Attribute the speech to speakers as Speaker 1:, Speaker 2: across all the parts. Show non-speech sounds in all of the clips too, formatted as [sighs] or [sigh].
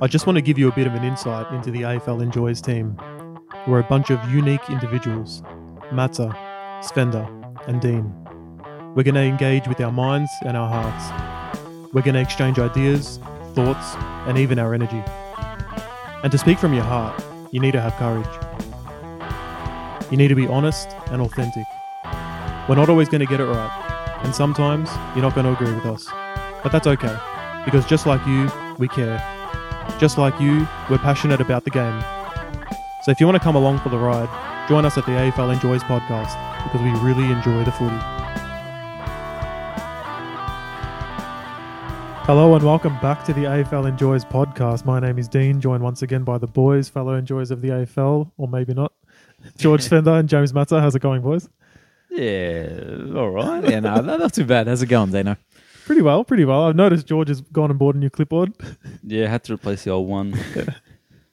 Speaker 1: I just want to give you a bit of an insight into the AFL Enjoyers team. We're a bunch of unique individuals Matza, Svenda, and Dean. We're going to engage with our minds and our hearts. We're going to exchange ideas, thoughts, and even our energy. And to speak from your heart, you need to have courage. You need to be honest and authentic. We're not always going to get it right, and sometimes you're not going to agree with us. But that's okay, because just like you, we care. Just like you, we're passionate about the game. So if you want to come along for the ride, join us at the AFL Enjoys podcast, because we really enjoy the footy. Hello and welcome back to the AFL Enjoys podcast. My name is Dean, joined once again by the boys, fellow enjoyers of the AFL, or maybe not, [laughs] George Fender and James Matzer. How's it going, boys?
Speaker 2: Yeah, all right. Yeah, [laughs] no, no, not too bad. How's it going, Dano?
Speaker 1: Pretty well, pretty well. I've noticed George has gone and bought a new clipboard.
Speaker 3: Yeah, had to replace the old
Speaker 2: [laughs]
Speaker 3: one.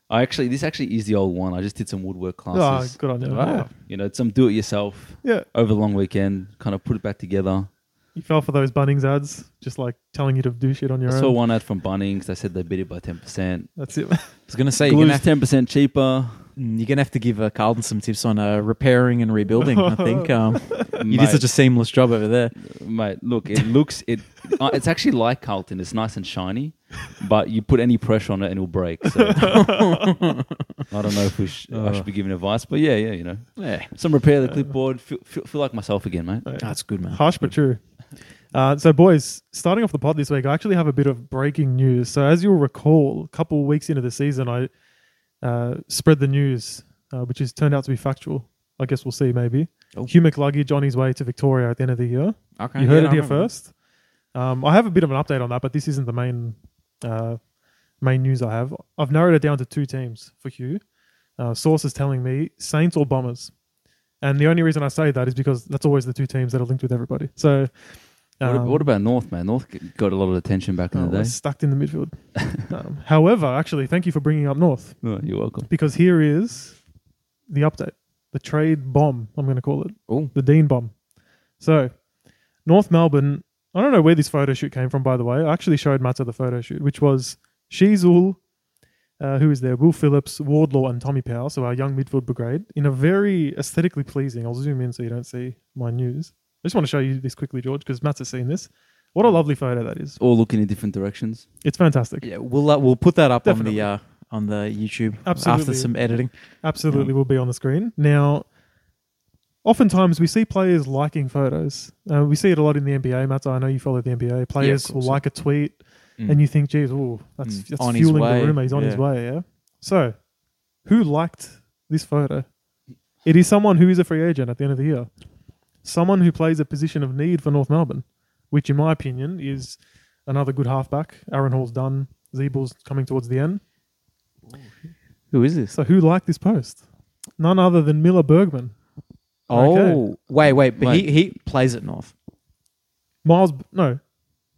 Speaker 3: I actually, this actually is the old one. I just did some woodwork classes.
Speaker 1: Ah, good on you.
Speaker 2: Wow.
Speaker 3: You know, some do it yourself
Speaker 1: Yeah.
Speaker 3: over the long weekend, kind of put it back together.
Speaker 1: You fell for those Bunnings ads, just like telling you to do shit on your
Speaker 3: I
Speaker 1: own.
Speaker 3: saw one ad from Bunnings. They said they beat it by 10%.
Speaker 1: That's it. [laughs]
Speaker 2: I was gonna say you're
Speaker 3: Glue's
Speaker 2: gonna, have to,
Speaker 3: 10% cheaper.
Speaker 2: mm, you're gonna have to give uh, Carlton some tips on uh, repairing and rebuilding. I [laughs] think um, you did
Speaker 3: Mate,
Speaker 2: such a seamless job over there.
Speaker 3: mate, look, it looks, it, uh, it's actually like Carlton. It's nice and shiny, but you put any pressure on it and it'll break.
Speaker 2: [laughs]
Speaker 3: So I don't know if we sh- I should be giving advice, but yeah, yeah, you know.
Speaker 2: Uh. Yeah,
Speaker 3: Some repair the clipboard. Feel, feel, feel like myself again, mate.
Speaker 2: that's good, man.
Speaker 1: Harsh but true. Uh, so, boys, starting off the pod this week, I actually have a bit of breaking news. So, as you'll recall, a couple of weeks into the season, I uh, spread the news, uh, which has turned out to be factual. I guess we'll see, maybe.
Speaker 2: Oh.
Speaker 1: Hugh McLuggy on his way to Victoria at the end of the year.
Speaker 2: Okay,
Speaker 1: You heard
Speaker 2: yeah,
Speaker 1: it here
Speaker 2: I remember.
Speaker 1: first. Um, I have a bit of an update on that, but this isn't the main uh, main news I have. I've narrowed it down to two teams for Hugh. Uh, sources telling me Saints or Bombers, and the only reason I say that is because that's always the two teams that are linked with everybody. So,
Speaker 3: What,
Speaker 1: um,
Speaker 3: what about North, man? North g- got a lot of attention back in
Speaker 1: oh,
Speaker 3: the
Speaker 1: we're
Speaker 3: day.
Speaker 1: stuck in the
Speaker 3: [laughs]
Speaker 1: midfield. um, however, actually, thank you for bringing up North
Speaker 3: Oh, you're welcome.
Speaker 1: because here is the update, the trade bomb. I'm going to call it.
Speaker 2: Ooh.
Speaker 1: the Dean bomb. So, North Melbourne. I don't know where this photo shoot came from, by the way. I actually showed Matza the photo shoot, which was Sheezul, uh, who is there, Will Phillips, Wardlaw, and Tommy Powell, so our young midfield brigade, in a very aesthetically pleasing. I'll zoom in so you don't see my news. I just want to show you this quickly, George, because Matt's has seen this. What a lovely photo that is.
Speaker 3: All looking in different directions.
Speaker 1: It's fantastic.
Speaker 2: Yeah, we'll uh, we'll put that up
Speaker 1: Definitely.
Speaker 2: on the uh, on the YouTube
Speaker 1: Absolutely.
Speaker 2: after some editing.
Speaker 1: Absolutely will be on the screen. Now, oftentimes we see players liking photos. Uh, we see it a lot in the NBA, Matt. I know you follow the NBA. Players will
Speaker 2: course,
Speaker 1: like a tweet
Speaker 2: Mm.
Speaker 1: and you think, geez, ooh, that's,
Speaker 2: Mm.
Speaker 1: that's
Speaker 2: On his
Speaker 1: fueling
Speaker 2: way.
Speaker 1: the rumor. He's on his
Speaker 2: Yeah.
Speaker 1: way, yeah? So, who liked this photo? It is someone who is a free agent at the end of the year. Someone who plays a position of need for North Melbourne, which, in my opinion, is another good halfback. Aaron Hall's done. Zeebel's coming towards the end.
Speaker 2: Who is this?
Speaker 1: So, who liked this post? None other than Miller Bergman.
Speaker 2: Oh,
Speaker 1: Okay.
Speaker 2: wait, wait, but
Speaker 3: Wait.
Speaker 2: he he plays at North. [laughs]
Speaker 1: Miles, no,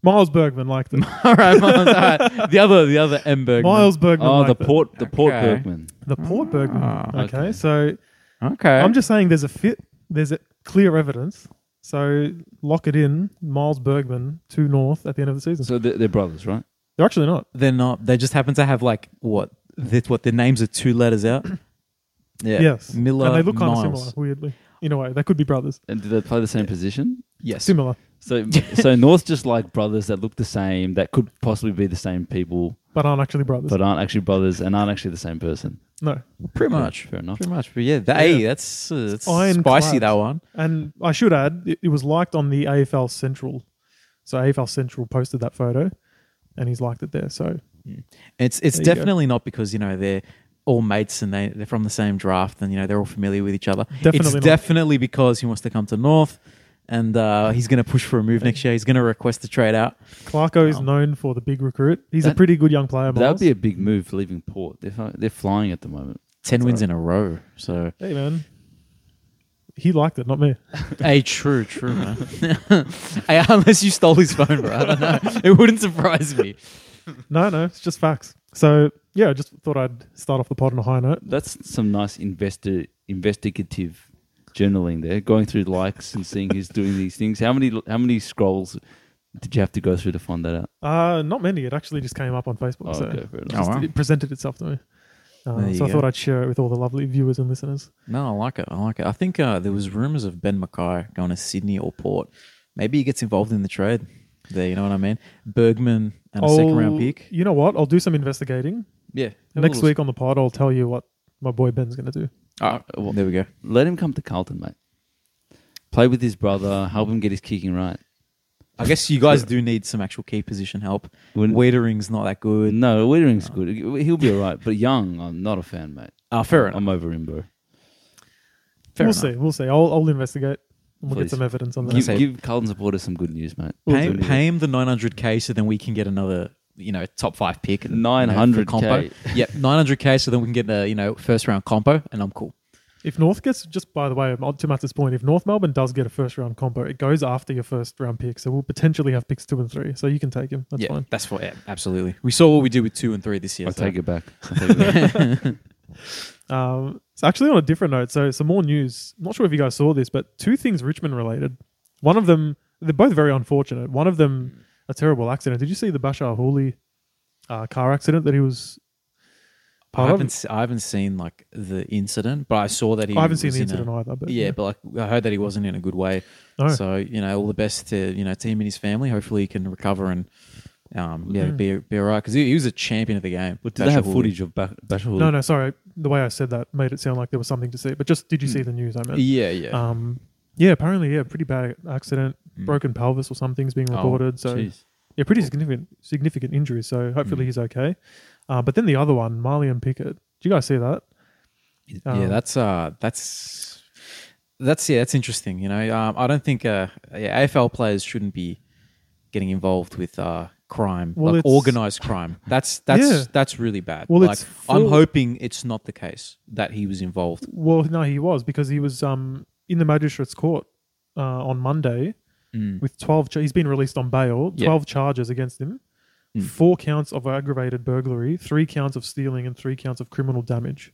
Speaker 1: Miles Bergman liked it.
Speaker 2: all right, Miles, all right. the other the other M Bergman.
Speaker 1: Miles Bergman.
Speaker 3: Oh, the
Speaker 1: liked it.
Speaker 3: port, the port
Speaker 2: Okay.
Speaker 3: Bergman.
Speaker 1: the Port Bergman.
Speaker 2: Ah,
Speaker 1: okay.
Speaker 3: okay.
Speaker 1: so
Speaker 2: Okay,
Speaker 1: I'm just saying there's a fit. There's a clear evidence. So lock it in, Miles Bergman to North at the end of the season.
Speaker 3: So they're, they're brothers, right?
Speaker 1: They're actually not.
Speaker 2: They're not. They just happen to have like what? That what their names are two letters out.
Speaker 1: Yes,
Speaker 2: Miller
Speaker 1: and they look kind of
Speaker 2: Miles.
Speaker 1: similar, weirdly. In a way, they could be brothers.
Speaker 3: And do they play the same position?
Speaker 2: Yes.
Speaker 1: Similar,
Speaker 3: So, so North's just like brothers that look the same, that could possibly be the same people,
Speaker 1: but aren't actually brothers.
Speaker 3: but aren't actually brothers and aren't actually the same person.
Speaker 1: no,
Speaker 2: Pretty much.
Speaker 3: Fair enough.
Speaker 2: Pretty much. But yeah, that, hey, that's uh, it's
Speaker 1: Iron
Speaker 2: spicy
Speaker 1: clad.
Speaker 2: that one.
Speaker 1: and I should add, it, it was liked on the AFL Central. So AFL Central posted that photo, and he's liked it there. So
Speaker 2: It's it's
Speaker 1: There you go.
Speaker 2: definitely not because you know they're all mates and they they're from the same draft and you know they're all familiar with each other.
Speaker 1: Definitely
Speaker 2: it's
Speaker 1: not.
Speaker 2: definitely because he wants to come to North. And uh, he's going to push for a move next year. He's going to request a trade out.
Speaker 1: Clarko is
Speaker 2: Wow.
Speaker 1: known for the big recruit. He's a
Speaker 3: That-
Speaker 1: pretty good young player.
Speaker 3: That would
Speaker 1: Miles.
Speaker 3: be a big move leaving port. They're, fi- they're flying at the moment.
Speaker 2: Ten
Speaker 1: That's
Speaker 2: wins
Speaker 1: right.
Speaker 2: in a row.
Speaker 1: [laughs]
Speaker 2: So,
Speaker 1: Hey man, he liked it, not me.
Speaker 2: hey, true, true, man. [laughs] hey, unless you stole his phone, bro. I don't know. It wouldn't surprise me.
Speaker 1: No, no, it's just facts. So yeah, I just thought I'd start off the pod on a high note.
Speaker 3: That's some nice investor, investigative journaling there, going through likes and seeing who's doing these things. How many, how many scrolls Did you have to go through to find that out?
Speaker 1: Uh, not many. It actually just came up on Facebook.
Speaker 3: Oh,
Speaker 1: so
Speaker 3: okay, fair
Speaker 2: Oh,
Speaker 3: enough.
Speaker 1: just-
Speaker 2: wow.
Speaker 1: it presented itself to me.
Speaker 2: There
Speaker 1: Uh,
Speaker 2: you
Speaker 1: so I
Speaker 2: go.
Speaker 1: thought I'd share it with all the lovely viewers and listeners.
Speaker 2: No, I like it. I like it. I think uh, there was rumors of Ben Mackay going to Sydney or Port. Maybe he gets involved in the trade there. You know what I mean? Bergman and a second round
Speaker 1: I'll-
Speaker 2: pick.
Speaker 1: You know what? I'll do some investigating.
Speaker 2: Yeah.
Speaker 1: Next week on the pod, I'll tell you what my boy Ben's going to do.
Speaker 2: Ah, well, there we go.
Speaker 3: Let him come to Carlton, mate. Play with his brother. Help him get his kicking right.
Speaker 2: I guess you guys do need some actual key position help.
Speaker 3: Wouldn't-
Speaker 2: Waitering's not that good.
Speaker 3: No, Wittering's good. He'll be all right. But Young, I'm not a fan, mate.
Speaker 2: Ah, fair enough.
Speaker 3: I'm over him, bro.
Speaker 1: we'll
Speaker 2: Fair enough.
Speaker 1: see. We'll see. I'll, I'll investigate. And we'll
Speaker 3: Please.
Speaker 1: get some evidence on
Speaker 3: Give,
Speaker 1: that.
Speaker 2: say-
Speaker 3: give Carlton supporters some good news, mate.
Speaker 2: Pay, him- pay him the 900k so then we can get another you know top five pick and, you know, for
Speaker 3: 900K.
Speaker 2: compo. yep 900k so then we can get the you know first round compo and i'm cool
Speaker 1: If North gets, just by the way, um, to Matt's point, if North Melbourne does get a first round combo, it goes after your first round pick. So we'll potentially have picks two and three. So you can take him. That's
Speaker 2: yeah
Speaker 1: fine.
Speaker 2: that's what yeah, absolutely we saw what we did with two and three this year
Speaker 3: I
Speaker 2: so-
Speaker 3: take it back. I take it back.
Speaker 1: Um, so actually, on a different note, so some more news. I'm not sure if you guys saw this, but two things Richmond related. One of them, they're both very unfortunate. One of them, a terrible accident. Did you see the Bashar Hooley uh, car accident that he was
Speaker 2: I,
Speaker 1: part
Speaker 2: haven't,
Speaker 1: of?
Speaker 2: s- I haven't seen like the incident but i saw that he
Speaker 1: I haven't seen
Speaker 2: was
Speaker 1: the
Speaker 2: in a-
Speaker 1: incident either. But
Speaker 2: yeah but like i heard that he wasn't in a good way
Speaker 1: No.
Speaker 2: so you know all the best to you know to him and his family hopefully he can recover and um, yeah,
Speaker 1: Mhm.
Speaker 2: be be all right because he, he was a champion of the game.
Speaker 3: But do they have
Speaker 2: Bashir Hooli.
Speaker 3: footage of Bash- Bashahul?
Speaker 1: No, no, sorry. The way I said that made it sound like there was something to see. But just
Speaker 2: Hmm.
Speaker 1: did you see the news? I meant.
Speaker 2: Yeah, yeah.
Speaker 1: Um, yeah, apparently, yeah, pretty bad accident. Broken pelvis or something's being
Speaker 2: Oh,
Speaker 1: reported. so
Speaker 3: Hmm. Jeez. Hmm.
Speaker 1: yeah, pretty significant significant injury. So hopefully he's okay. Uh, but then the other one, Marlian Pickett. Do you guys see that?
Speaker 2: yeah,
Speaker 1: Um,
Speaker 2: that's uh, that's that's yeah, that's interesting. You know, um, I don't think uh, yeah, AFL players shouldn't be getting involved with uh, crime,
Speaker 1: Well,
Speaker 2: like
Speaker 1: it's-
Speaker 2: organized crime. That's that's
Speaker 1: Yeah.
Speaker 2: that's really bad.
Speaker 1: Well,
Speaker 2: like,
Speaker 1: it's
Speaker 2: I'm
Speaker 1: full-
Speaker 2: hoping it's not the case that he was involved.
Speaker 1: Well, no, he was because he was um, in the magistrate's court uh, on Monday
Speaker 3: Hmm.
Speaker 1: with 12. Cha- he's been released on bail,
Speaker 2: Yeah.
Speaker 1: 12 charges against him,
Speaker 3: Hmm.
Speaker 1: four counts of aggravated burglary, three counts of stealing, and three counts of criminal damage.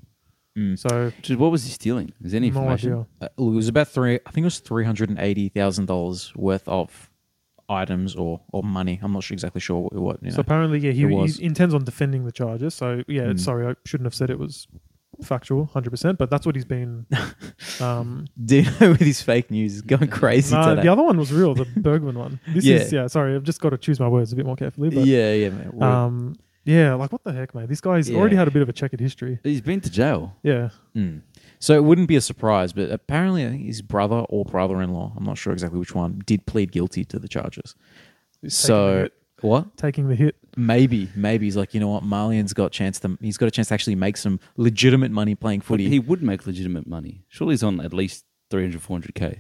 Speaker 2: Mm.
Speaker 1: So,
Speaker 3: Jeez, what was he stealing? Is there Hmm. any
Speaker 1: no
Speaker 3: information?
Speaker 1: idea.
Speaker 2: Uh, it was about three. I think it was three hundred and eighty thousand dollars worth of items or or money. I'm not sure exactly sure what. what you know.
Speaker 1: So,
Speaker 2: [laughs]
Speaker 1: apparently, yeah, he,
Speaker 2: It was. Mm.
Speaker 1: he intends on defending the charges. So, yeah, sorry, I shouldn't have said it was factual 100%, but that's what he's
Speaker 2: [laughs]
Speaker 1: been. Um,
Speaker 2: Dino with his fake news
Speaker 1: [laughs]
Speaker 2: is going crazy
Speaker 1: no,
Speaker 2: today.
Speaker 1: the other one was real,
Speaker 2: [laughs]
Speaker 1: the Bergman one. This
Speaker 2: Yeah.
Speaker 1: is, yeah, sorry, I've just got to choose my words a bit more carefully. But,
Speaker 2: yeah, yeah, man. We're-
Speaker 1: Um, yeah, like what the heck, mate? This guy's
Speaker 2: Yeah.
Speaker 1: already had a bit of a checkered history.
Speaker 3: He's been to jail.
Speaker 1: Yeah,
Speaker 2: Mm. So it wouldn't be a surprise, but apparently I think his brother or brother-in-law, I'm not sure exactly which one, did plead guilty to the charges.
Speaker 1: taking
Speaker 2: So
Speaker 1: it.
Speaker 2: what?
Speaker 1: taking the hit.
Speaker 2: Maybe, maybe he's like, you know what, Marlian's got chance to, he's got a chance to actually make some legitimate money playing footy.
Speaker 3: He would make legitimate money. Surely he's on at least 300, 400K.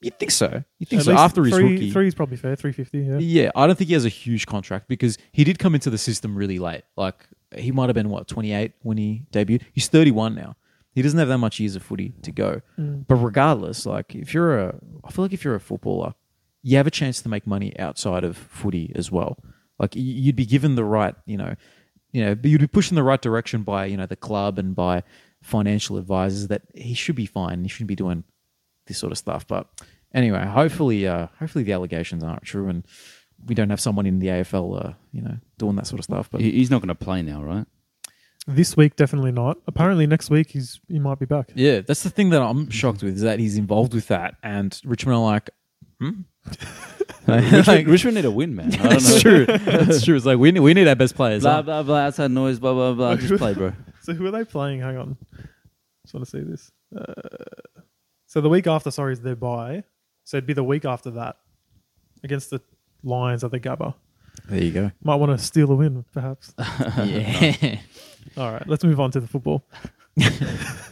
Speaker 2: you think so? You think
Speaker 1: At
Speaker 2: so?
Speaker 1: least
Speaker 2: After his
Speaker 1: three,
Speaker 2: rookie,
Speaker 1: three is probably fair. Three fifty. Yeah.
Speaker 2: yeah, I don't think he has a huge contract because he did come into the system really late. Like he might have been what 28 when he debuted. He's 31 now. He doesn't have that much years of footy to go. But regardless, like if you're a, I feel like if you're a footballer, you have a chance to make money outside of footy as well. Like y- you'd be given the right, you know, you know, but you'd be pushed in the right direction by you know the club and by financial advisors that he should be fine. He shouldn't be doing this sort of stuff. But anyway, hopefully, uh, hopefully the allegations aren't true, and we don't have someone in the AFL, uh, you know, doing that sort of stuff. But
Speaker 3: He- He's not going to play now, right?
Speaker 1: This week definitely not. Apparently next week he's he might be back.
Speaker 2: yeah, that's the thing that I'm shocked with is that he's involved with that, and Richmond are like. Hmm?
Speaker 3: Richmond,
Speaker 2: [laughs] like,
Speaker 3: Richmond need a win, man. I don't know.
Speaker 2: [laughs] that's true. That's true. It's like we need, we need our best players.
Speaker 3: Blah,
Speaker 2: huh?
Speaker 3: blah, blah. Outside noise, blah, blah, blah. Just play, bro.
Speaker 1: [laughs] So who are they playing? Hang on, just want to see this. Uh, so the week after, sorry, is their bye. So it'd be the week after that against the Lions at the Gabba.
Speaker 2: There you go.
Speaker 1: Might want to steal a win, perhaps.
Speaker 2: [laughs] Yeah.
Speaker 1: All right, let's move on to the football. [laughs]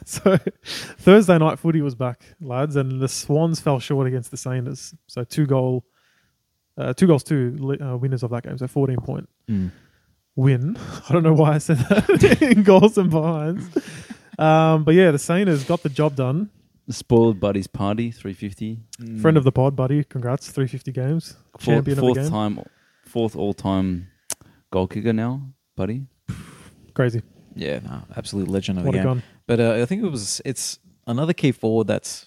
Speaker 1: so, Thursday night footy was back, lads, and the Swans fell short against the Saints. So, two goal, uh, two goals, two li- uh, winners of that game. So, fourteen point
Speaker 2: Mm.
Speaker 1: win. [laughs] I don't know why I said that [laughs] in goals and behinds. Um, but yeah, the Saints got the job done.
Speaker 3: [laughs] Spoiled Buddy's party, 350.
Speaker 1: Friend of the pod, buddy. Congrats, three fifty games,
Speaker 3: Mm. Fourth,
Speaker 1: champion
Speaker 3: fourth
Speaker 1: of the game.
Speaker 3: time, fourth all time goal kicker now, Buddy.
Speaker 1: Crazy.
Speaker 2: Yeah, no, absolute legend of
Speaker 1: What
Speaker 2: the
Speaker 1: a
Speaker 2: game.
Speaker 1: gun.
Speaker 2: But uh, I think it was it's another key forward that's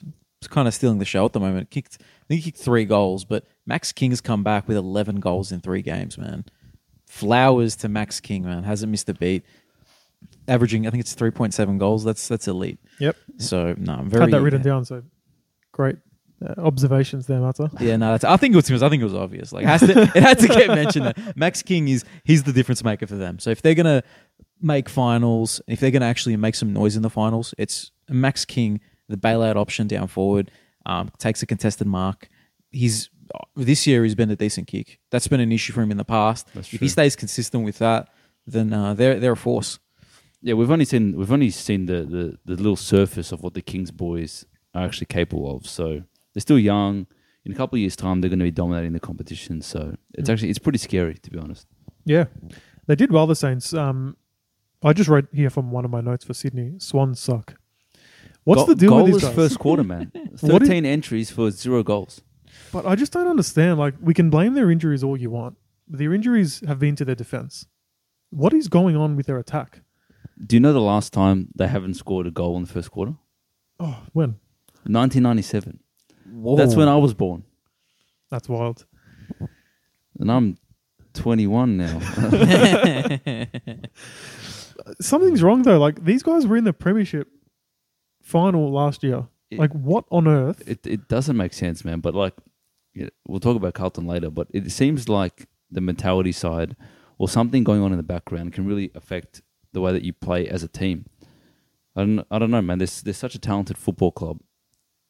Speaker 2: kind of stealing the show at the moment. Kicked, I think he kicked three goals, but Max King has come back with 11 goals in three games, man. Flowers to Max King, man. Hasn't missed a beat. Averaging, I think it's 3.7 goals. That's that's elite.
Speaker 1: Yep.
Speaker 2: So, no, I'm
Speaker 1: Had
Speaker 2: very.
Speaker 1: that written down, so great uh, observations there, Mata.
Speaker 2: Yeah, no, that's, I think it was. I think it was obvious. Like, it, has to, it had to get mentioned.
Speaker 3: [laughs]
Speaker 2: That Max King is he's the difference maker for them. So if they're gonna make finals, if they're gonna actually make some noise in the finals, it's Max King, the bailout option down forward, um, takes a contested mark. He's this year he's been a decent kick. That's been an issue for him in the past.
Speaker 3: That's
Speaker 2: If
Speaker 3: true.
Speaker 2: he stays consistent with that, then uh, they're they're a force.
Speaker 3: Yeah, we've only seen we've only seen the, the, the little surface of what the Kings boys are actually capable of. So they're still young. In a couple of years' time, they're going to be dominating the competition. So
Speaker 1: Hmm.
Speaker 3: it's actually it's pretty scary to be honest.
Speaker 1: Yeah, they did well. The Saints. Um, I just wrote here from one of my notes for Sydney. Swans suck. What's
Speaker 3: Go-
Speaker 1: the deal with these
Speaker 3: goalless
Speaker 1: guys?
Speaker 3: first quarter, man?
Speaker 1: [laughs] What is-
Speaker 3: Thirteen entries for zero goals.
Speaker 1: But I just don't understand. Like, we can blame their injuries all you want. Their injuries have been to their defense. What is going on with their attack?
Speaker 3: Do you know the last time they haven't scored a goal in the first quarter?
Speaker 1: Oh, when?
Speaker 3: 1997. That's when I was born,
Speaker 1: That's wild.
Speaker 3: and I'm
Speaker 1: [laughs]
Speaker 3: 21 now.
Speaker 1: Uh, Something's wrong though. Like these guys were in the Premiership final last year.
Speaker 3: It-
Speaker 1: like what on earth?
Speaker 3: it it doesn't make sense, man. But like, yeah, we'll talk about Carlton later. But it seems like the mentality side or something going on in the background can really affect the way that you play as a team. I don't, I don't know, man. There's there's such a talented football club.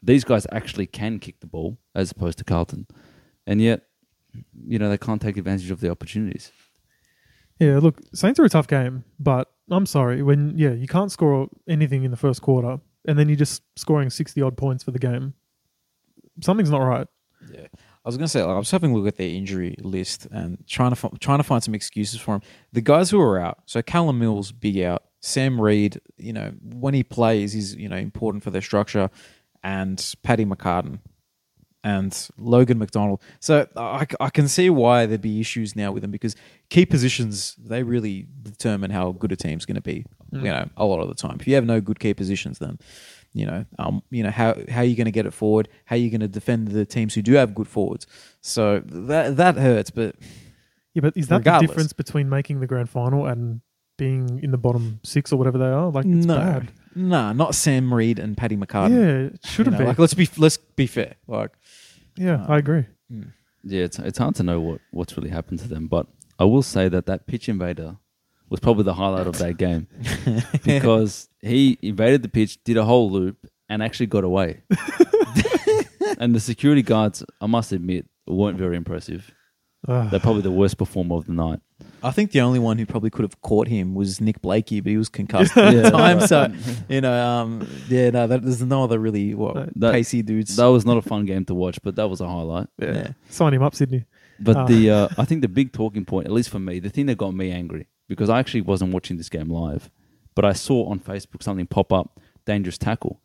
Speaker 3: These guys actually can kick the ball as opposed to Carlton, and yet, you know, they can't take advantage of the opportunities.
Speaker 1: yeah, look, Saints are a tough game, but I'm sorry when yeah you can't score anything in the first quarter, and then you're just scoring sixty odd points for the game. Something's not right.
Speaker 2: Yeah, I was gonna say like, I was having a look at their injury list and trying to fi- trying to find some excuses for him. The guys who are out, so Callum Mills big out, Sam Reed, you know when he plays, he's you know important for their structure, and Paddy McCartan and Logan McDonald. So I, I can see why there'd be issues now with them because key positions they really determine how good a team's going to be. You know, a lot of the time. If you have no good key positions, then you know, um, you know how how are you going to get it forward? How are you going to defend the teams who do have good forwards? So that that hurts, but
Speaker 1: Yeah, but is that the
Speaker 2: Regardless.
Speaker 1: difference between making the grand final and being in the bottom six or whatever they are? Like it's
Speaker 2: no,
Speaker 1: bad.
Speaker 2: nah, not Sam Reed and Paddy McCartan.
Speaker 1: Yeah, it
Speaker 2: You
Speaker 1: shouldn't
Speaker 2: know,
Speaker 1: be.
Speaker 2: like uh, let's be let's be fair. Like
Speaker 1: yeah, I agree.
Speaker 3: Yeah, it's it's hard to know what, what's really happened to them, but I will say that that pitch invader was probably the highlight of that game because he invaded the pitch, did a whole loop, and actually got away. and the security guards, I must admit, weren't very impressive.
Speaker 1: Ugh.
Speaker 3: They're probably the worst performer of the night.
Speaker 2: I think the only one who probably could have caught him was Nick Blakey, but he was concussed at the
Speaker 3: Yeah.
Speaker 2: time. So you know, um, yeah, no, that, there's no other really what
Speaker 3: That-
Speaker 2: pacey dudes.
Speaker 3: That was not a fun game to watch, but that was a highlight.
Speaker 2: yeah.
Speaker 1: Sign him up, Sydney.
Speaker 3: But
Speaker 1: Ah.
Speaker 3: the uh, I think the big talking point, at least for me, the thing that got me angry because I actually wasn't watching this game live, but I saw on Facebook something pop up, dangerous tackle,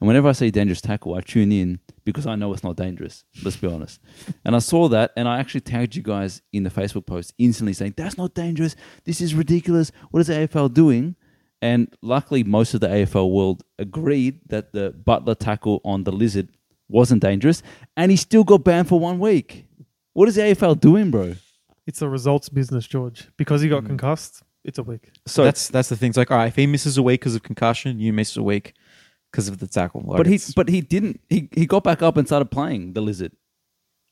Speaker 3: and whenever I see dangerous tackle, I tune in because I know it's not dangerous. Let's be honest. And I saw that, and I actually tagged you guys in the Facebook post instantly saying that's not dangerous. This is ridiculous. What is the AFL doing? And luckily, most of the AFL world agreed that the Butler tackle on the lizard wasn't dangerous, and he still got banned for one week. What is the AFL doing, bro?
Speaker 1: It's a results business, George. Because he got concussed, it's a week.
Speaker 2: So that's that's the thing. It's like, all right, if he misses a week because of concussion, you miss a week because of the tackle. Like,
Speaker 3: But he,
Speaker 2: it's-
Speaker 3: but he didn't. He, he got back up and started playing the lizard.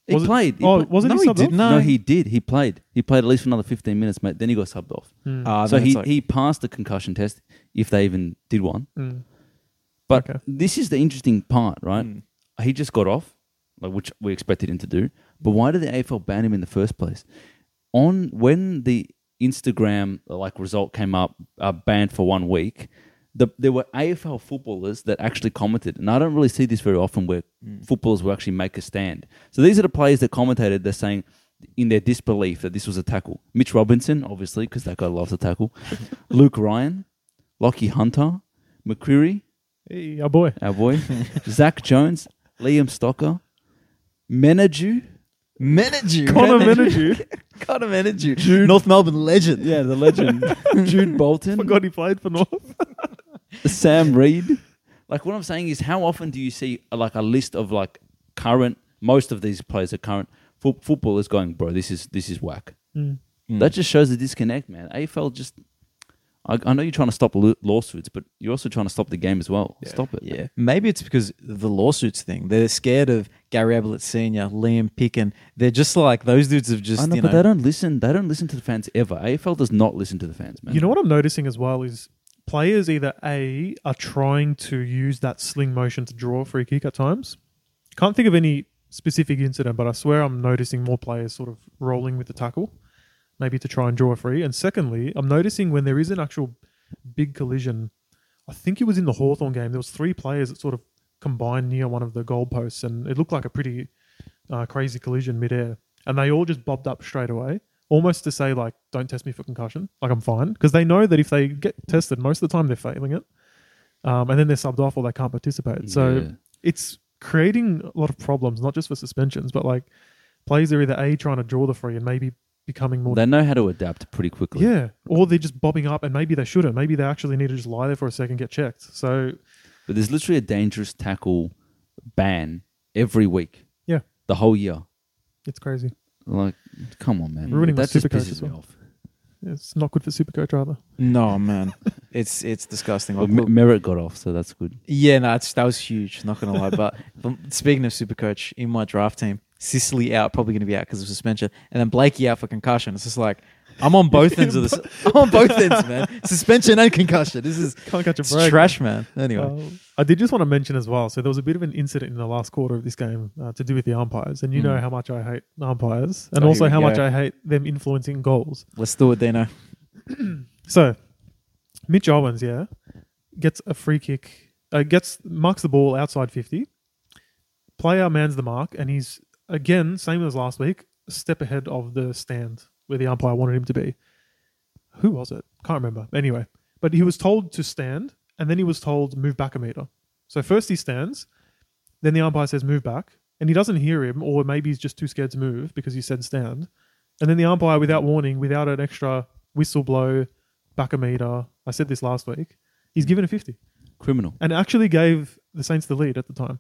Speaker 3: He
Speaker 1: Was it-
Speaker 3: played. he
Speaker 1: oh,
Speaker 3: played.
Speaker 1: wasn't
Speaker 2: no,
Speaker 1: he
Speaker 2: he
Speaker 1: subbed off?
Speaker 2: did not.
Speaker 3: No, he did. He played. He played at least for another fifteen minutes, mate. Then he got subbed off.
Speaker 1: Hmm.
Speaker 2: Ah,
Speaker 3: so
Speaker 2: then it's
Speaker 3: he,
Speaker 2: like-
Speaker 3: he passed the concussion test if they even did one.
Speaker 1: Mm.
Speaker 3: But
Speaker 1: Okay.
Speaker 3: this is the interesting part, right? He just got off, like which we expected him to do. But why did the AFL ban him in the first place? On when the Instagram like result came up, uh, banned for one week. The, there were AFL footballers that actually commented, and I don't really see this very often where footballers will actually make a stand. So these are the players that commentated. They're saying in their disbelief that this was a tackle. Mitch Robinson, obviously, because that guy loves a tackle. Luke Ryan, Lockie Hunter, McCreary,
Speaker 1: Hey, our boy. [laughs]
Speaker 3: our boy, Zach Jones, Liam Stocker, Menadue.
Speaker 2: Menadue.
Speaker 1: Connor Menadue.
Speaker 2: Connor Menadue. North Melbourne
Speaker 3: [laughs]
Speaker 2: legend.
Speaker 3: Yeah, the legend. Jude Bolton,
Speaker 1: Forgot he played for North.
Speaker 3: Sam Reed. Like what I'm saying is, how often do you see uh, like a list of like current? Most of these players are current fo- footballers going, bro. This is this is whack.
Speaker 1: Mm.
Speaker 3: That just shows the disconnect, man. AFL just. I, I know you're trying to stop lo- lawsuits, but you're also trying to stop the game as well. Stop it.
Speaker 2: Yeah. Maybe it's because the lawsuits thing. They're scared of Gary Ablett Sr., Liam Picken. They're just like, those dudes have just,
Speaker 3: I know,
Speaker 2: you
Speaker 3: but
Speaker 2: know.
Speaker 3: they don't listen. They don't listen to the fans ever. AFL does not listen to the fans, man.
Speaker 1: You know what I'm noticing as well is players either A are trying to use that sling motion to draw a free kick at times. Can't think of any specific incident, but I swear I'm noticing more players sort of rolling with the tackle, maybe to try and draw a free. And secondly, I'm noticing when there is an actual big collision, I think it was in the Hawthorn game, there was three players that sort of combined near one of the goalposts and it looked like a pretty uh, crazy collision midair, and they all just bobbed up straight away, almost to say like, "Don't test me for concussion, like I'm fine," because they know that if they get tested, most of the time they're failing it, um, and then they're subbed off or they can't participate. So
Speaker 3: Yeah.
Speaker 1: it's creating a lot of problems, not just for suspensions, but like players are either a trying to draw the free and maybe becoming more.
Speaker 3: They know how to adapt pretty quickly.
Speaker 1: yeah, or they're just bobbing up, and maybe they shouldn't. Maybe they actually need to just lie there for a second, get checked. So
Speaker 3: But there's literally a dangerous tackle ban every week.
Speaker 1: Yeah.
Speaker 3: The whole year.
Speaker 1: it's crazy.
Speaker 3: Like, come on, man.
Speaker 1: Ruining my
Speaker 3: that just
Speaker 1: Supercoach
Speaker 3: pisses
Speaker 1: as
Speaker 3: me
Speaker 1: well.
Speaker 3: off.
Speaker 1: It's not good for Supercoach either. [laughs]
Speaker 2: No, man. [laughs] it's it's disgusting.
Speaker 3: Well,
Speaker 2: Like,
Speaker 3: Me-
Speaker 2: look-
Speaker 3: Merritt got off, so that's good.
Speaker 2: yeah, no, it's, that was huge. Not going to lie. But [laughs] from- speaking of Supercoach, in my draft team, Sicily out, probably going to be out because of suspension. And then Blakey out for concussion. It's just like, I'm on both ends of this. I'm on both ends, man. Suspension and concussion. This is
Speaker 1: Can't catch a
Speaker 2: it's
Speaker 1: break.
Speaker 2: trash, man. Anyway.
Speaker 1: Uh, I did just want to mention as well. So there was a bit of an incident in the last quarter of this game uh, to do with the umpires, and you know how much I hate umpires, and
Speaker 2: Hmm. Oh,
Speaker 1: also
Speaker 2: here we
Speaker 1: how
Speaker 2: go.
Speaker 1: much I hate them influencing goals.
Speaker 2: Let's do it, Dino.
Speaker 1: So Mitch Owens, yeah, gets a free kick, uh, gets marks the ball outside fifty. Player mans the mark, and he's again same as last week, a step ahead of the stand where the umpire wanted him to be. Who was it? Can't remember. Anyway, but he was told to stand, and then he was told move back a meter. So first he stands, then the umpire says move back, and he doesn't hear him, or maybe he's just too scared to move because he said stand. And then the umpire, without warning, without an extra whistle blow, back a meter. I said this last week. He's given a fifty,
Speaker 3: Criminal.
Speaker 1: and actually gave the Saints the lead at the time.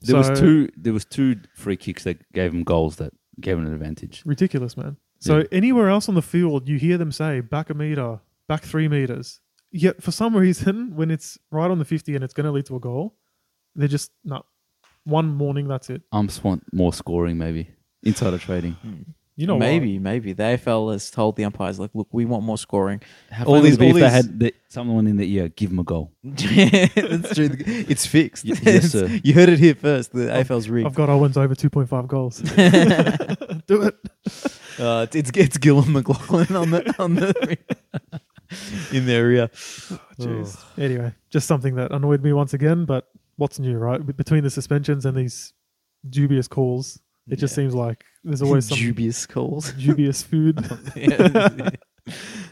Speaker 3: There
Speaker 1: So-
Speaker 3: was two there was two free kicks that gave him goals that gave him an advantage.
Speaker 1: Ridiculous, man. So
Speaker 3: Yeah.
Speaker 1: anywhere else on the field, you hear them say back a meter, back three meters. Yet for some [laughs] reason, when it's right on the fifty and it's going to lead to a goal, they're just no. One morning, that's it.
Speaker 3: Umps want more scoring, maybe. Insider trading.
Speaker 1: Hmm. You know, what?
Speaker 2: maybe, maybe the AFL has told the umpires, like, look, we want more scoring. [laughs]
Speaker 3: How funny
Speaker 2: All
Speaker 3: would
Speaker 2: these-
Speaker 3: it be
Speaker 2: all
Speaker 3: if they
Speaker 2: these-
Speaker 3: had the, someone in the ear, give him a goal.
Speaker 2: That's true. It's fixed.
Speaker 3: Y- yes,
Speaker 2: It's-
Speaker 3: sir.
Speaker 2: You heard it here first. The AFL's rigged.
Speaker 1: I've
Speaker 2: [laughs]
Speaker 1: got Owens over two point five goals. Do it.
Speaker 2: Uh, it's- it's it's Gillan McLaughlin on the [laughs] on the in their ear.
Speaker 1: Jeez. Oh. Anyway, just something that annoyed me once again, but what's new, right? Be- Between the suspensions and these dubious calls, it just
Speaker 2: Yeah.
Speaker 1: seems like there's always some
Speaker 2: dubious
Speaker 1: [laughs]
Speaker 2: calls. [laughs]
Speaker 1: dubious food.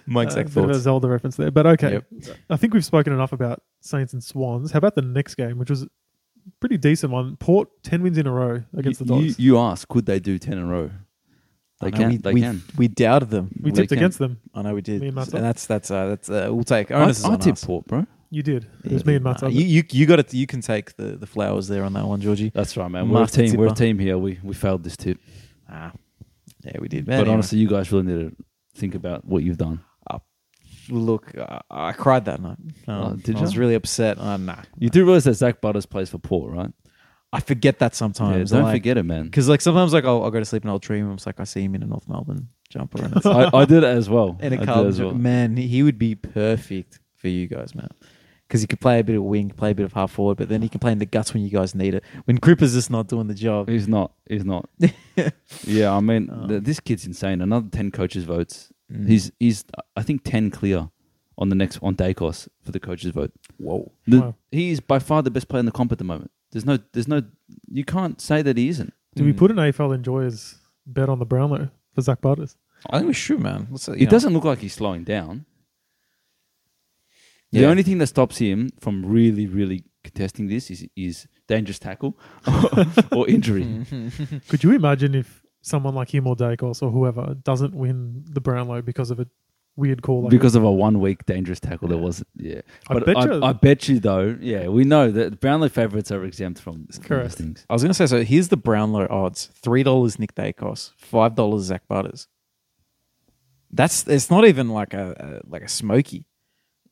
Speaker 2: Mike's
Speaker 1: Uh, [laughs]
Speaker 2: exact
Speaker 1: bit of a
Speaker 2: thoughts.
Speaker 1: Zelda reference there. But okay,
Speaker 2: Yep.
Speaker 1: I think we've spoken enough about Saints and Swans. How about the next game, which was a pretty decent one? Port, 10 wins in a row against
Speaker 3: you,
Speaker 1: the Dogs.
Speaker 3: You, you ask, could they do 10 in a row? They
Speaker 2: I know,
Speaker 3: can.
Speaker 2: Oh, We,
Speaker 3: they
Speaker 2: we,
Speaker 3: can.
Speaker 2: we doubted them.
Speaker 1: we
Speaker 3: they
Speaker 1: tipped
Speaker 3: can.
Speaker 1: against them.
Speaker 2: I know we did.
Speaker 1: Me and Matt
Speaker 2: and that's that's uh, that's uh, we'll take.
Speaker 3: I,
Speaker 2: Onus is
Speaker 3: I
Speaker 2: on
Speaker 3: tip
Speaker 2: us.
Speaker 3: Port, bro.
Speaker 1: You did. It was me and Matt.
Speaker 2: Nah, you, you you got it. You can take the, the flowers there on that one, Georgie.
Speaker 3: That's right, man. We're a
Speaker 2: Master
Speaker 3: team. We're a
Speaker 2: tipper.
Speaker 3: team here. We we failed this tip,
Speaker 2: Ah, yeah, we did.
Speaker 3: but honestly, you guys really need to think about what you've done.
Speaker 2: look, I, I cried that night. Um,
Speaker 3: Oh, did
Speaker 2: I was
Speaker 3: ya?
Speaker 2: really upset. Uh, nah,
Speaker 3: You do realize that Zach Butters plays for Port, right?
Speaker 2: I forget that
Speaker 3: Yeah,
Speaker 2: sometimes.
Speaker 3: don't forget it, man.
Speaker 2: because like sometimes like I'll, I'll go to sleep and I'll dream. I'm just like I see him in a North Melbourne jumper and [laughs]
Speaker 3: [laughs]
Speaker 2: it's
Speaker 3: I, I did it as well.
Speaker 2: and
Speaker 3: I
Speaker 2: a
Speaker 3: did
Speaker 2: Carlton
Speaker 3: as
Speaker 2: jumper.
Speaker 3: well.
Speaker 2: Man, he would be perfect for you guys, man. Because he could play a bit of wing, play a bit of half forward, but then he can play in the guts when you guys need it. When Cripper's just not doing the job.
Speaker 3: He's not. He's [laughs] not. yeah, I mean, th- this kid's insane. Another ten coaches votes. He's he's I think ten clear on the next on Dacos for the coaches vote.
Speaker 2: Whoa.
Speaker 3: The,
Speaker 1: Wow.
Speaker 3: He is by far the best player in the comp at the moment. There's no. There's no. You can't say that he isn't.
Speaker 1: Do we put an AFL Enjoyers bet on the Brownlow for Zach Butters?
Speaker 2: I think we should, man. What's that,
Speaker 3: It doesn't look like he's slowing down. The
Speaker 2: Yeah.
Speaker 3: only thing that stops him from really, really contesting this is is dangerous tackle [laughs] or injury.
Speaker 1: Could you imagine if someone like him or Dacos or whoever doesn't win the Brownlow because of a weird call. [laughs] Like
Speaker 3: because of a one week dangerous tackle there wasn't yeah
Speaker 1: I
Speaker 3: but
Speaker 1: bet
Speaker 3: I,
Speaker 1: you-
Speaker 3: I bet you though yeah we know that Brownlow favourites are exempt from, from
Speaker 1: Correct.
Speaker 3: these things
Speaker 2: I was going to say, so here's the Brownlow odds $3 Nick Dacos, $5 Zach Butters. That's it's not even like a, a like a smoky.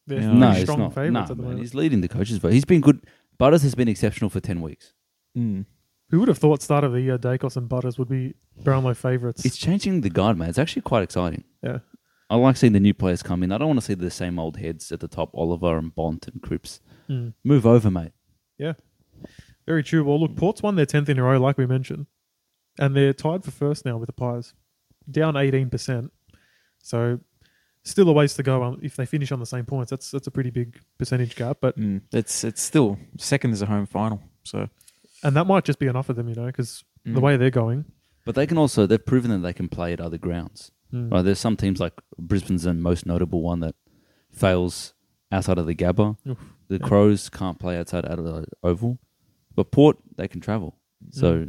Speaker 1: they're
Speaker 2: No,
Speaker 1: pretty
Speaker 3: no
Speaker 1: strong
Speaker 3: it's not
Speaker 1: favorites
Speaker 3: no
Speaker 1: at the
Speaker 3: man,
Speaker 1: moment.
Speaker 3: he's leading the coaches but he's been good Butters has been exceptional for 10 weeks
Speaker 2: Mm.
Speaker 1: Who would have thought start of the year Dacos and Butters would be Brownlow favourites?
Speaker 3: it's changing the guard man it's actually quite exciting
Speaker 1: yeah.
Speaker 3: I like seeing the new players come in I don't want to see the same old heads at the top Oliver and Bont and Cripps
Speaker 1: Mm.
Speaker 3: move over mate
Speaker 1: Yeah. Very true. Well, look, Port's won their 10th in a row, like we mentioned. And they're tied for first now with the Pies, down 18%. So still a ways to go um, if they finish on the same points. That's that's a pretty big percentage gap. But
Speaker 2: Mm. It's it's still second is a home final. So
Speaker 1: And that might just be enough of them, you know, because
Speaker 3: Mm.
Speaker 1: the way they're going.
Speaker 3: but they can also they've proven that they can play at other grounds
Speaker 1: Mm.
Speaker 3: right there's some teams like Brisbane's the most notable one that fails outside of the Gabba
Speaker 1: Oof.
Speaker 3: The Crows can't play outside Adelaide Oval, but Port they can travel.
Speaker 1: Mm.
Speaker 3: So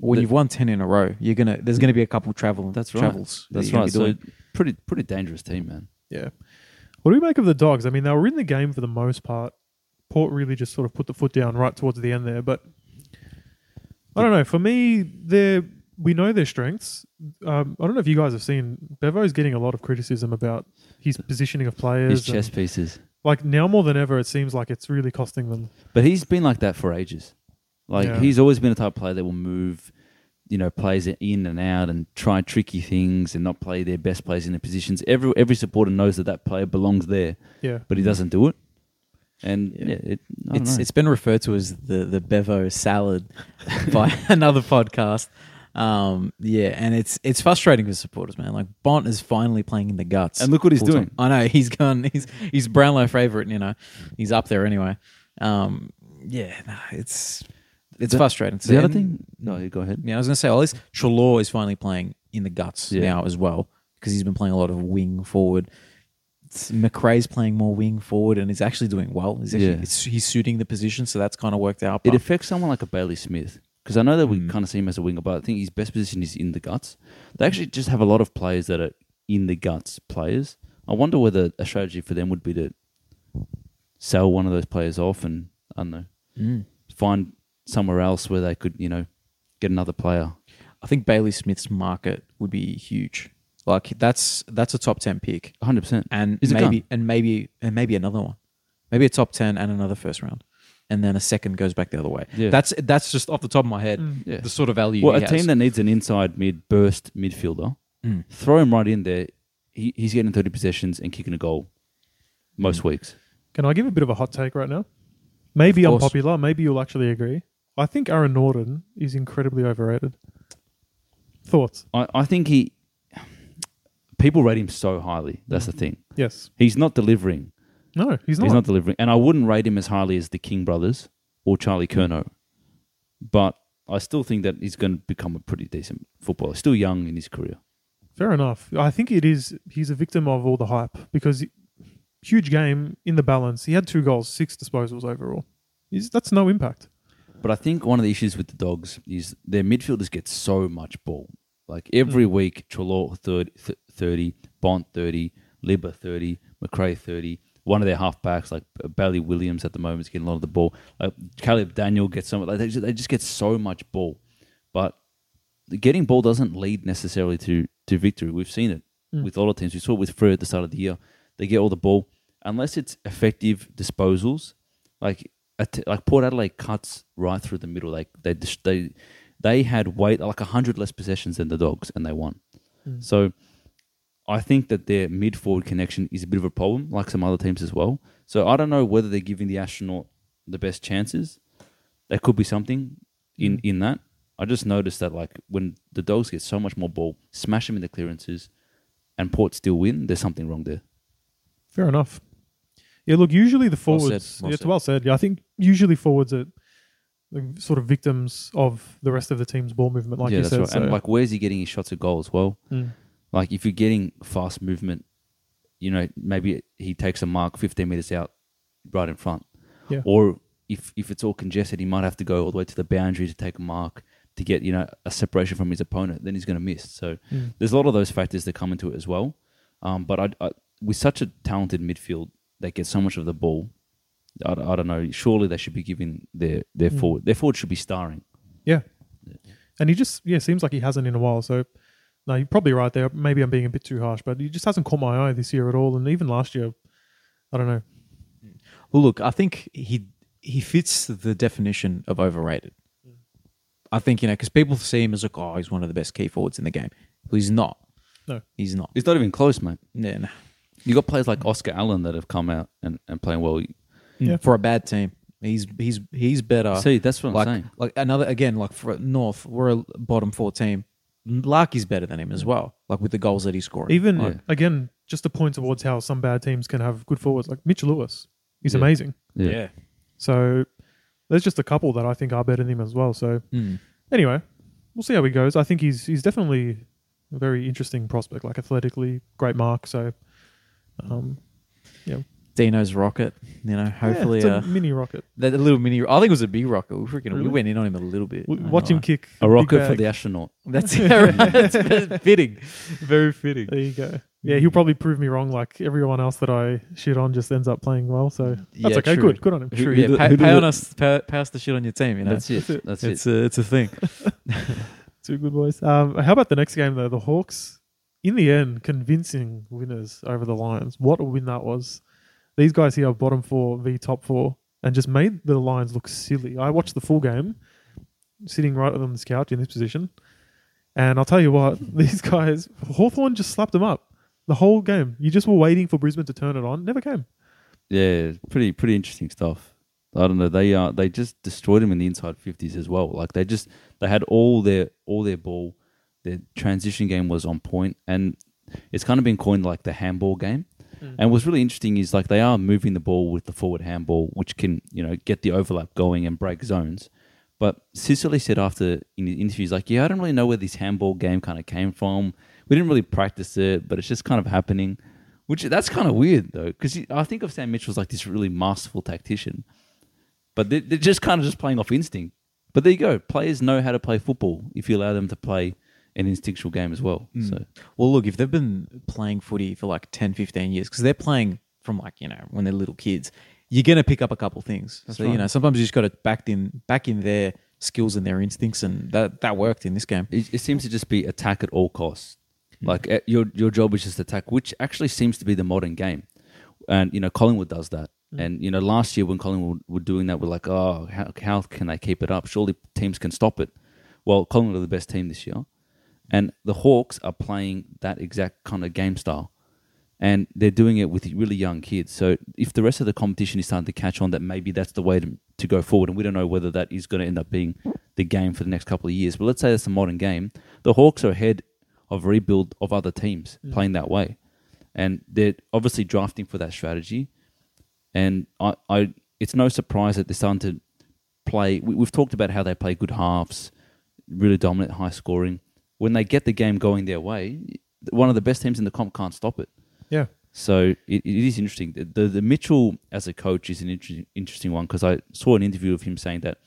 Speaker 2: when
Speaker 3: The-
Speaker 2: you've won 10 in a row, you're going to there's going to be a couple travel
Speaker 3: that's right.
Speaker 2: travels. that
Speaker 3: That's
Speaker 2: you're
Speaker 3: right.
Speaker 2: gonna be
Speaker 3: So
Speaker 2: doing.
Speaker 3: pretty pretty dangerous team, man.
Speaker 1: Yeah. What do we make of the dogs? I mean, they were in the game for the most part. Port really just sort of put the foot down right towards the end there, but I don't know. For me, they're we know their strengths. Um, I don't know if you guys have seen Bevo's getting a lot of criticism about his positioning of players.
Speaker 3: His chess pieces,
Speaker 1: and, like now more than ever, it seems like it's really costing them.
Speaker 3: but he's been like that for ages. Like
Speaker 1: Yeah.
Speaker 3: he's always been a type of player that will move, you know, plays in and out and try tricky things and not play their best players in their positions. Every every supporter knows that that player belongs there,
Speaker 1: Yeah,
Speaker 3: but he doesn't do it. And
Speaker 2: Yeah.
Speaker 3: Mm. yeah, it, I don't
Speaker 2: It's
Speaker 3: know.
Speaker 2: it's been referred to as the the Bevo salad [laughs] by another podcast. Um, yeah, and it's it's frustrating for supporters, man. Like Bont is finally playing in the guts,
Speaker 3: And look what he's
Speaker 2: full time.
Speaker 3: doing.
Speaker 2: I know he's gone. He's he's Brownlow favorite. You know, he's up there anyway. Um, yeah, nah, it's it's
Speaker 3: The-
Speaker 2: frustrating.
Speaker 3: the other
Speaker 2: And-
Speaker 3: thing. No, you go ahead.
Speaker 2: Yeah, I was gonna say all this. Trelaw is finally playing in the guts
Speaker 3: Yeah.
Speaker 2: now as well because he's been playing a lot of wing forward. It's, McRae's playing more wing forward and he's actually doing well. He's actually,
Speaker 3: Yeah.
Speaker 2: it's, he's suiting the position, so that's kind of worked out.
Speaker 3: It
Speaker 2: But
Speaker 3: affects someone like a Bailey Smith because I know that we
Speaker 2: Mm.
Speaker 3: kind of see him as a winger, but I think his best position is in the guts. They actually just have a lot of players that are in the guts players. I wonder whether a strategy for them would be to sell one of those players off and I don't know
Speaker 2: Mm.
Speaker 3: find somewhere else where they could you know get another player.
Speaker 2: I think Bailey Smith's market would be huge. Like that's that's a top ten pick,
Speaker 3: One hundred percent.
Speaker 2: and
Speaker 3: He's a
Speaker 2: maybe
Speaker 3: gun.
Speaker 2: and maybe and maybe another one, maybe a top ten and another first round, and then a second goes back the other way.
Speaker 3: Yeah.
Speaker 2: That's that's just off the top of my head
Speaker 3: Yeah.
Speaker 2: the sort of value.
Speaker 3: Well,
Speaker 2: he
Speaker 3: a
Speaker 2: has.
Speaker 3: team that needs an inside mid burst midfielder,
Speaker 2: Mm.
Speaker 3: throw him right in there. He, he's getting thirty possessions and kicking a goal most
Speaker 1: Mm.
Speaker 3: weeks.
Speaker 1: Can I give a bit of a hot take right now? Maybe
Speaker 2: Of course.
Speaker 1: unpopular. Maybe you'll actually agree. I think Aaron Norton is incredibly overrated. Thoughts?
Speaker 3: I, I think he people rate him so highly. That's the thing.
Speaker 1: Yes.
Speaker 3: He's not delivering.
Speaker 1: No, Mm. he's not.
Speaker 3: He's not delivering. And I wouldn't rate him as highly as the King brothers or Charlie Kerno. But I still think that he's going to become a pretty decent footballer. Still young in his career.
Speaker 1: Fair enough. I think it is. He's a victim of all the hype because he- huge game in the balance. He had two goals, six disposals overall. He's, that's no impact.
Speaker 3: But I think one of the issues with the Dogs is their midfielders get so much ball. Like every week, Trelaw 30, th- 30, Bont 30, Libba 30, McRae 30. One of their halfbacks, like Bailey Williams at the moment, is getting a lot of the ball. Like Caleb Daniel gets so much. Like they, just, they just get so much ball. But the getting ball doesn't lead necessarily to, to victory. We've seen it with a lot of teams. We saw it with Freo at the start of the year. They get all the ball. Unless it's effective disposals, like a t- like Port Adelaide cuts right through the middle. Like they dis- they they had weight like hundred less possessions than the Dogs, and they won. So I think that their mid forward connection is a bit of a problem, like some other teams as well. So I don't know whether they're giving the astronaut the best chances. There could be something in
Speaker 1: Mm.
Speaker 3: in that. I just noticed that like when the Dogs get so much more ball, smash them in the clearances, and Port still win. There's something wrong there.
Speaker 1: Fair enough. Yeah, look, usually the
Speaker 2: Well
Speaker 1: forwards.
Speaker 2: said, well
Speaker 1: yeah, it's
Speaker 2: said.
Speaker 1: well said. Yeah, I think usually forwards are like, sort of victims of the rest of the team's ball movement, like
Speaker 3: yeah,
Speaker 1: you
Speaker 3: that's
Speaker 1: said.
Speaker 3: right.
Speaker 1: so-
Speaker 3: And like, where's he getting his shots at goal as well?
Speaker 1: Mm.
Speaker 3: Like if you're getting fast movement, you know, maybe he takes a mark 15 meters out right in front.
Speaker 1: Yeah.
Speaker 3: Or if if it's all congested, he might have to go all the way to the boundary to take a mark to get, you know, a separation from his opponent, then he's going to miss. So
Speaker 1: Mm.
Speaker 3: there's a lot of those factors that come into it as well. Um, but I, I with such a talented midfield that gets so much of the ball, I, I don't know. Surely they should be giving their their
Speaker 1: Mm.
Speaker 3: forward their forward should be starring.
Speaker 1: Yeah. And he just yeah seems like he hasn't in a while. So no, you're probably right there. Maybe I'm being a bit too harsh, but he just hasn't caught my eye this year at all. And even last year, I don't know.
Speaker 2: Well, look, I think he he fits the definition of overrated. I think you know because people see him as like, oh, he's one of the best key forwards in the game. Well, he's not.
Speaker 1: No.
Speaker 2: He's not.
Speaker 3: It's not even close, mate.
Speaker 2: Yeah, no.
Speaker 3: You got players like Oscar Allen that have come out and, and playing well.
Speaker 1: Yeah.
Speaker 2: For a bad team, he's he's he's better.
Speaker 3: See, that's what I'm
Speaker 2: like,
Speaker 3: saying.
Speaker 2: Like another again, like for North, we're a bottom four team. Larky's better than him as well. Like with the goals that he's scoring.
Speaker 1: Even
Speaker 3: Yeah.
Speaker 1: again, just to point towards how some bad teams can have good forwards. Like Mitchell Lewis, he's
Speaker 3: Yeah.
Speaker 1: amazing.
Speaker 3: Yeah.
Speaker 1: So there's just a couple that I think are better than him as well. So
Speaker 2: Mm.
Speaker 1: anyway, we'll see how he goes. I think he's he's definitely a very interesting prospect. Like athletically, great mark. So um,
Speaker 2: Dino's rocket. You know, hopefully
Speaker 1: yeah,
Speaker 2: uh,
Speaker 1: it's a mini rocket.
Speaker 2: that little mini. I think it was a big rocket. We freaking we
Speaker 1: Really?
Speaker 2: went in on him a little bit.
Speaker 1: W-
Speaker 2: I
Speaker 1: Watch
Speaker 2: know.
Speaker 1: him kick
Speaker 3: A
Speaker 1: big
Speaker 3: rocket for
Speaker 1: bag.
Speaker 3: the astronaut.
Speaker 2: [laughs]
Speaker 1: [laughs]
Speaker 2: That's it's fitting. Very fitting.
Speaker 1: There you go. Yeah, he'll probably prove me wrong. Like everyone else that I shit on just ends up playing well. So that's
Speaker 2: Yeah,
Speaker 1: okay.
Speaker 2: true.
Speaker 1: Good. Good on him.
Speaker 2: True.
Speaker 3: Who- who
Speaker 2: Yeah.
Speaker 3: do-
Speaker 2: Pay,
Speaker 3: who do
Speaker 2: pay
Speaker 3: the-
Speaker 2: on us. Pay, pay us the shit on your team. You know.
Speaker 3: That's
Speaker 1: [laughs]
Speaker 3: it. That's it.
Speaker 2: it's a it's a thing.
Speaker 1: Two good boys. Um, how about the next game though? The Hawks, in the end, convincing winners over the Lions. What a win that was! These guys here, bottom four v top four, and just made the Lions look silly. I watched the full game, sitting right on this couch in this position, and I'll tell you what, [laughs] these guys, Hawthorn just slapped them up the whole game. You just were waiting for Brisbane to turn it on. Never came.
Speaker 3: Yeah, pretty pretty interesting stuff. I don't know. They uh they just destroyed him in the inside fifties as well. Like they just they had all their all their ball. Their transition game was on point, and it's kind of been coined like the handball game. And what's really interesting is like they are moving the ball with the forward handball, which can you know get the overlap going and break zones. But Sicily said after in the interviews, like, yeah, I don't really know where this handball game kind of came from. We didn't really practice it, but it's just kind of happening. Which that's kind of weird though, because I think of Sam Mitchell as like this really masterful tactician, but they, they're just kind of just playing off instinct. But there you go, players know how to play football if you allow them to play an instinctual game as well. So
Speaker 2: Well, look, if they've been playing footy for like 10, 15 years, because they're playing from like, you know, when they're little kids, you're going to pick up a couple things. so, you know, sometimes you just got to back in, back in their skills and their instincts. And that, that worked in this game.
Speaker 3: It, it seems to just be attack at all costs. Like eh, your your job is just attack, which actually seems to be the modern game. And you know Collingwood does that. And you know last year when Collingwood were doing that, we're like, oh, how, how can they keep it up? Surely teams can stop it. Well, Collingwood are the best team this year, and the Hawks are playing that exact kind of game style, and they're doing it with really young kids. So if the rest of the competition is starting to catch on, that maybe that's the way to, to go forward, and we don't know whether that is going to end up being the game for the next couple of years. But let's say that's the modern game. The Hawks are ahead of rebuild of other teams playing that way, and they're obviously drafting for that strategy. And I, I it's no surprise that they're starting to play. We, we've talked about how they play good halves, really dominant, high scoring. When they get the game going their way, one of the best teams in the comp can't stop it.
Speaker 1: Yeah.
Speaker 3: So it, it is interesting. The, the the Mitchell as a coach is an interesting interesting one because I saw an interview of him saying that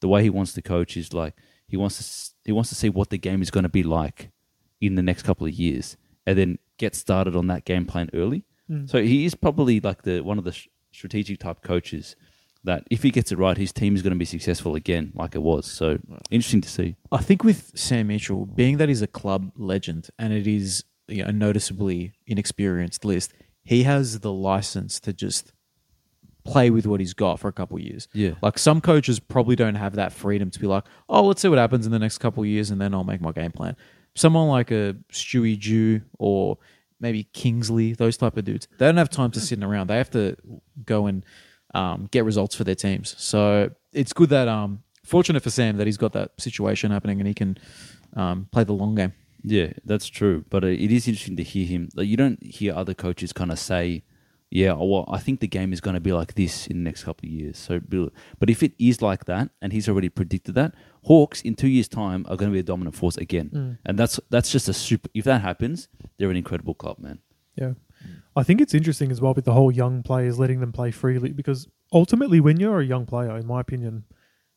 Speaker 3: the way he wants to coach is like he wants to s- he wants to see what the game is going to be like in the next couple of years, and then get started on that game plan early. So he is probably like the one of the sh- strategic type coaches that if he gets it right, his team is going to be successful again, like it was. So interesting to see.
Speaker 2: I think with Sam Mitchell, being that he's a club legend and it is you know, a noticeably inexperienced list, he has the license to just play with what he's got for a couple of years.
Speaker 3: Yeah.
Speaker 2: Like some coaches probably don't have that freedom to be like, oh, let's see what happens in the next couple of years and then I'll make my game plan. Someone like a Stewie Jew or maybe Kingsley, those type of dudes, they don't have time to sitting around. They have to go and um, get results for their teams. So it's good that, um, fortunate for Sam that he's got that situation happening and he can um, play the long game.
Speaker 3: Yeah, that's true. But uh, it is interesting to hear him. Like, you don't hear other coaches kind of say, "Yeah, well, I think the game is going to be like this in the next couple of years." So, Bill- but if it is like that, and he's already predicted that, Hawks in two years' time are going to be a dominant force again, and that's that's just a super. If that happens, they're an incredible club, man.
Speaker 1: Yeah. I think it's interesting as well with the whole young players letting them play freely because ultimately, when you're a young player, in my opinion,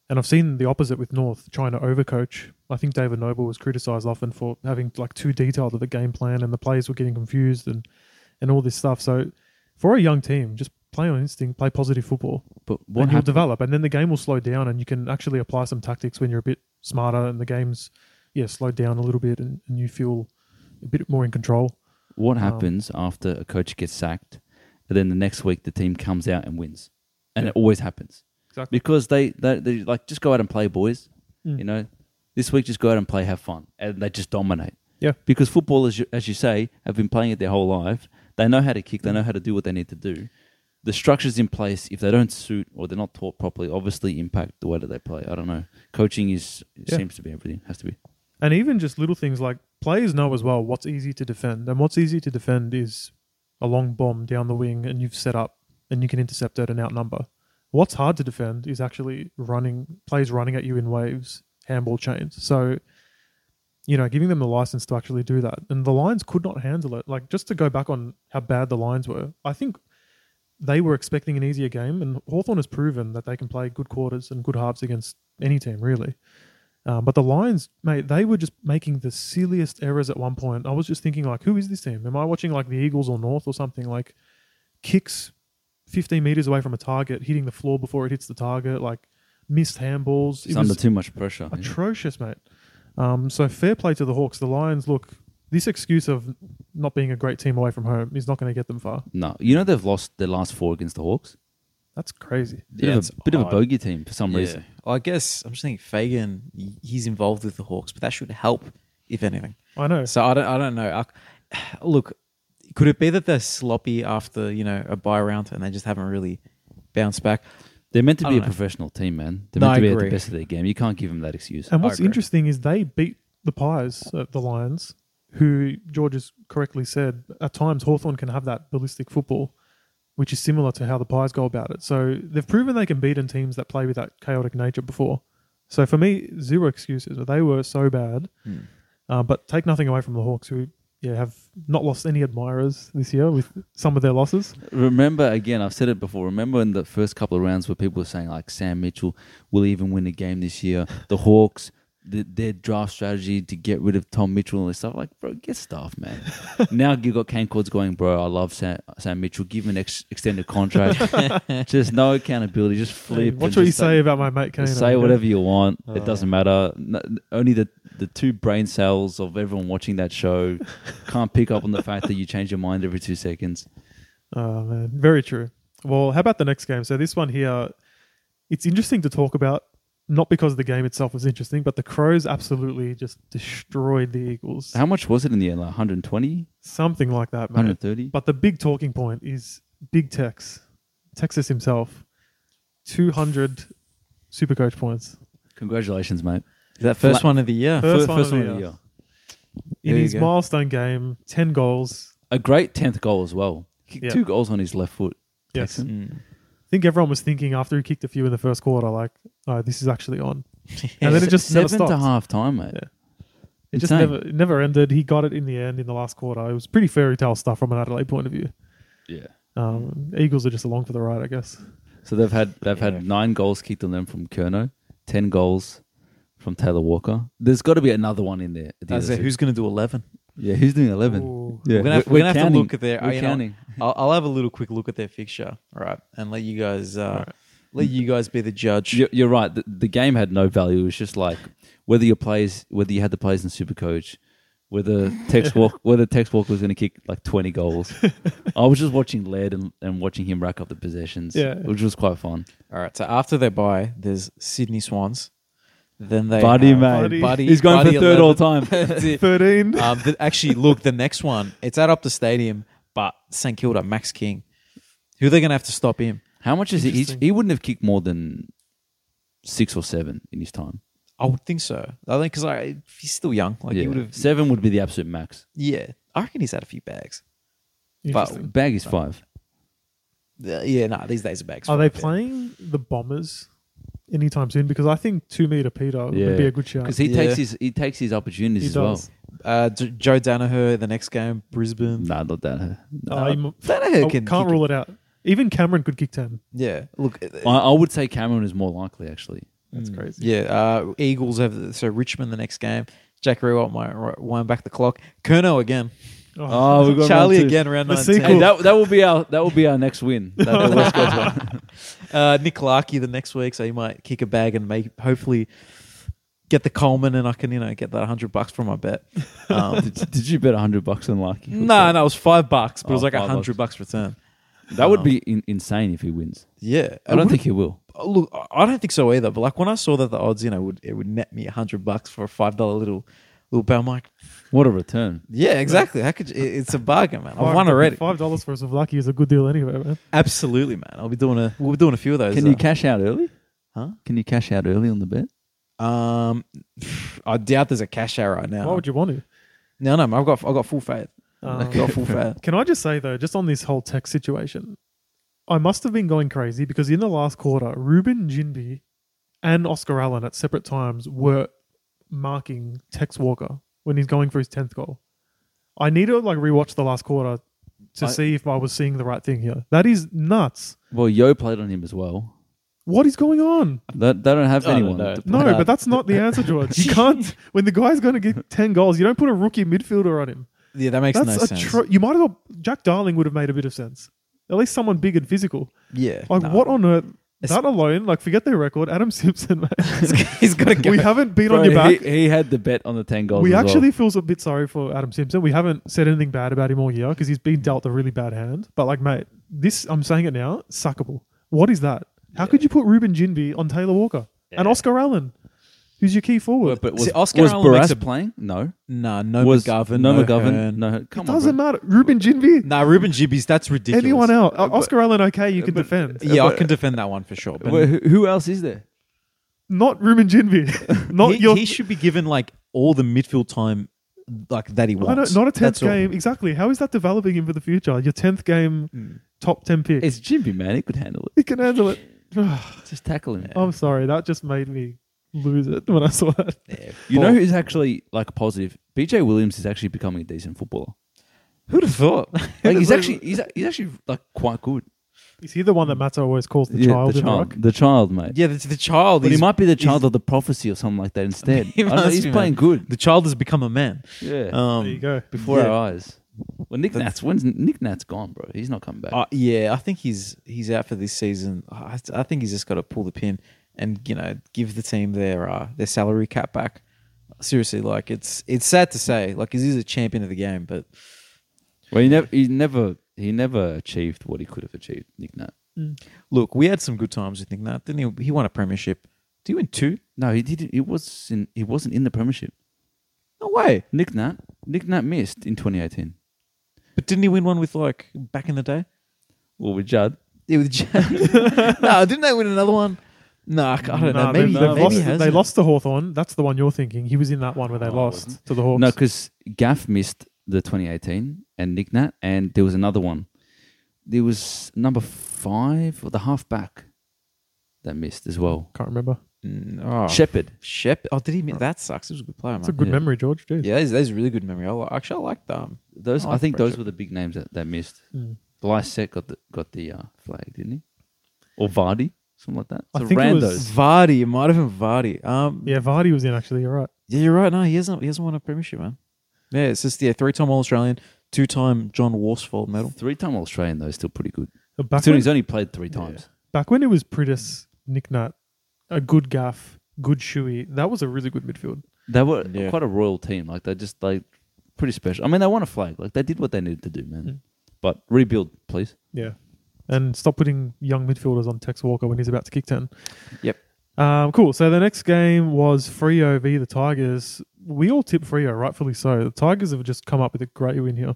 Speaker 1: and I've seen the opposite with North trying to overcoach. I think David Noble was criticised often for having like too detailed of a game plan, and the players were getting confused and and all this stuff. So for a young team, just play on instinct, play positive football,
Speaker 3: But what
Speaker 1: and you'll
Speaker 3: happened?
Speaker 1: develop, and then the game will slow down, and you can actually apply some tactics when you're a bit smarter, and the game's yeah slowed down a little bit, and, and you feel a bit more in control.
Speaker 3: What
Speaker 1: Um,
Speaker 3: happens after a coach gets sacked, and then the next week the team comes out and wins, and it always happens
Speaker 1: Exactly.
Speaker 3: because they, they they like just go out and play, boys.
Speaker 1: Mm.
Speaker 3: You know, this week just go out and play, have fun, and they just dominate.
Speaker 1: Yeah.
Speaker 3: because footballers, you- as you say, have been playing it their whole life. They know how to kick. They know how to do what they need to do. The structures in place, if they don't suit or they're not taught properly, obviously impact the way that they play. I don't know. Coaching is
Speaker 1: Yeah.
Speaker 3: seems to be everything. Has to be.
Speaker 1: And even just little things like players know as well what's easy to defend. And what's easy to defend is a long bomb down the wing and you've set up and you can intercept it and outnumber. What's hard to defend is actually running players running at you in waves, handball chains. So you know, giving them the license to actually do that. And the Lions could not handle it. Like just to go back on how bad the Lions were, I think they were expecting an easier game and Hawthorn has proven that they can play good quarters and good halves against any team really. Um, but the Lions, mate, they were just making the silliest errors at one point. I was just thinking, like, who is this team? Am I watching like the Eagles or North or something? Like, kicks 15 meters away from a target, hitting the floor before it hits the target, like missed handballs.
Speaker 3: It's
Speaker 1: It was
Speaker 3: under too much pressure. you know.
Speaker 1: atrocious, mate. Um, so fair play to the Hawks. The Lions, look, this excuse of not being a great team away from home is not going to get them far.
Speaker 3: No, you know they've lost their last four against the Hawks.
Speaker 1: That's crazy.
Speaker 3: Bit
Speaker 2: Yeah,
Speaker 3: of
Speaker 2: it's
Speaker 3: a, bit of a
Speaker 2: odd.
Speaker 3: bogey team for some
Speaker 2: Yeah.
Speaker 3: reason.
Speaker 2: I guess I'm just thinking Fagan. y- He's involved with the Hawks, but that should help if anything.
Speaker 1: I know.
Speaker 2: So I don't. I don't know. I, [sighs] look, could it be that they're sloppy after you know a buy round and they just haven't really bounced back?
Speaker 3: They're meant to
Speaker 2: I
Speaker 3: be a
Speaker 2: don't know.
Speaker 3: professional team, man. They're
Speaker 2: No,
Speaker 3: meant to
Speaker 2: I
Speaker 3: be at
Speaker 2: agree.
Speaker 3: the best of their game. You can't give them that excuse.
Speaker 1: And what's
Speaker 2: agree.
Speaker 1: interesting is they beat the Pies, uh, the Lions, who George has correctly said at times Hawthorn can have that ballistic football, which is similar to how the Pies go about it. So they've proven they can beat in teams that play with that chaotic nature before. So for me, zero excuses. They were so bad,
Speaker 2: Hmm.
Speaker 1: uh, but take nothing away from the Hawks, who yeah have not lost any admirers this year with some of their losses.
Speaker 3: Remember again, I've said it before. Remember in the first couple of rounds where people were saying like Sam Mitchell will he even win a game this year. The Hawks, the, their draft strategy to get rid of Tom Mitchell and all this stuff. Like, bro, get stuff, man. [laughs] now you got Kane Cords going, bro. I love Sam, Sam Mitchell. Give him an ex- extended [laughs] contract. just no accountability. Just flip.
Speaker 1: What
Speaker 3: and
Speaker 1: should you
Speaker 3: just, like,
Speaker 1: say about my mate Kane?
Speaker 3: Say whatever you want.
Speaker 2: Uh,
Speaker 3: it doesn't matter. N- only the, the two brain cells of everyone watching
Speaker 1: [laughs]
Speaker 3: that show can't pick up on the fact that you change your mind every two seconds.
Speaker 1: Oh man, very true. Well, how about the next game? So this one here, it's interesting to talk about, not because the game itself was interesting, but the Crows absolutely just destroyed the Eagles,
Speaker 3: How much was it in the end? Like 120?
Speaker 1: something like that, man.
Speaker 3: 130?
Speaker 1: But the big talking point is Big Tex, Texas himself, two hundred super coach points
Speaker 3: Congratulations, mate.
Speaker 2: Is that first one of the year?
Speaker 1: First
Speaker 3: Fir-
Speaker 1: one of the year. in
Speaker 2: There you
Speaker 1: his
Speaker 2: go.
Speaker 1: milestone game, ten goals.
Speaker 3: A great 10th goal as well. Kicked
Speaker 1: Yeah.
Speaker 3: Two goals on his left foot.
Speaker 1: Yes,
Speaker 3: Texan.
Speaker 2: Mm.
Speaker 1: I think everyone was thinking after he kicked a few in the first quarter, like, oh, this is actually on. And then it just never
Speaker 3: Seven
Speaker 1: stopped.
Speaker 3: to half time, mate.
Speaker 1: Yeah. It just
Speaker 3: Insane.
Speaker 1: never it never ended. He got it in the end in the last quarter. It was pretty fairy tale stuff from an Adelaide point of view.
Speaker 3: Yeah.
Speaker 1: Um, Eagles are just along for the ride, I guess.
Speaker 3: So they've had they've
Speaker 2: Yeah.
Speaker 3: had nine goals kicked on them from Kerno, ten goals from Taylor Walker. There's got to be another one in there. at the
Speaker 2: I
Speaker 3: end of
Speaker 2: say,
Speaker 3: the
Speaker 2: who's going to do eleven?
Speaker 3: Yeah, who's doing 11?
Speaker 1: Ooh.
Speaker 3: Yeah,
Speaker 2: We're gonna have, we're gonna have to look at their. uh,
Speaker 3: We're
Speaker 2: you know,
Speaker 3: counting.
Speaker 2: Mm-hmm. I'll, I'll have a little quick look at their fixture, all right, and let you guys uh, let you guys be the judge.
Speaker 3: You're, you're right. The, the game had no value. It was just like whether your plays, whether you had the plays in Supercoach, whether Tex Walk,
Speaker 2: [laughs]
Speaker 3: whether Tex Walk was going to kick like 20 goals. I was just watching Led and, and watching him rack up the possessions.
Speaker 1: Yeah.
Speaker 3: which was quite fun.
Speaker 2: All right, so after their bye, there's Sydney Swans. Then they
Speaker 3: Buddy,
Speaker 2: have-
Speaker 3: mate.
Speaker 1: Buddy.
Speaker 2: uh, Buddy,
Speaker 3: He's going
Speaker 2: Buddy
Speaker 3: for third all
Speaker 2: 11.
Speaker 3: time.
Speaker 2: [laughs] That's it.
Speaker 1: Thirteen.
Speaker 2: um, th- actually, look, the next one it's at up the stadium, but St Kilda, Max King. Who are they going to have to stop him?
Speaker 3: How much is he? He,
Speaker 1: Interesting.
Speaker 3: he wouldn't have kicked more than six or seven in his time.
Speaker 2: I would think so. I think because I he's still young. Like
Speaker 3: yeah.
Speaker 2: he would have.
Speaker 3: seven would be the absolute max.
Speaker 2: Yeah, I reckon he's had a few bags.
Speaker 1: Interesting.
Speaker 3: Bag is five.
Speaker 2: Uh, yeah, nah, these days are bags.
Speaker 1: are they
Speaker 2: fine, yeah.
Speaker 1: playing the Bombers anytime soon? Because I think two meter Peter
Speaker 3: Yeah.
Speaker 1: would be a good shout.
Speaker 3: Because he takes
Speaker 2: Yeah.
Speaker 3: his he takes his opportunities
Speaker 1: He
Speaker 3: as well.
Speaker 1: does.
Speaker 2: Uh, J- Joe Danaher the next game, Brisbane.
Speaker 3: Nah, not that. huh? No.
Speaker 1: Uh, he m-
Speaker 2: Danaher
Speaker 1: I
Speaker 2: can
Speaker 1: can't
Speaker 2: kick
Speaker 1: rule it out. Even Cameron could kick ten.
Speaker 2: it. Yeah, look, uh,
Speaker 3: I, I would say Cameron is more likely actually.
Speaker 1: That's crazy.
Speaker 2: yeah. Uh, Eagles have so Richmond the next game. Jack Rewalt might ri- wind back the clock. Kerno again. Oh, we've got Charlie
Speaker 3: round two.
Speaker 2: again, round
Speaker 1: The
Speaker 2: 19.
Speaker 1: sequel.
Speaker 3: Hey, that, that will be our that will be our next [laughs] win. That, that West Coast one.
Speaker 2: uh, Nick Larkey the next week, so he might kick a bag and make hopefully get the Coleman, and I can you know get that hundred bucks from my bet.
Speaker 1: [laughs]
Speaker 3: [laughs]
Speaker 2: Um,
Speaker 3: Did, did you bet hundred bucks on Lucky?
Speaker 2: no, no, it was five bucks, but it was
Speaker 3: Oh,
Speaker 2: like a
Speaker 3: five
Speaker 2: hundred bucks return.
Speaker 3: that would be in, insane if he wins.
Speaker 2: Yeah,
Speaker 3: I don't think he will.
Speaker 2: Look, I- I don't think so either. But like when I saw that the odds, you know, would it would net me a hundred bucks for a five dollar little little bet, I'm like,
Speaker 3: What a return!
Speaker 2: yeah, exactly. How could you, it- it's a bargain, man? I've
Speaker 1: Five-
Speaker 2: won already.
Speaker 1: Five dollars for a Savlaki is a good deal anyway, man.
Speaker 2: Absolutely, man. I'll be doing a we'll be doing a few of those.
Speaker 3: Can
Speaker 2: uh,
Speaker 3: you cash out early?
Speaker 2: Huh?
Speaker 3: Can you cash out early on the bet?
Speaker 2: Um, I doubt there's a cash out right now.
Speaker 1: Why would you want to?
Speaker 2: No, no, I've got I've got full faith.
Speaker 1: Um,
Speaker 2: I've
Speaker 3: [laughs]
Speaker 2: got full faith.
Speaker 1: Can I just say though, just on this whole tech situation, I must have been going crazy because in the last quarter, Ruben Jinbi and Oscar Allen at separate times were marking Tex Walker when he's going for his tenth goal. I need to like rewatch the last quarter to
Speaker 3: I-
Speaker 1: see if I was seeing the right thing here. That is nuts.
Speaker 3: Well, Yo played on him as well.
Speaker 1: What is going on?
Speaker 3: They, they don't have
Speaker 2: I don't
Speaker 3: anyone.
Speaker 2: know.
Speaker 3: to play.
Speaker 1: No, but that's not the answer, George. You can't. When the guy's going to get ten goals, you don't put a rookie midfielder on him.
Speaker 2: Yeah, that makes no
Speaker 1: That's a
Speaker 2: sense.
Speaker 1: tro- you might as well. Jack Darling would have made a bit of sense. At least someone big and physical.
Speaker 2: yeah,
Speaker 1: Like
Speaker 2: no.
Speaker 1: what on earth?
Speaker 2: It's-
Speaker 1: that alone, like forget their record. Adam Simpson, mate.
Speaker 2: [laughs] He's
Speaker 1: [laughs]
Speaker 2: gonna go.
Speaker 1: we haven't been on
Speaker 3: Bro,
Speaker 1: your back.
Speaker 3: He, he had the bet on the ten goals.
Speaker 1: we
Speaker 3: as well.
Speaker 1: actually feel a bit sorry for Adam Simpson. We haven't said anything bad about him all year because he's been dealt a really bad hand. But like, mate, this I'm saying it now, suckable. What is that? How could you put Ruben Jinby on Taylor Walker and Oscar Allen, who's your key forward?
Speaker 3: But was,
Speaker 2: See, Oscar
Speaker 3: was
Speaker 2: Allen makes
Speaker 3: Barras
Speaker 2: a-
Speaker 3: playing? No.
Speaker 2: nah, no
Speaker 3: was
Speaker 2: McGovern,
Speaker 3: No,
Speaker 2: no,
Speaker 3: McGovern.
Speaker 2: Hearn.
Speaker 3: No. Come on.
Speaker 1: Doesn't
Speaker 3: bro.
Speaker 1: matter. Ruben Jinby,
Speaker 2: Nah, Ruben Gibbies, that's ridiculous.
Speaker 1: anyone else? O- Oscar Allen, okay, you can defend.
Speaker 2: Yeah, I can defend that one for sure. But
Speaker 3: Well, who, who else is there?
Speaker 1: Not Ruben
Speaker 2: [laughs]
Speaker 1: Jinby. [laughs] not
Speaker 2: he,
Speaker 1: your.
Speaker 2: he should be given like all the midfield time like that he
Speaker 1: I
Speaker 2: wants.
Speaker 1: don't, not a tenth
Speaker 2: That's all.
Speaker 1: game. Exactly. How is that developing him for the future? Your tenth game,
Speaker 2: Hmm.
Speaker 1: top ten pick.
Speaker 3: It's Jimby, man. He could handle it.
Speaker 1: he can handle
Speaker 2: [sighs]
Speaker 1: it.
Speaker 3: Just tackle him.
Speaker 1: [sighs]
Speaker 2: Oh,
Speaker 1: I'm sorry, that just made me lose it [laughs] when I saw that.
Speaker 3: you
Speaker 2: oh.
Speaker 3: know who's actually like positive? BJ Williams is actually becoming a decent footballer.
Speaker 2: Who'd have thought?
Speaker 3: Like, he's actually he's, he's actually like quite good.
Speaker 1: Is he the one that Matto always calls the child
Speaker 3: the
Speaker 1: in the
Speaker 3: child,
Speaker 1: rock?
Speaker 3: the child, mate.
Speaker 2: yeah, the, the child.
Speaker 3: But he
Speaker 2: he's-
Speaker 3: might be the
Speaker 2: he's-
Speaker 3: child of the prophecy or something like that instead.
Speaker 2: [laughs] He
Speaker 3: I don't know,
Speaker 2: must
Speaker 3: he's
Speaker 2: be, man.
Speaker 3: playing good
Speaker 2: The child has become a man.
Speaker 3: Yeah.
Speaker 2: Um,
Speaker 1: There you go.
Speaker 3: before
Speaker 2: yeah.
Speaker 3: our eyes. Well, Nick Nats, when's Nick Nats gone, bro? He's not coming back.
Speaker 2: Uh, yeah, I think he's he's out for this season. I, I think he's just got to pull the pin and you know give the team their uh, their salary cap back. Seriously, like it's it's sad to say, like he's a champion of the game, but
Speaker 3: well, he never, he never, he never achieved what he could have achieved. Nick Nats.
Speaker 2: look, we had some good times. You think that didn't he? He won a premiership. Did he win two?
Speaker 3: No, he didn't. He was in. He wasn't in the premiership.
Speaker 2: No way.
Speaker 3: Nick Nat, Nick Nat missed in 2018.
Speaker 2: But didn't he win one with like back in the day?
Speaker 3: Well, with Judd.
Speaker 2: Yeah, with [laughs] Jan- no, didn't they win another one? No, I don't know.
Speaker 1: Nah,
Speaker 2: Maybe,
Speaker 1: they've,
Speaker 2: maybe
Speaker 1: they've
Speaker 2: he
Speaker 1: lost,
Speaker 2: has
Speaker 1: they
Speaker 2: it. Oh,
Speaker 1: lost to Hawthorn. That's the one you're thinking. He was in that one where they lost to the Hawks.
Speaker 3: No, because Gaff missed the 2018 and Nick Nat, and there was another one. There was number five or the halfback that missed as well.
Speaker 1: Can't remember.
Speaker 2: Mm, oh.
Speaker 3: Shepherd.
Speaker 2: Shep. Oh, did he? Miss? That sucks. He was a good player, man.
Speaker 1: It's a good
Speaker 3: yeah.
Speaker 1: memory, George. Geez.
Speaker 2: yeah, that's, that's a really good memory. I li- actually, I um, like that.
Speaker 3: Those,
Speaker 2: I
Speaker 3: I,
Speaker 2: like
Speaker 3: think
Speaker 2: Brad
Speaker 3: those were the big names that, that missed.
Speaker 1: Hmm.
Speaker 3: Lyset got the got the uh, flag, didn't he? Or Vardy, something like that.
Speaker 1: I
Speaker 3: So
Speaker 1: think it was-
Speaker 3: randos.
Speaker 2: Vardy. It might have been Vardy. Um, yeah.
Speaker 1: Yeah, Vardy was in actually. You're right.
Speaker 2: you're right. No, he hasn't. He hasn't won a premiership, man. Yeah, it's just yeah, three-time All Australian, two-time John Worsfold medal.
Speaker 3: Three-time Australian though, is still pretty good.
Speaker 1: But Back
Speaker 3: Considering
Speaker 1: when,
Speaker 3: he's only played three times.
Speaker 1: back when it was Pritis, Nick Nat, a good gaff, good shoey. That was a really good midfield.
Speaker 3: They were
Speaker 2: Yeah.
Speaker 3: quite a royal team. Like they just like pretty special. I mean, they won a flag. Like they did what they needed to do,
Speaker 1: Hmm.
Speaker 3: man. But rebuild, please.
Speaker 1: Yeah. And stop putting young midfielders on Tex Walker when he's about to kick 10.
Speaker 2: Yep.
Speaker 1: Um, cool. So the next game was Frio v the Tigers. We all tipped Frio, rightfully so. The Tigers have just come up with a great win here.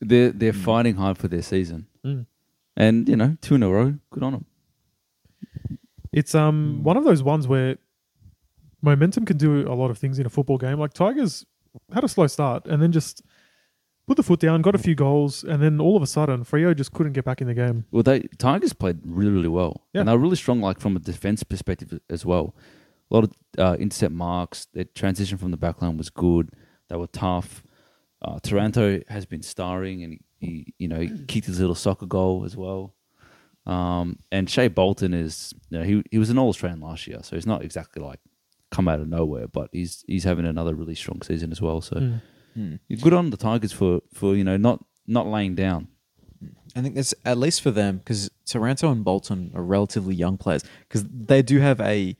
Speaker 3: They're they're fighting hard for their season,
Speaker 1: Mm.
Speaker 3: and you know, two in a row. Good on them.
Speaker 1: It's
Speaker 2: Hmm.
Speaker 1: um one of those ones where momentum can do a lot of things in a football game. Like Tigers had a slow start and then just put the foot down, got a few goals, and then all of a sudden Frio just couldn't get back in the game.
Speaker 3: Well, they Tigers played really really well,
Speaker 1: Yeah.
Speaker 3: and they're really strong. Like from a defense perspective as well. A lot of uh, intercept marks. Their transition from the back line was good. They were tough. Uh, Taranto has been starring, and he, he you know he kicked his little soccer goal as well. Um, and Shea Bolton is you know, he he was an All Australian last year, so he's not exactly like come out of nowhere, but he's he's having another really strong season as well. So
Speaker 2: Hmm.
Speaker 3: Good on the Tigers for for you know not not laying down.
Speaker 2: I think that's at least for them because Toronto and Bolton are relatively young players because they do have a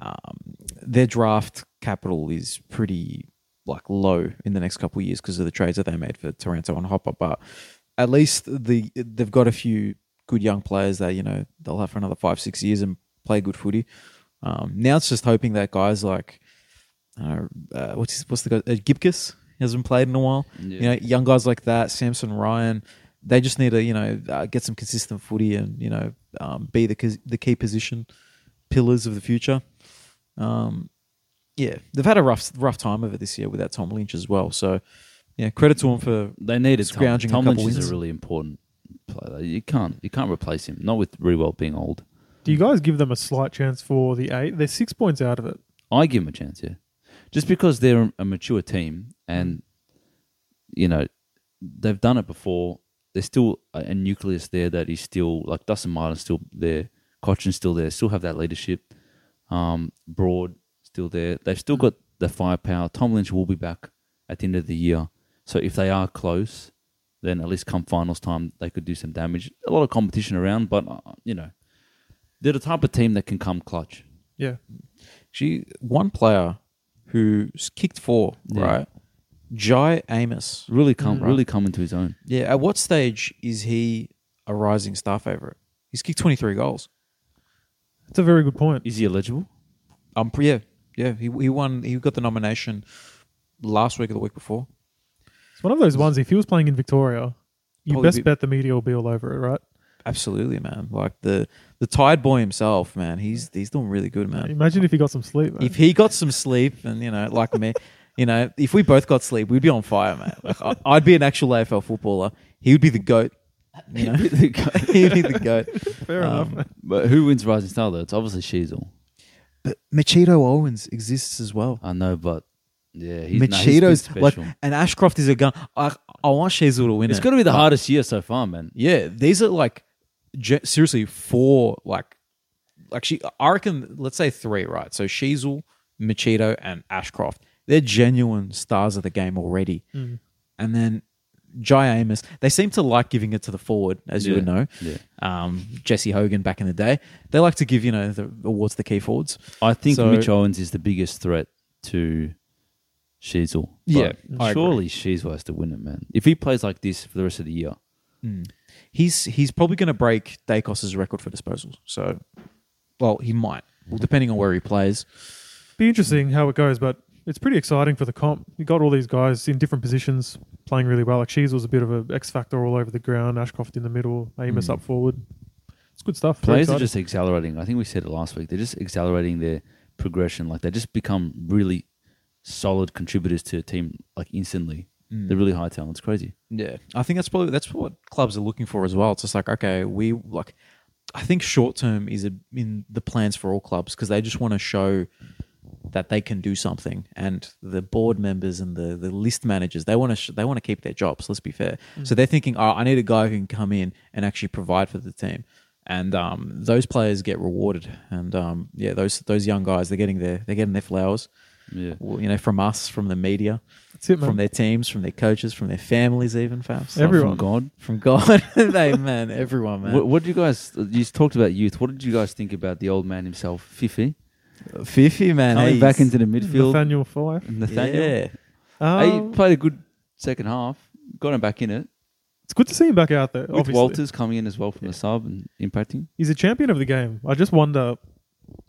Speaker 2: um, their draft capital is pretty like low in the next couple of years because of the trades that they made for Toronto and Hopper. But at least the they've got a few good young players that you know they'll have for another five six years and play good footy. Um, now it's just hoping that guys like uh, uh, what's his, what's the guy uh, Gibcus hasn't played in a while. You know, young guys like that, Samson Ryan, they just need to you know uh, get some consistent footy and you know um, be the key- the key position pillars of the future. Um, yeah, they've had a rough rough time of it this year without Tom Lynch as well. So yeah, credit to him for
Speaker 3: They needed
Speaker 2: Scrounging a
Speaker 3: Tom. Tom
Speaker 2: couple
Speaker 3: Lynch is
Speaker 2: wins.
Speaker 3: a really important player. You can't you can't replace him. Not with Rewell being old.
Speaker 1: Do
Speaker 2: Hmm.
Speaker 1: you guys give them a slight chance for the eight? They're six points out of it.
Speaker 3: I give them a chance, yeah. Just because they're a mature team and, you know, they've done it before. There's still a, a nucleus there that is still, like Dustin Martin's still there. Cochin's still there. Still have that leadership. Um, Broad still there. They've still got the firepower. Tom Lynch will be back at the end of the year. So if they are close, then at least come finals time, they could do some damage. A lot of competition around, but, uh, you know, they're the type of team that can come clutch.
Speaker 1: Yeah.
Speaker 2: She one player who s- kicked four,
Speaker 3: Yeah.
Speaker 2: right? Jai Amos.
Speaker 3: Really come,
Speaker 2: Mm.
Speaker 3: really come into his own.
Speaker 2: Yeah, at what stage is he a rising star favorite? He's kicked twenty three goals.
Speaker 1: That's a very good point.
Speaker 3: Is he [laughs] eligible?
Speaker 2: Um, pre- yeah, yeah. He he won. He got the nomination last week or the week before.
Speaker 1: It's one of those ones. If he was playing in Victoria, you
Speaker 2: Probably
Speaker 1: best
Speaker 2: be-
Speaker 1: bet the media will be all over it, right?
Speaker 2: Absolutely, man. Like the the Tide boy himself, man. He's he's doing really good, man.
Speaker 1: Imagine if he got some sleep. man.
Speaker 2: If he got some sleep, and you know, like me, you know, if we both got sleep, we'd be on fire, man. Like, I, I'd be an actual AFL footballer. He would be the goat. You
Speaker 3: [laughs]
Speaker 2: know, [laughs] he'd be the goat. Um,
Speaker 1: Fair enough. man.
Speaker 3: but who wins Rising Star though? It's obviously Sheasel.
Speaker 2: But Machito Owens exists as well.
Speaker 3: I know, but yeah, he's, nah, he's been
Speaker 2: Machito's
Speaker 3: special.
Speaker 2: like, and Ashcroft is a gun. I, I want Shezel to win
Speaker 3: it's
Speaker 2: it.
Speaker 3: got to be the
Speaker 2: Like,
Speaker 3: hardest year so far, man.
Speaker 2: Yeah, these are like ge- seriously four. Like, like she, I reckon. Let's say three, right? So Sheasel, Machito, and Ashcroft. They're genuine stars of the game already.
Speaker 3: Mm.
Speaker 2: And then Jai Amos. They seem to like giving it to the forward, as you
Speaker 3: Yeah,
Speaker 2: would know.
Speaker 3: yeah.
Speaker 2: Um, Jesse Hogan back in the day. They like to give you know the awards to key forwards.
Speaker 3: I think
Speaker 2: So-
Speaker 3: Mitch Owens is the biggest threat to Sheasel.
Speaker 2: Yeah,
Speaker 3: But
Speaker 2: I agree.
Speaker 3: surely Sheasel has to win it, man. If he plays like this for the rest of the year,
Speaker 2: He's he's probably going to break Dacos's record for disposals. So, well, he might. Well, depending on where he plays.
Speaker 1: Be interesting how it goes, but it's pretty exciting for the comp. You got all these guys in different positions playing really well. Like Sheasel was a bit of a X factor all over the ground. Ashcroft in the middle, Amos up forward. It's good stuff. Very
Speaker 3: Hmm. players are
Speaker 1: exciting.
Speaker 3: just accelerating. I think we said it last week. They're just accelerating their progression. Like they just become really solid contributors to a team like instantly.
Speaker 2: Mm.
Speaker 3: They're really high talent. It's crazy.
Speaker 2: Yeah, I think that's probably that's what clubs are looking for as well. It's just like okay, we like, I think short term is a, in the plans for all clubs because they just want to show that they can do something, and the board members and the the list managers they want to sh- they want to keep their jobs. Let's be fair. So they're thinking, oh, I need a guy who can come in and actually provide for the team, and um, those players get rewarded, and um, yeah, those those young guys they're getting their they're getting their flowers.
Speaker 3: Yeah.
Speaker 2: Well, you know, from us, from the media,
Speaker 1: That's it, man.
Speaker 2: from their teams, from their coaches, from their families, even fam. So-
Speaker 1: Every- Everyone.
Speaker 3: From God.
Speaker 2: from [laughs] God. Amen. Everyone, man.
Speaker 3: What, what do you guys? You talked about youth. What did you guys think about the old man himself, Fifi,
Speaker 2: Fifi, man.
Speaker 3: coming
Speaker 2: eh?
Speaker 3: back into the midfield?
Speaker 1: Nathaniel Fife.
Speaker 3: Nathaniel,
Speaker 2: Yeah.
Speaker 1: Um,
Speaker 3: he played a good second half. Got him back in it
Speaker 1: it's good to see him back out there.
Speaker 3: with
Speaker 1: obviously.
Speaker 3: Walters coming in as well from the sub and impacting.
Speaker 1: He's a champion of the game. I just wonder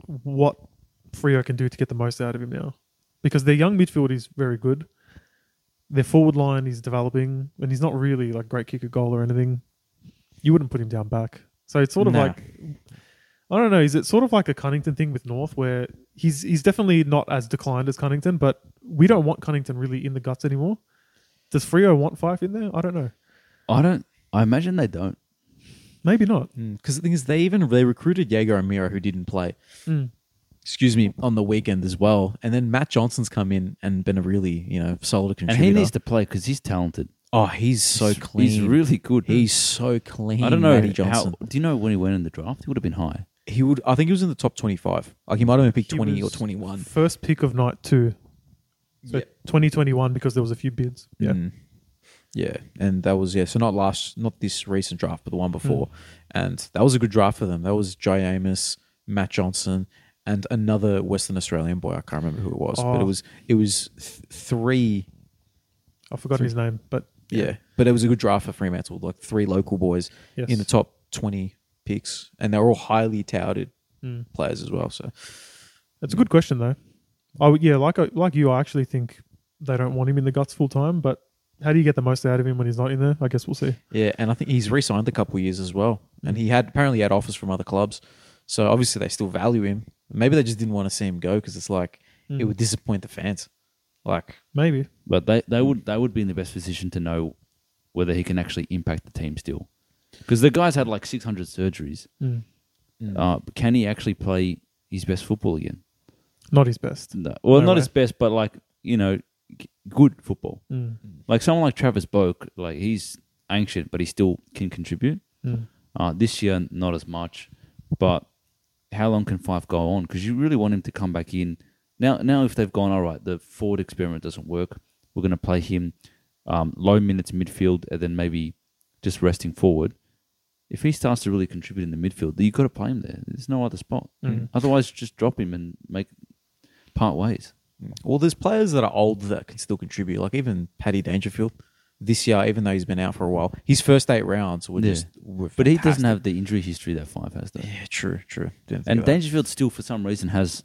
Speaker 1: what Frio can do to get the most out of him now. Because their young midfield is very good. Their forward line is developing and he's not really like great kicker goal or anything. You wouldn't put him down back. So it's sort of
Speaker 2: Nah.
Speaker 1: like I don't know, is it sort of like a Cunnington thing with North where he's he's definitely not as declined as Cunnington, but we don't want Cunnington really in the guts anymore. Does Frio want Fife in there? I don't know.
Speaker 3: I don't. I imagine they don't.
Speaker 1: Maybe not.
Speaker 2: Because Hmm, the thing is, they even they recruited Jaeger O'Meara, who didn't play.
Speaker 3: Hmm.
Speaker 1: Mm.
Speaker 2: Excuse me, on the weekend as well. And then Matt Johnson's come in and been a really, you know, solid
Speaker 3: And
Speaker 2: contributor.
Speaker 3: he needs to play because he's talented.
Speaker 2: Oh, he's so clean.
Speaker 3: He's really good.
Speaker 2: He's so clean.
Speaker 3: I don't know
Speaker 2: Matty Johnson.
Speaker 3: how. Do you know when he went in the draft? He would have been high.
Speaker 2: He would. I think he was in the top twenty-five. Like he might have been picked
Speaker 1: He
Speaker 2: twenty or
Speaker 1: was
Speaker 2: twenty-one.
Speaker 1: First pick of night two. So 2021 because there was a few bids. Yeah.
Speaker 2: Mm. Yeah, and that was yeah. So not last, not this recent draft, but the one before,
Speaker 1: Hmm.
Speaker 2: and that was a good draft for them. That was Jay Amos, Matt Johnson, and another Western Australian boy. I can't remember who it was, but
Speaker 1: Oh.
Speaker 2: it was it was th- three.
Speaker 1: I've forgotten his name, but
Speaker 2: Yeah. but it was a good draft for Fremantle. Like three local boys
Speaker 1: Yes.
Speaker 2: in the top twenty picks, and they were all highly touted
Speaker 1: Hmm.
Speaker 2: players as well. So Mm.
Speaker 1: It's a good question though. I would, yeah, like I- like you, I actually think they don't want him in the guts full time. But how do you get the most out of him when he's not in there? I guess we'll see.
Speaker 2: Yeah, and I think he's re-signed a couple of years as well, and he had apparently had offers from other clubs. So obviously they still value him. Maybe they just didn't want to see him go because it's like
Speaker 3: Hmm.
Speaker 2: it would disappoint the fans. Like,
Speaker 1: Maybe.
Speaker 3: But they, they would they would be in the best position to know whether he can actually impact the team still, because the guy's had like six hundred surgeries.
Speaker 2: Mm. um,
Speaker 3: Uh, but can he actually play his best football again?
Speaker 1: Not his best.
Speaker 3: No. Well,
Speaker 1: No
Speaker 3: not
Speaker 1: way.
Speaker 3: his best, but like you know, g- good football.
Speaker 1: Mm.
Speaker 3: Like someone like Travis Boak, like he's ancient, but he still can contribute.
Speaker 1: Mm.
Speaker 3: Uh, this year, not as much. But how long can Fife go on? Because you really want him to come back in. Now, now if they've gone, all right, the forward experiment doesn't work, we're going to play him um, low minutes midfield and then maybe just resting forward. If he starts to really contribute in the midfield, then you've got to play him there. There's no other spot.
Speaker 2: Mm.
Speaker 1: Mm.
Speaker 3: Otherwise, just drop him and make part ways.
Speaker 2: well, there's players that are old that can still contribute. Like even Paddy Dangerfield this year, even though he's been out for a while, his first eight rounds were
Speaker 3: Yeah.
Speaker 2: just were
Speaker 3: But he doesn't
Speaker 2: fantastic.
Speaker 3: have the injury history that Five has, though.
Speaker 2: Yeah, true, true. Didn't think
Speaker 3: And
Speaker 2: of that.
Speaker 3: Dangerfield still, for some reason, has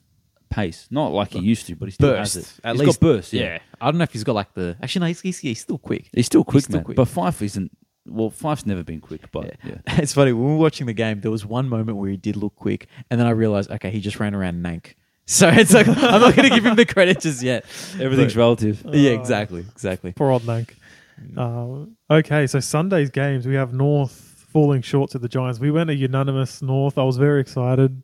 Speaker 3: pace. Not like he used to, but he still
Speaker 2: burst.
Speaker 3: has it.
Speaker 2: At
Speaker 3: He's
Speaker 2: least
Speaker 3: got burst. Yeah.
Speaker 2: I don't know if he's got like the actually no, he's, he's, he's still quick.
Speaker 3: he's still quick,
Speaker 2: He's still
Speaker 3: man.
Speaker 2: quick.
Speaker 3: But Fife isn't. Well, Fife's never been quick, but yeah.
Speaker 2: [laughs] It's funny when we were watching the game. There was one moment where he did look quick, and then I realized, okay, he just ran around Nank. [laughs] So it's like I'm not going to give him the credit just yet.
Speaker 3: everything's relative.
Speaker 2: yeah, exactly, exactly.
Speaker 1: Poor old Nank.
Speaker 2: Mm.
Speaker 1: Uh, okay, so Sunday's games we have North falling short to the Giants. We went a unanimous North. I was very excited.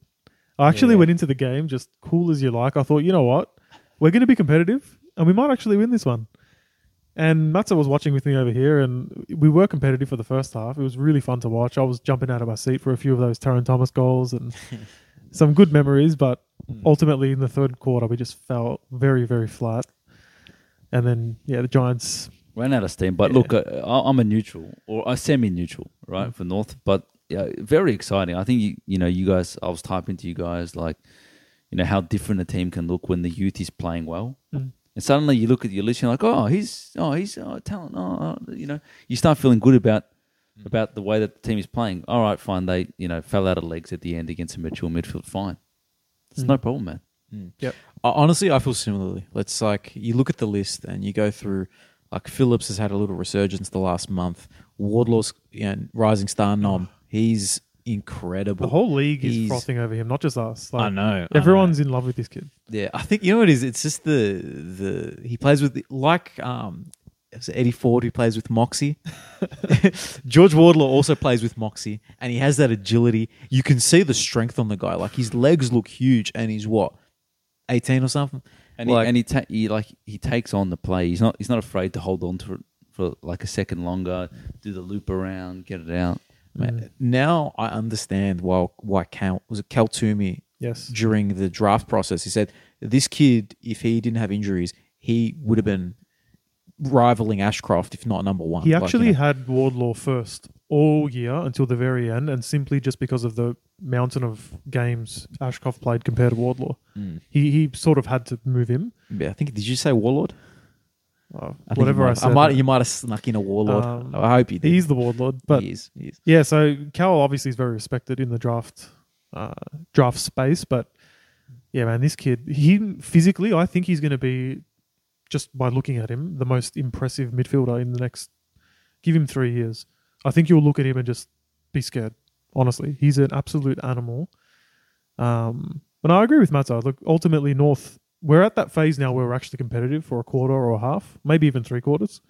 Speaker 1: I actually
Speaker 2: Yeah.
Speaker 1: went into the game just cool as you like. I thought, you know what, we're going to be competitive and we might actually win this one. And Matza was watching with me over here, and we were competitive for the first half. It was really fun to watch. I was jumping out of my seat for a few of those Taron Thomas goals
Speaker 2: [laughs]
Speaker 1: and some good memories, but
Speaker 2: Hmm.
Speaker 1: ultimately in the third quarter, we just fell very, very flat. And then, yeah, the Giants
Speaker 3: Ran out of steam. But look, uh, I- I'm a neutral or a semi-neutral, right, for North. But yeah, very exciting. I think you, you know, you guys. I was typing to you guys like, you know, how different a team can look when the youth is playing well.
Speaker 2: Hmm.
Speaker 3: And suddenly you look at your list, you're like, oh, he's oh he's oh, talent. Oh, oh, you know, you start feeling good about about the way that the team is playing. All right, fine. They you know fell out of legs at the end against a mature midfield. Fine, it's no problem, man.
Speaker 2: I- Honestly, I feel similarly. Let's like you look at the list and you go through. Like Phillips has had a little resurgence the last month. Wardlaw's you know, rising star nom. He's incredible.
Speaker 1: The whole league is
Speaker 2: He's-
Speaker 1: frothing over him, not just us. Like,
Speaker 2: I know. I know.
Speaker 1: Everyone's in love with this kid.
Speaker 2: Yeah, I think you know what it is. It's just the the he plays with the, like um it was Eddie Ford who plays with Moxie. George Wardlaw also plays with Moxie, and he has that agility. You can see the strength on the guy. Like his legs look huge, and he's what eighteen or something.
Speaker 3: And
Speaker 2: Like-
Speaker 3: he, and he, ta- he like he takes on the play. He's not he's not afraid to hold on to it for like a second longer, do the loop around, get it out.
Speaker 2: Man, mm. now I understand why why Cal was it Cal Toomey
Speaker 1: Yes.
Speaker 2: during the draft process. He said this kid, if he didn't have injuries, he would have been rivaling Ashcroft, if not number one.
Speaker 1: He
Speaker 2: Like, you
Speaker 1: actually
Speaker 2: know.
Speaker 1: had Wardlaw first all year until the very end, and simply just because of the mountain of games Ashcroft played compared to Wardlaw.
Speaker 2: Hmm.
Speaker 1: He, he sort of had to move him.
Speaker 2: Yeah, I think did you say warlord?
Speaker 1: Oh,
Speaker 2: I think
Speaker 1: whatever
Speaker 2: you might,
Speaker 1: I said.
Speaker 2: might, you might have snuck in a warlord.
Speaker 1: Um,
Speaker 2: I hope you did.
Speaker 1: he's the Wardlord. But
Speaker 2: he is. He is.
Speaker 1: yeah, so Cowell obviously is very respected in the draft uh, draft space, but yeah, man, this kid, he physically, I think he's going to be just by looking at him, the most impressive midfielder in the next. Give him three years. I think you'll look at him and just be scared. Honestly, he's an absolute animal. Um, and I agree with Matza. Look, ultimately, North, we're at that phase now where we're actually competitive for a quarter or a half, maybe even three quarters,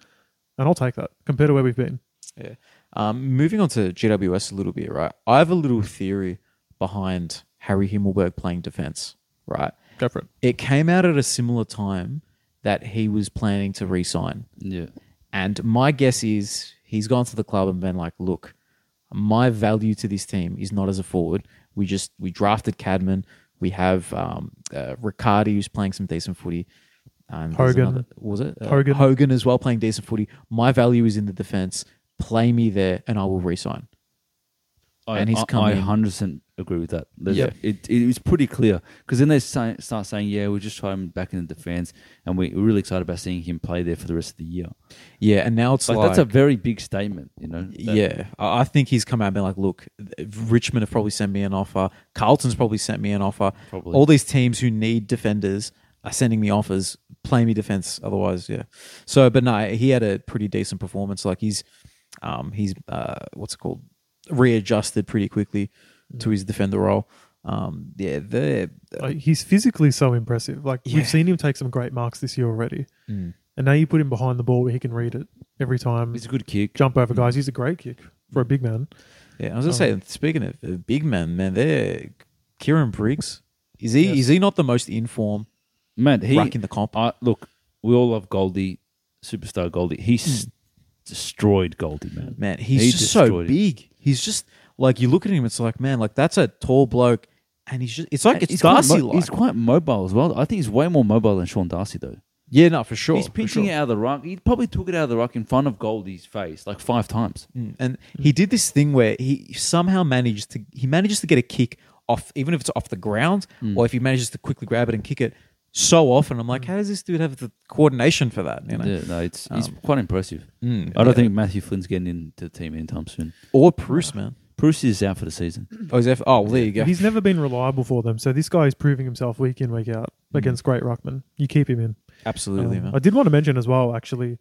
Speaker 1: and I'll take that compared to where we've been.
Speaker 2: Yeah. Um, moving on to GWS a little bit, right? I have a little theory behind Harry Himmelberg playing defense, right?
Speaker 1: Go for it.
Speaker 2: It came out at a similar time that he was planning to re-sign.
Speaker 3: Yeah.
Speaker 2: And my guess is he's gone to the club and been like, look, my value to this team is not as a forward. We just we drafted Cadman. We have um, uh, Riccardi who's playing some decent footy. Um, there's
Speaker 1: Hogan.
Speaker 2: another- was it Uh,
Speaker 1: Hogan.
Speaker 2: Hogan as well playing decent footy. My value is in the defense. Play me there, and I will resign.
Speaker 3: I,
Speaker 2: And he's
Speaker 3: I-
Speaker 2: come
Speaker 3: I
Speaker 2: in.
Speaker 3: 100% agree with that. There's-
Speaker 2: Yep.
Speaker 3: It, it was pretty clear because then they say, start saying, yeah, we just tried him back in the defense and we, we're really excited about seeing him play there for the rest of the year.
Speaker 2: Yeah, and now it's
Speaker 3: Like,
Speaker 2: like,
Speaker 3: that's a very big statement, you know? that-
Speaker 2: yeah, I I think he's come out and been like, look, Richmond have probably sent me an offer. Carlton's probably sent me an offer.
Speaker 3: Probably.
Speaker 2: All these teams who need defenders are sending me offers. Play me defense, otherwise, yeah. So, but no, he had a pretty decent performance. Like he's, um, he's uh, what's it called, readjusted pretty quickly
Speaker 3: Mm.
Speaker 2: to his defender role. Um, yeah, they're
Speaker 1: Like, he's physically so impressive. Like
Speaker 2: Yeah. Mm.
Speaker 1: we've seen him take some great marks this year already, and now you put him behind the ball where he can read it every time.
Speaker 3: He's a good kick.
Speaker 1: jump
Speaker 2: Mm.
Speaker 1: over guys. He's a great kick for a big man.
Speaker 2: Yeah, I was
Speaker 3: Oh.
Speaker 2: gonna say. Speaking of uh, big men, man, they're Kieran Briggs. Is he?
Speaker 1: Yes.
Speaker 2: Is he not the most in form
Speaker 3: Man, he.
Speaker 2: racking the comp?
Speaker 3: I, look, we all love Goldie, superstar Goldie. He s- destroyed Goldie, Hmm. man.
Speaker 2: man, he's
Speaker 3: He
Speaker 2: just so
Speaker 3: destroyed him.
Speaker 2: big. He's just like you look at him. It's like man, like that's a tall bloke, and he's just. It's like it's
Speaker 3: He's quite
Speaker 2: Darcy
Speaker 3: mo-
Speaker 2: like.
Speaker 3: He's quite mobile as well. I think he's way more mobile than Sean Darcy, though.
Speaker 2: yeah, no, for sure.
Speaker 3: he's
Speaker 2: for
Speaker 3: pinching
Speaker 2: sure.
Speaker 3: it out of the ruck. He probably took it out of the ruck in front of Goldie's face like five times.
Speaker 2: Mm, and he did this thing where he somehow managed to. He manages to get a kick off, even if it's off the ground,
Speaker 3: Mm.
Speaker 2: or if he manages to quickly grab it and kick it. So often, I'm like, how does this dude have the coordination for that? You know.
Speaker 3: Yeah, no, it's it's quite impressive.
Speaker 2: Mm,
Speaker 3: I don't think Matthew Flynn's getting into the team anytime soon.
Speaker 2: Or Bruce, man.
Speaker 3: Bruce is out for the season.
Speaker 2: Oh, he's F- oh, well, there you go.
Speaker 1: He's never been reliable for them, so this guy is proving himself week in week out against great ruckman. You keep him in.
Speaker 2: Mm. Absolutely,
Speaker 3: Oh.
Speaker 1: Um,
Speaker 2: man.
Speaker 1: I did want to mention as well, actually,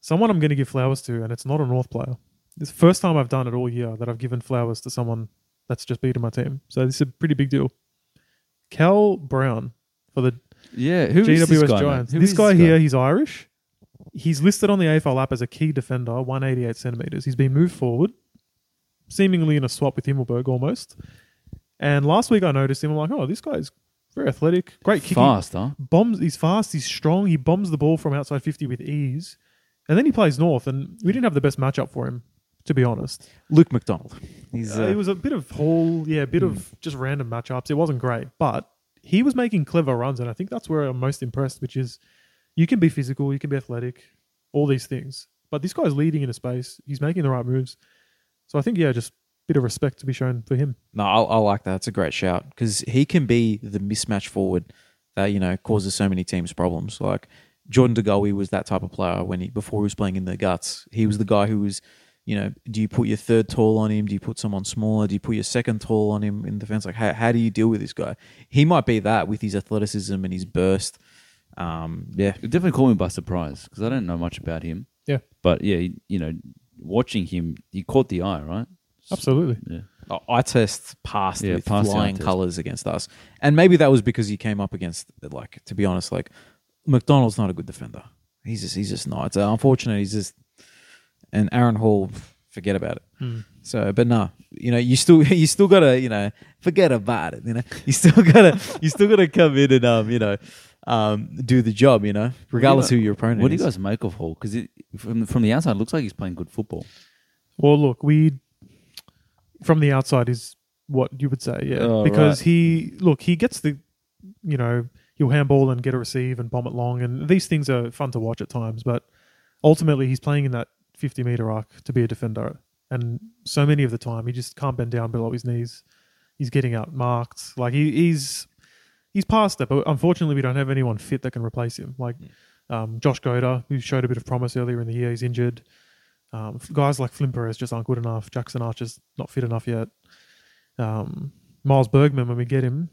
Speaker 1: someone I'm going to give flowers to, and it's not a North player. It's the first time I've done it all year that I've given flowers to someone that's just beaten my team. So this is a pretty big deal. Cal Brown for the
Speaker 3: Yeah, who is
Speaker 1: GWS
Speaker 3: this guy?
Speaker 1: Giants. This guy here, he's Irish. He's listed on the AFL app as a key defender, 188 centimeters. He's been moved forward, seemingly in a swap with Himmelberg almost. And last week I noticed him. I'm like, oh, this guy's very athletic, great kicking,
Speaker 3: fast, huh?
Speaker 1: bombs. He's fast. He's strong. He bombs the ball from outside 50 with ease. And then he plays North, and we didn't have the best matchup for him, to be honest.
Speaker 2: Luke McDonald. He's
Speaker 1: Uh, it was a bit of haul, yeah, a bit of just random matchups. It wasn't great, but he was making clever runs, and I think that's where I'm most impressed. Which is, you can be physical, you can be athletic, all these things, but this guy's leading into space. He's making the right moves, so I think yeah, just bit of respect to be shown for him.
Speaker 2: no, I, I like that. It's a great shout because he can be the mismatch forward that you know causes so many teams problems. Like Jordan DeGoey was that type of player when he before he was playing in the guts. He was the guy who was, you know, do you put your third tall on him? Do you put someone smaller? Do you put your second tall on him in defense? Like how how do you deal with this guy? He might be that with his athleticism and his burst. Um, yeah,
Speaker 3: It definitely caught me by surprise because I don't know much about him.
Speaker 1: Yeah,
Speaker 3: But yeah, he- you know, watching him, he caught the eye, right?
Speaker 1: absolutely.
Speaker 3: Yeah.
Speaker 2: I test passed
Speaker 3: Yeah,
Speaker 2: with
Speaker 3: passed the eye
Speaker 2: flying
Speaker 3: test.
Speaker 2: colours against us, and maybe that was because he came up against like to be honest, like McDonald's not a good defender. He's just he's just not. It's unfortunate. He's just and Aaron Hall, forget about it. So, but no, you know, you still [laughs] you still gotta you know forget about it. You know, [laughs] you still gotta you still gotta come in and um you know um do the job. You know, regardless who your opponent
Speaker 3: What do you
Speaker 2: is.
Speaker 3: guys make of Hall? Because from from the outside, it looks like he's playing good football.
Speaker 1: Well, look, we from the outside is what you would say, yeah,
Speaker 3: Oh,
Speaker 1: because he look he gets the you know he'll handball and get a receive and bomb it long, and these things are fun to watch at times, but ultimately he's playing in that fifty meter arc to be a defender, and so many of the time he just can't bend down below his knees. He's getting out marked, like he, he's he's past that, but unfortunately we don't have anyone fit that can replace him. Like um, Josh Goda, who showed a bit of promise earlier in the year, he's injured. Um, f- guys like Flynn Perez just aren't good enough. Jackson Archer's not fit enough yet. Um, Miles Bergman, when we get him,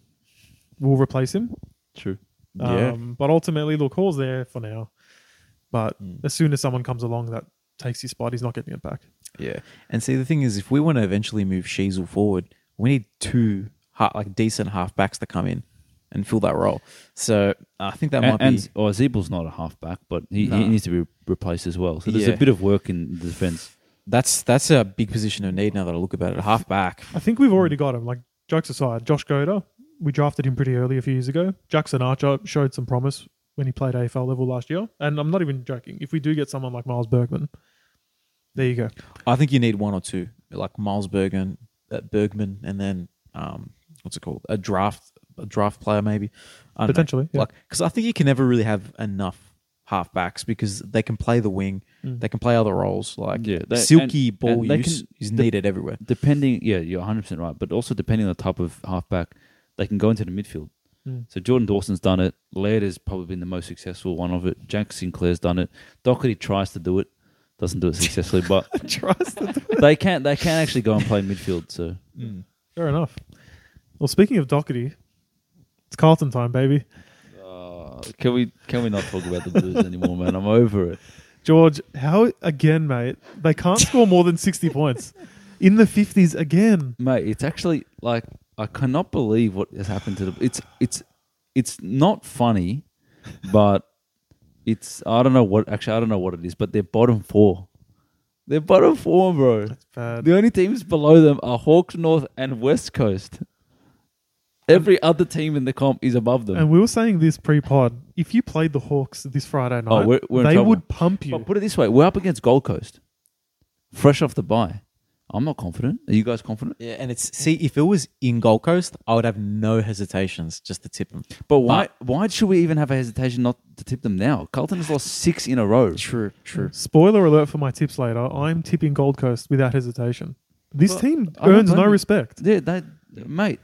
Speaker 1: we'll replace him.
Speaker 3: True.
Speaker 1: Um,
Speaker 2: Yeah.
Speaker 1: But ultimately, look, Hall's there for now. But
Speaker 2: Hmm.
Speaker 1: as soon as someone comes along that takes his spot, he's not getting it back.
Speaker 2: Yeah. And see, the thing is, if we want to eventually move Sheasel forward, we need two ha like decent halfbacks to come in and fill that role. So I think that
Speaker 3: And,
Speaker 2: might
Speaker 3: and
Speaker 2: be.
Speaker 3: oh, Zeebel's not a halfback, but he,
Speaker 2: Nah.
Speaker 3: he needs to be replaced as well. So there's
Speaker 2: Yeah.
Speaker 3: a bit of work in the defense.
Speaker 2: That's that's a big position of need now that I look about it. Halfback.
Speaker 1: I think we've
Speaker 2: Hmm.
Speaker 1: already got him. Like, jokes aside, Josh Goda, we drafted him pretty early a few years ago. Jackson Archer showed some promise when he played AFL level last year. And I'm not even joking. If we do get someone like Miles Bergman, there you go.
Speaker 2: I think you need one or two, like Miles Bergen, uh, Bergman, and then um, what's it called? A draft, a draft player maybe. I don't know.
Speaker 1: Potentially, yeah.
Speaker 2: Like, because I think you can never really have enough halfbacks because they can play the wing, they can play other roles. Like,
Speaker 3: Yeah, they-
Speaker 2: silky
Speaker 3: and-
Speaker 2: ball
Speaker 3: and they
Speaker 2: use
Speaker 3: can-
Speaker 2: is needed everywhere.
Speaker 3: Depending, yeah, you're 100 percent right. But also depending on the type of halfback, they can go into the midfield. So Jordan Dawson's done it. Laird has probably been the most successful one of it. Jack Sinclair's done it. Doherty tries to do it, doesn't do it successfully, [laughs] but they can they can actually go and play midfield. So
Speaker 1: Fair enough. Well, speaking of Doherty, it's Carlton time, baby.
Speaker 3: Uh, can we can we not talk about the Blues anymore, man? I'm over it.
Speaker 1: George, how again, mate? They can't score more than sixty points in the fifties again.
Speaker 3: mate. It's actually like I cannot believe what has happened to the. It's it's it's
Speaker 1: [laughs]
Speaker 3: not funny, but it's I don't know what actually I don't know what it is, but they're bottom four. They're bottom four, bro.
Speaker 1: Bad.
Speaker 3: The only teams below them are Hawks North and West Coast. Every other team in the comp is above them.
Speaker 1: And we were saying this pre-pod. If you played the Hawks this Friday night,
Speaker 3: Oh, we're- we're in
Speaker 1: they
Speaker 3: trouble.
Speaker 1: would pump you.
Speaker 3: But put it this way, we're up against Gold Coast, fresh off the bye. I'm not confident. Are you guys confident?
Speaker 2: Yeah, and it's see if it was in Gold Coast, I would have no hesitations just to tip them.
Speaker 3: But why? why should we even have a hesitation not to tip them now? Carlton has lost six in a row.
Speaker 2: True, true.
Speaker 1: Spoiler alert for my tips later. I'm tipping Gold Coast without hesitation. This
Speaker 3: Well,
Speaker 1: team
Speaker 3: I don't
Speaker 1: earns no
Speaker 3: blame you.
Speaker 1: respect.
Speaker 3: Yeah, that mate.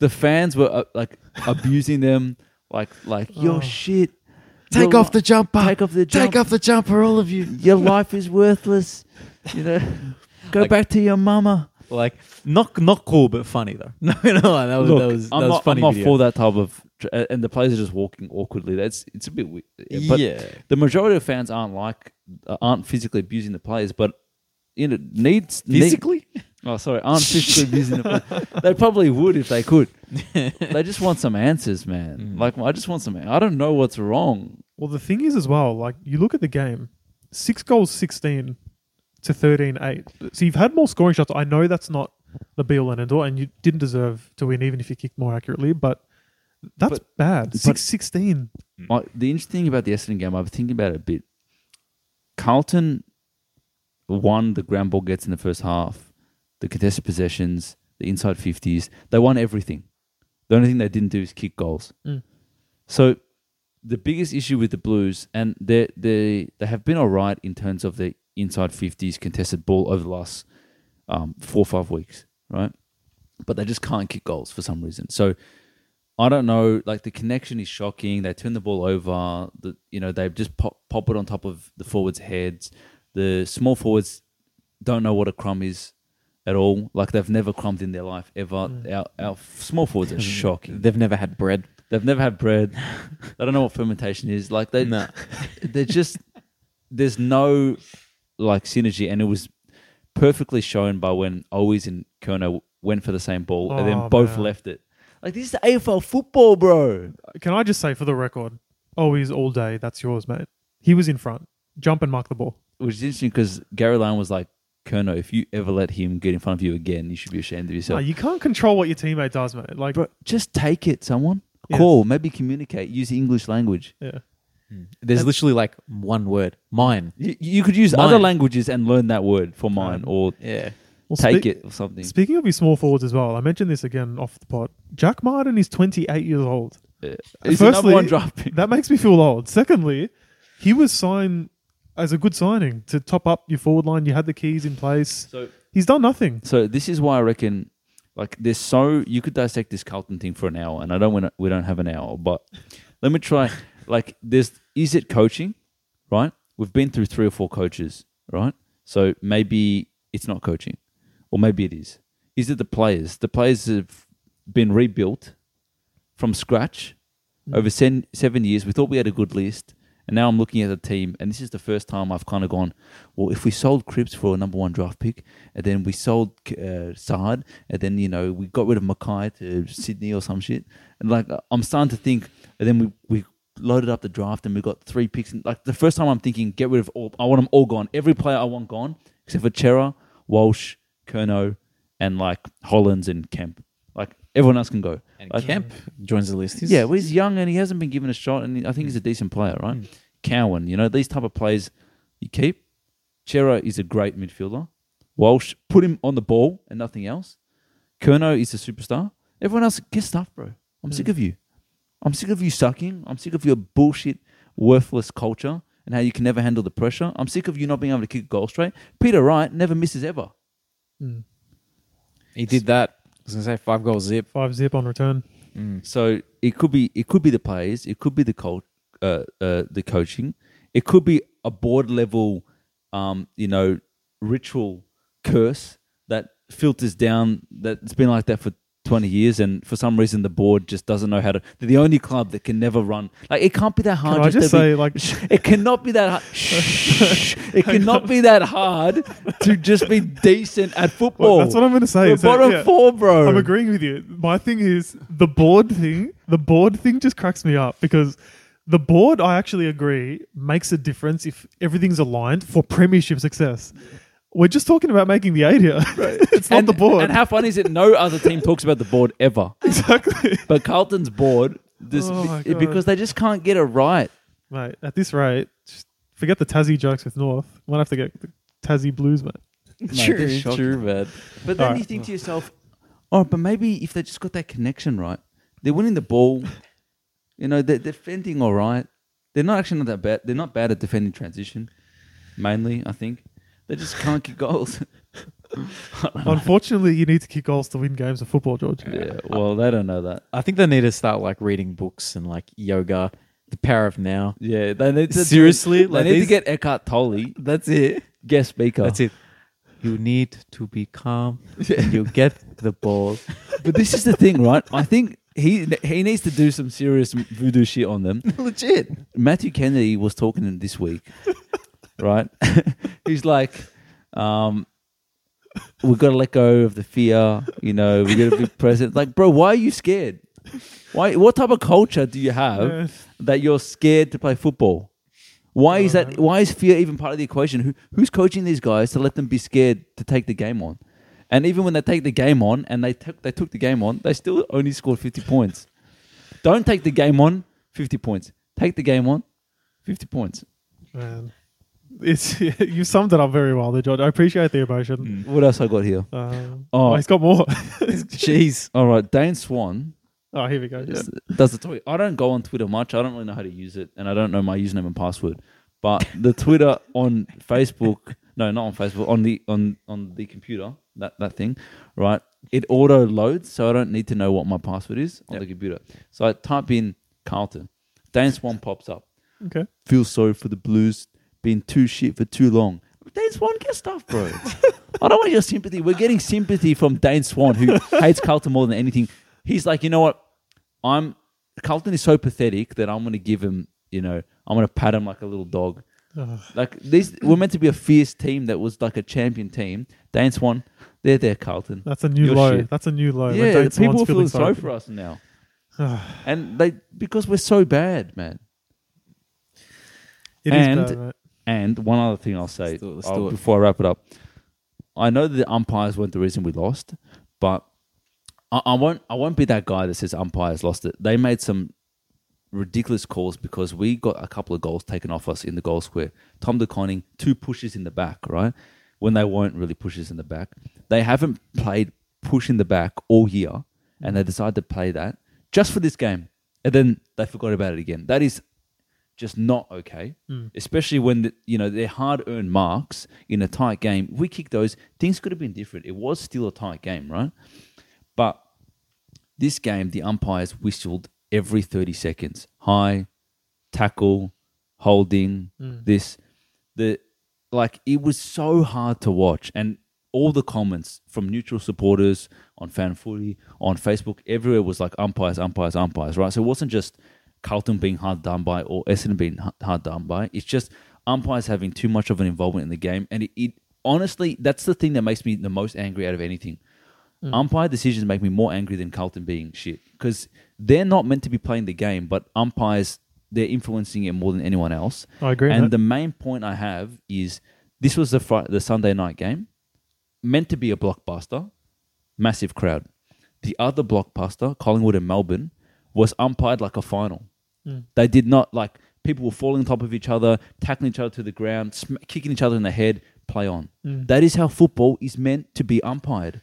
Speaker 3: The fans were uh, like abusing them, like like your
Speaker 1: Oh.
Speaker 3: shit.
Speaker 2: Take
Speaker 3: Your
Speaker 2: off the jumper.
Speaker 3: li- take off the jump.
Speaker 2: Take off the jumper, all of you.
Speaker 3: Your life is worthless. You know, go
Speaker 2: Like-
Speaker 3: back to your mama.
Speaker 2: [laughs] Like not not cool, but funny though. [laughs] No, no, that was that was, that
Speaker 3: I'm
Speaker 2: was
Speaker 3: not,
Speaker 2: funny.
Speaker 3: I'm not
Speaker 2: video.
Speaker 3: for that type of, tr- uh, and the players are just walking awkwardly. That's it's a bit weird. But
Speaker 2: yeah,
Speaker 3: the majority of fans aren't like uh, aren't physically abusing the players, but you know needs need-
Speaker 2: physically.
Speaker 3: Oh, sorry, aren't physically abusing the player. They probably would if they could. they just want some answers, man. Like I just want some. I don't know what's wrong.
Speaker 1: Well, the thing is, as well, like you look at the game, six goals, 16 to 13, 8. So you've had more scoring shots. I know that's not the be all and end all, and you didn't deserve to win, even if you kicked more accurately, but that's bad. Six, 16.
Speaker 3: Like the interesting thing about the Essendon game, I've been thinking about it a bit. Carlton won the ground ball gets in the first half, the contested possessions, the inside fifties. They won everything. The only thing they didn't do is kick goals.
Speaker 1: Mm.
Speaker 3: So the biggest issue with the Blues, and they they they have been all right in terms of the inside fifties contested ball over the last um, four or five weeks, right? But they just can't kick goals for some reason. So I don't know. Like the connection is shocking. They turn the ball over. The you know they just pop pop it on top of the forwards' heads. The small forwards don't know what a crumb is at all. Like they've never crumbed in their life ever. Our, our small forwards are [laughs] shocking.
Speaker 2: They've never had bread.
Speaker 3: They've never had bread. [laughs] they don't know what fermentation is. Like they, [laughs]
Speaker 2: No.
Speaker 3: they're just there's no like synergy, and it was perfectly shown by when Always and Kerno went for the same ball, and
Speaker 1: Oh,
Speaker 3: then both
Speaker 1: man.
Speaker 3: left it. Like this is AFL football, bro.
Speaker 1: Can I just say, for the record, always all day, that's yours, mate. He was in front. Jump and mark the ball.
Speaker 3: Which is interesting because Gary Lyon was like, Kerno, if you ever let him get in front of you again, you should be ashamed of
Speaker 1: No,
Speaker 3: yourself.
Speaker 1: you can't control what your teammate does, mate. Like,
Speaker 3: bro, just take it, someone.
Speaker 1: Yes.
Speaker 3: Call, maybe communicate, use the English language.
Speaker 1: yeah.
Speaker 2: Mm. There's literally like one word, mine.
Speaker 3: You, you could use
Speaker 2: Mine.
Speaker 3: other languages and learn that word for mine or
Speaker 2: Yeah,
Speaker 1: Well,
Speaker 3: take
Speaker 1: speak-
Speaker 3: it or something.
Speaker 1: Speaking of his small forwards as well, I mentioned this again off the pot. Jack Martin is 28 years old.
Speaker 3: Yeah. He's the number Uh, one draft pick.
Speaker 1: that makes me feel old. Secondly, he was signed as a good signing to top up your forward line. You had the keys in place.
Speaker 3: So,
Speaker 1: He's done nothing.
Speaker 3: so this is why I reckon, like, there's so you could dissect this Carlton thing for an hour, and I don't want we don't have an hour, but let me try. Like, there's is it coaching, right? We've been through three or four coaches, right? So maybe it's not coaching, or maybe it is. Is it the players? The players have been rebuilt from scratch Mm. over sen- seven years. We thought we had a good list, and now I'm looking at the team, and this is the first time I've kind of gone, well, if we sold Cripps for a number one draft pick, and then we sold uh, Saad, and then you know we got rid of Mackay to Sydney or some shit, and like I'm starting to think, and then we we loaded up the draft and we got three picks. And like the first time I'm thinking, get rid of all. I want them all gone. Every player I want gone except for Chera, Walsh, Kerno, and like Hollands and Kemp. Like everyone else can go.
Speaker 2: and
Speaker 3: Like,
Speaker 2: Kemp joins the list. He's-
Speaker 3: yeah, well, he's young and he hasn't been given a shot, and I think he's a decent player, right? Cowan, you know, these type of plays you keep. Chera is a great midfielder. Walsh, put him on the ball and nothing else. Kerno is a superstar. Everyone else, get stuff, bro. I'm sick of you. I'm sick of you sucking. I'm sick of your bullshit, worthless culture and how you can never handle the pressure. I'm sick of you not being able to kick a goal straight. Peter Wright never misses ever.
Speaker 1: Mm.
Speaker 2: He did that. I was gonna say five goal zip.
Speaker 1: Five zip on return.
Speaker 3: Mm. So it could be it could be the players, it could be the col- uh, uh, the coaching, it could be a board level, um, you know, ritual curse that filters down. That it's been like that for twenty years, and for some reason the board just doesn't know how to. They're the only club that can never run. Like it can't be that hard.
Speaker 1: Can I just
Speaker 3: to be-
Speaker 1: say, like,
Speaker 3: [laughs]
Speaker 1: [laughs]
Speaker 3: it cannot be that hard. Shh. it cannot be that hard to just be decent at football.
Speaker 1: that's what I'm going to say.
Speaker 3: We're
Speaker 1: So,
Speaker 3: bottom
Speaker 1: yeah.
Speaker 3: four, bro.
Speaker 1: I'm agreeing with you. My thing is the board thing. The board thing just cracks me up because the board, I actually agree, makes a difference if everything's aligned for premiership success. We're just talking about making the eight here. [laughs] it's not
Speaker 3: and,
Speaker 1: the board.
Speaker 3: And how funny is it? No other team talks about the board ever.
Speaker 1: exactly.
Speaker 3: But Carlton's board, this,
Speaker 1: Oh my
Speaker 3: it- because they just can't get it right.
Speaker 1: Mate, at this rate, just forget the Tassie jokes with North. Might have to get the Tassie Blues,
Speaker 3: [laughs]
Speaker 1: mate.
Speaker 3: Mate, they're shocking.
Speaker 2: man.
Speaker 3: But then
Speaker 1: Alright.
Speaker 3: you think to yourself, oh, but maybe if they just got that connection right, they're winning the ball. [laughs] You know, they're defending all right. They're not actually not that bad. They're not bad at defending transition, mainly. I think they just can't get goals. [laughs]
Speaker 1: Unfortunately, you need to kick goals to win games of football, George.
Speaker 3: yeah. Well, they don't know that.
Speaker 2: I think they need to start like reading books and like yoga, the power of now.
Speaker 3: Yeah, they need to
Speaker 2: Seriously?
Speaker 3: They
Speaker 2: Like
Speaker 3: need
Speaker 2: these-
Speaker 3: to get Eckhart Tolle
Speaker 2: That's it.
Speaker 3: guest speaker.
Speaker 2: That's it. You need to
Speaker 3: [laughs]
Speaker 2: be calm. You get the ball.
Speaker 3: But this is the thing, right? I think he he needs to do some serious voodoo shit on them.
Speaker 2: Legit.
Speaker 3: Matthew Kennedy was talking to him this week, right? [laughs] He's like, um, we've got to let go of the fear, you know, we got to be present. Like, bro, why are you scared? Why? What type of culture do you have
Speaker 1: Yeah.
Speaker 3: that you're scared to play football? Why is that? Why is fear even part of the equation? Who, who's coaching these guys to let them be scared to take the game on? And even when they take the game on, and they took they took the game on, they still only scored fifty points. Don't take the game on fifty points. Take the game on fifty points.
Speaker 1: Man. It's, [laughs] you summed it up very well there, George. I appreciate the emotion.
Speaker 3: What else I got here?
Speaker 1: Um,
Speaker 3: Mm. Oh.
Speaker 1: oh, he's got
Speaker 3: [laughs]
Speaker 1: more. [laughs]
Speaker 2: Jeez.
Speaker 3: All right, Dane Swan
Speaker 1: Oh, here we go. Yeah.
Speaker 3: is- does the tweet. I don't go on Twitter much. I don't really know how to use it, and I don't know my username and password. But the Twitter on Facebook, no, not on Facebook, on the on on the computer, that that thing, right? It auto loads, so I don't need to know what my password is on the computer. So I type in Carlton, Dane Swan pops up.
Speaker 1: Okay.
Speaker 3: Feel sorry for the Blues being too shit for too long. Dane Swan, get
Speaker 1: [laughs]
Speaker 3: stuff, bro. I don't want your sympathy. We're getting sympathy from Dane Swan, who
Speaker 1: [laughs]
Speaker 3: hates Carlton more than anything. He's like, you know what? I'm Carlton is so pathetic that I'm going to give him, you know, I'm going to pat him like a little dog.
Speaker 1: Ugh.
Speaker 3: Like these, we're meant to be a fierce team that was like a champion team. Dane Swan, they're there, Carlton.
Speaker 1: That's a new
Speaker 3: Your
Speaker 1: low.
Speaker 3: shit.
Speaker 1: That's a new low.
Speaker 3: yeah,
Speaker 1: Dane
Speaker 3: the people are
Speaker 1: Swan's
Speaker 3: feeling
Speaker 1: sorry.
Speaker 3: sorry for us
Speaker 1: [sighs]
Speaker 3: now, and they because we're so bad, man.
Speaker 1: It is
Speaker 3: And-
Speaker 1: bad, mate.
Speaker 3: And one other thing I'll say
Speaker 2: Let's do it, let's
Speaker 3: uh,
Speaker 2: do it.
Speaker 3: before I wrap it up, I know that the umpires weren't the reason we lost, but I, I won't. I won't be that guy that says umpires lost it. They made some ridiculous calls because we got a couple of goals taken off us in the goal square. Tom DeConning, two pushes in the back, right? When they weren't really pushes in the back. They haven't played push in the back all year and they decided to play that just for this game. And then they forgot about it again. That is just not okay, especially when the, you know they're hard-earned marks in a tight game. If we kicked those, things could have been different. It was still a tight game, right? But this game, the umpires whistled every 30 seconds high, tackle, holding, this. The like it was so hard to watch, and all the comments from neutral supporters on fan footy, on Facebook, everywhere was like umpires, umpires, umpires, right? So it wasn't just Carlton being hard done by or Essendon being h- hard done by. It's just umpires having too much of an involvement in the game, and it, it honestly, that's the thing that makes me the most angry out of anything.
Speaker 1: Mm.
Speaker 3: Umpire decisions make me more angry than Carlton being shit because they're not meant to be playing the game, but umpires they're influencing it more than anyone else.
Speaker 1: I agree,
Speaker 3: And
Speaker 1: mate.
Speaker 3: the main point I have is this was the Fri the Sunday night game meant to be a blockbuster, massive crowd. The other blockbuster, Collingwood and Melbourne, was umpired like a final.
Speaker 1: Mm.
Speaker 3: They did not like people were falling on top of each other, tackling each other to the ground, sm- kicking each other in the head. Play on.
Speaker 1: Mm.
Speaker 3: That is how football is meant to be umpired.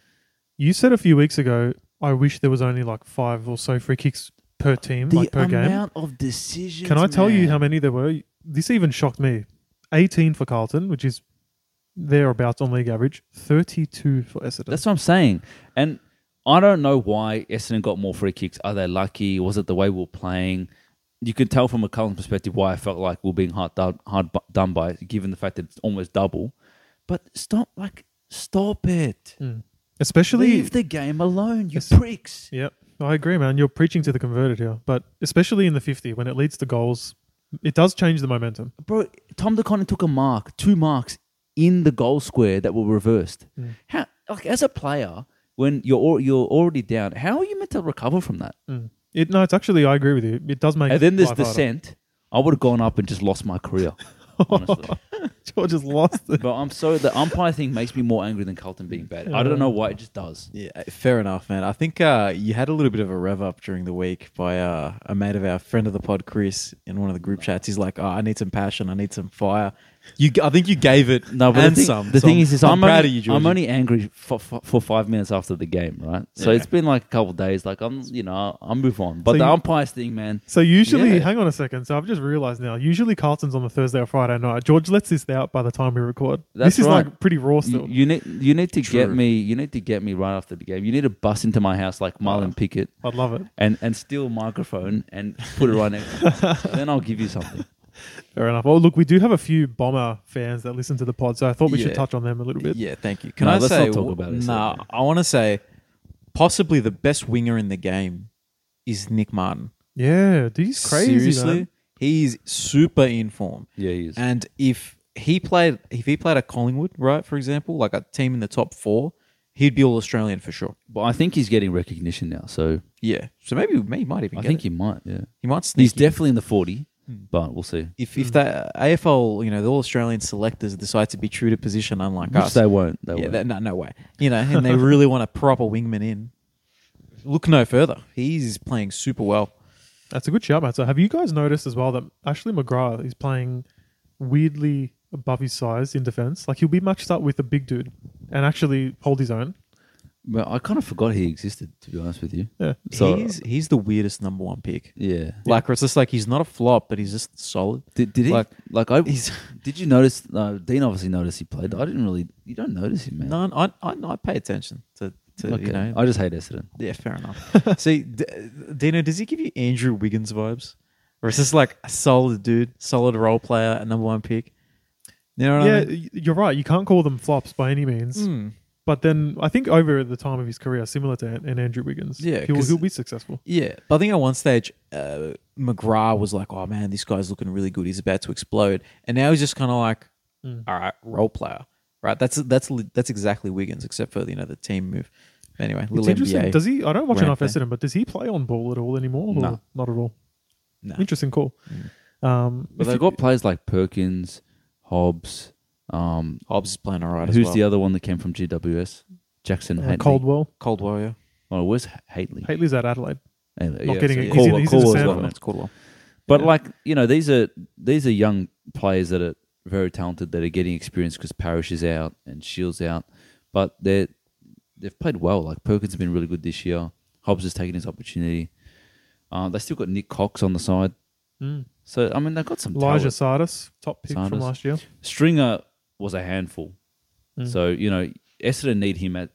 Speaker 1: You said a few weeks ago, I wish there was only like five or so free kicks per per team, like per game.
Speaker 3: of decisions.
Speaker 1: Can I tell you how many there were? This even shocked me. 18 for Carlton, which is thereabouts on league average. 32 for Essendon.
Speaker 3: That's what I'm saying. And I don't know why Essendon got more free kicks. Are they lucky? Was it the way we were playing? You could tell from a Cullen perspective why I felt like we are being hard, done- hard bu- done by, given the fact that it's almost double. But stop, like, stop it.
Speaker 1: Hmm. especially.
Speaker 3: Leave the game alone, you
Speaker 1: Mm-hmm. Yes.
Speaker 3: pricks.
Speaker 1: Yep, I agree, man. You're preaching to the converted here, but especially in the 50 when it leads to goals, it does change the momentum.
Speaker 3: Bro, Tom DeConning took a mark, two marks in the goal square that were reversed.
Speaker 1: Mm.
Speaker 3: How, like, as a player, when you're al- you're already down, how are you meant to recover from that?
Speaker 1: Hmm. It no, it's actually I agree with you. It does make.
Speaker 3: And then this
Speaker 1: life harder.
Speaker 3: descent, I would have gone up and just lost my career.
Speaker 2: [laughs]
Speaker 3: honestly.
Speaker 1: George has lost. It.
Speaker 3: But I'm so the umpire thing makes me more angry than Carlton being bad. I don't know why it just does.
Speaker 2: Yeah, fair enough, man. I think uh, you had a little bit of a rev up during the week by uh, a mate of our friend of the pod, Chris, in one of the group chats. He's like, "Oh, I need some passion. I need some fire." You, I think you gave it
Speaker 3: No, but
Speaker 2: and
Speaker 3: the thing,
Speaker 2: some.
Speaker 3: the
Speaker 2: so
Speaker 3: thing is, is
Speaker 2: I'm,
Speaker 3: I'm,
Speaker 2: proud
Speaker 3: only,
Speaker 2: of you, George.
Speaker 3: I'm only angry for, for, for five minutes after the game, right? So
Speaker 2: Yeah.
Speaker 3: it's been like a couple of days. Like I'm, you know, I'll- I'll move on. But
Speaker 1: So
Speaker 3: the
Speaker 1: you-
Speaker 3: umpires thing, man,
Speaker 1: So usually,
Speaker 3: Yeah.
Speaker 1: hang on a second. So I've just realised now. Usually Carlton's on the Thursday or Friday night. George lets this out by the time we record.
Speaker 3: That's
Speaker 1: this is
Speaker 3: right.
Speaker 1: like pretty raw
Speaker 3: you,
Speaker 1: still.
Speaker 3: you need you need to get
Speaker 2: True.
Speaker 3: me. You need to get me right after the game. You need to bust into my house like Marlon Pickett
Speaker 1: I'd love it.
Speaker 3: and and steal a microphone and put it right next. to
Speaker 2: [laughs]
Speaker 3: me. Then I'll give you something.
Speaker 1: Fair enough. Well, look, we do have a few Bomber fans that listen to the pod, so I thought we
Speaker 2: Yeah.
Speaker 1: should touch on them a little bit.
Speaker 2: Yeah, thank you. Can
Speaker 3: No,
Speaker 2: I
Speaker 3: let's
Speaker 2: say?
Speaker 3: not talk about it, so-
Speaker 2: Nah, I want to say, possibly the best winger in the game is Nick Martin.
Speaker 1: Yeah, dude, he's crazy.
Speaker 2: Seriously,
Speaker 1: man.
Speaker 2: he's super in form.
Speaker 3: Yeah, he is.
Speaker 2: And if he played, if he played at Collingwood, right, for example, like a team in the top four, he'd be all Australian for sure.
Speaker 3: But I think he's getting recognition now. So
Speaker 2: Yeah. So maybe he might even.
Speaker 3: I
Speaker 2: get
Speaker 3: think
Speaker 2: it.
Speaker 3: he might. Yeah.
Speaker 2: he might sneak.
Speaker 3: He's
Speaker 2: in.
Speaker 3: definitely in the 40, but we'll see.
Speaker 2: if if that AFL, you know, the all Australian selectors decide to be true to position, unlike
Speaker 3: Which
Speaker 2: us,
Speaker 3: they won't. They
Speaker 2: yeah,
Speaker 3: won't.
Speaker 2: that, no, no way. You know, and they really want a proper wingman in. Look no further. He's playing super well.
Speaker 1: That's a good shout, mate. So, have you guys noticed as well that Ashley McGrath is playing weirdly above his size in defense? Like, he'll be matched up with a big dude and actually hold his own.
Speaker 3: but I kind of forgot he existed, to be honest with you.
Speaker 1: Yeah.
Speaker 3: So,
Speaker 2: he's he's the weirdest number one pick.
Speaker 3: yeah.
Speaker 2: Like it's just like he's not a flop, but he's just solid.
Speaker 3: Did, did he? Like,
Speaker 2: Like-
Speaker 3: I,
Speaker 2: He's-
Speaker 3: did you notice? Uh, Dean obviously noticed he played. I didn't really. You don't notice him, man.
Speaker 2: No, I I, I pay attention to, to
Speaker 3: Okay.
Speaker 2: you know.
Speaker 3: I just hate Essendon.
Speaker 2: yeah, fair enough. [laughs] See, D- Dino, does he give you Andrew Wiggins vibes, or is this like a solid dude, solid role player, a number one pick? You know what I
Speaker 1: Yeah,
Speaker 2: mean?
Speaker 1: y- you're right. You can't call them flops by any means.
Speaker 2: Mm.
Speaker 1: But then I think over the time of his career, similar to An- and Andrew Wiggins,
Speaker 2: Yeah,
Speaker 1: he'll,
Speaker 2: 'cause-
Speaker 1: he'll be successful.
Speaker 2: Yeah, but I think at one stage, uh, McGrath was like, "Oh man, this guy's looking really good. He's about to explode," and now he's just kind of like, "All right, role player, right?" That's that's li- that's exactly Wiggins, except for you know the team move. Anyway,
Speaker 1: It's
Speaker 2: little
Speaker 1: interesting.
Speaker 2: NBA.
Speaker 1: Does he? I don't watch
Speaker 2: rant
Speaker 1: enough
Speaker 2: there.
Speaker 1: Essendon, but does he play on ball at all anymore? or
Speaker 3: No.
Speaker 1: not at all.
Speaker 2: No.
Speaker 1: Interesting call. Um,
Speaker 3: Mm. But
Speaker 1: if
Speaker 3: they
Speaker 1: you-
Speaker 3: got players like Perkins, Hobbs. Um,
Speaker 2: Hobbs is playing all right.
Speaker 3: who's
Speaker 2: as well.
Speaker 3: the other one that came from GWS? Jackson
Speaker 1: uh,
Speaker 3: Haitley.
Speaker 1: Coldwell.
Speaker 2: Cold Warrior?
Speaker 3: Oh, where's Haitley?
Speaker 1: Haitley's at Adelaide.
Speaker 3: Haitley,
Speaker 1: Not getting it. He's
Speaker 3: Caldwell-
Speaker 1: in- he's in the
Speaker 3: Caldwell's
Speaker 1: sand
Speaker 3: got
Speaker 1: now.
Speaker 3: him.
Speaker 2: It's Caldwell.
Speaker 3: But like you know, these are these are young players that are very talented that are getting experience because Parrish is out and Shields out, but they they've played well. Like Perkins has been really good this year. Hobbs has taken his opportunity. Um, they still got Nick Cox on the side,
Speaker 1: Mm.
Speaker 3: so I mean they've got some.
Speaker 1: Elijah
Speaker 3: talent.
Speaker 1: Sardis, top pick from
Speaker 3: Sardis.
Speaker 1: last year.
Speaker 3: Stringer was a handful,
Speaker 2: Mm.
Speaker 3: so you know Essendon need him at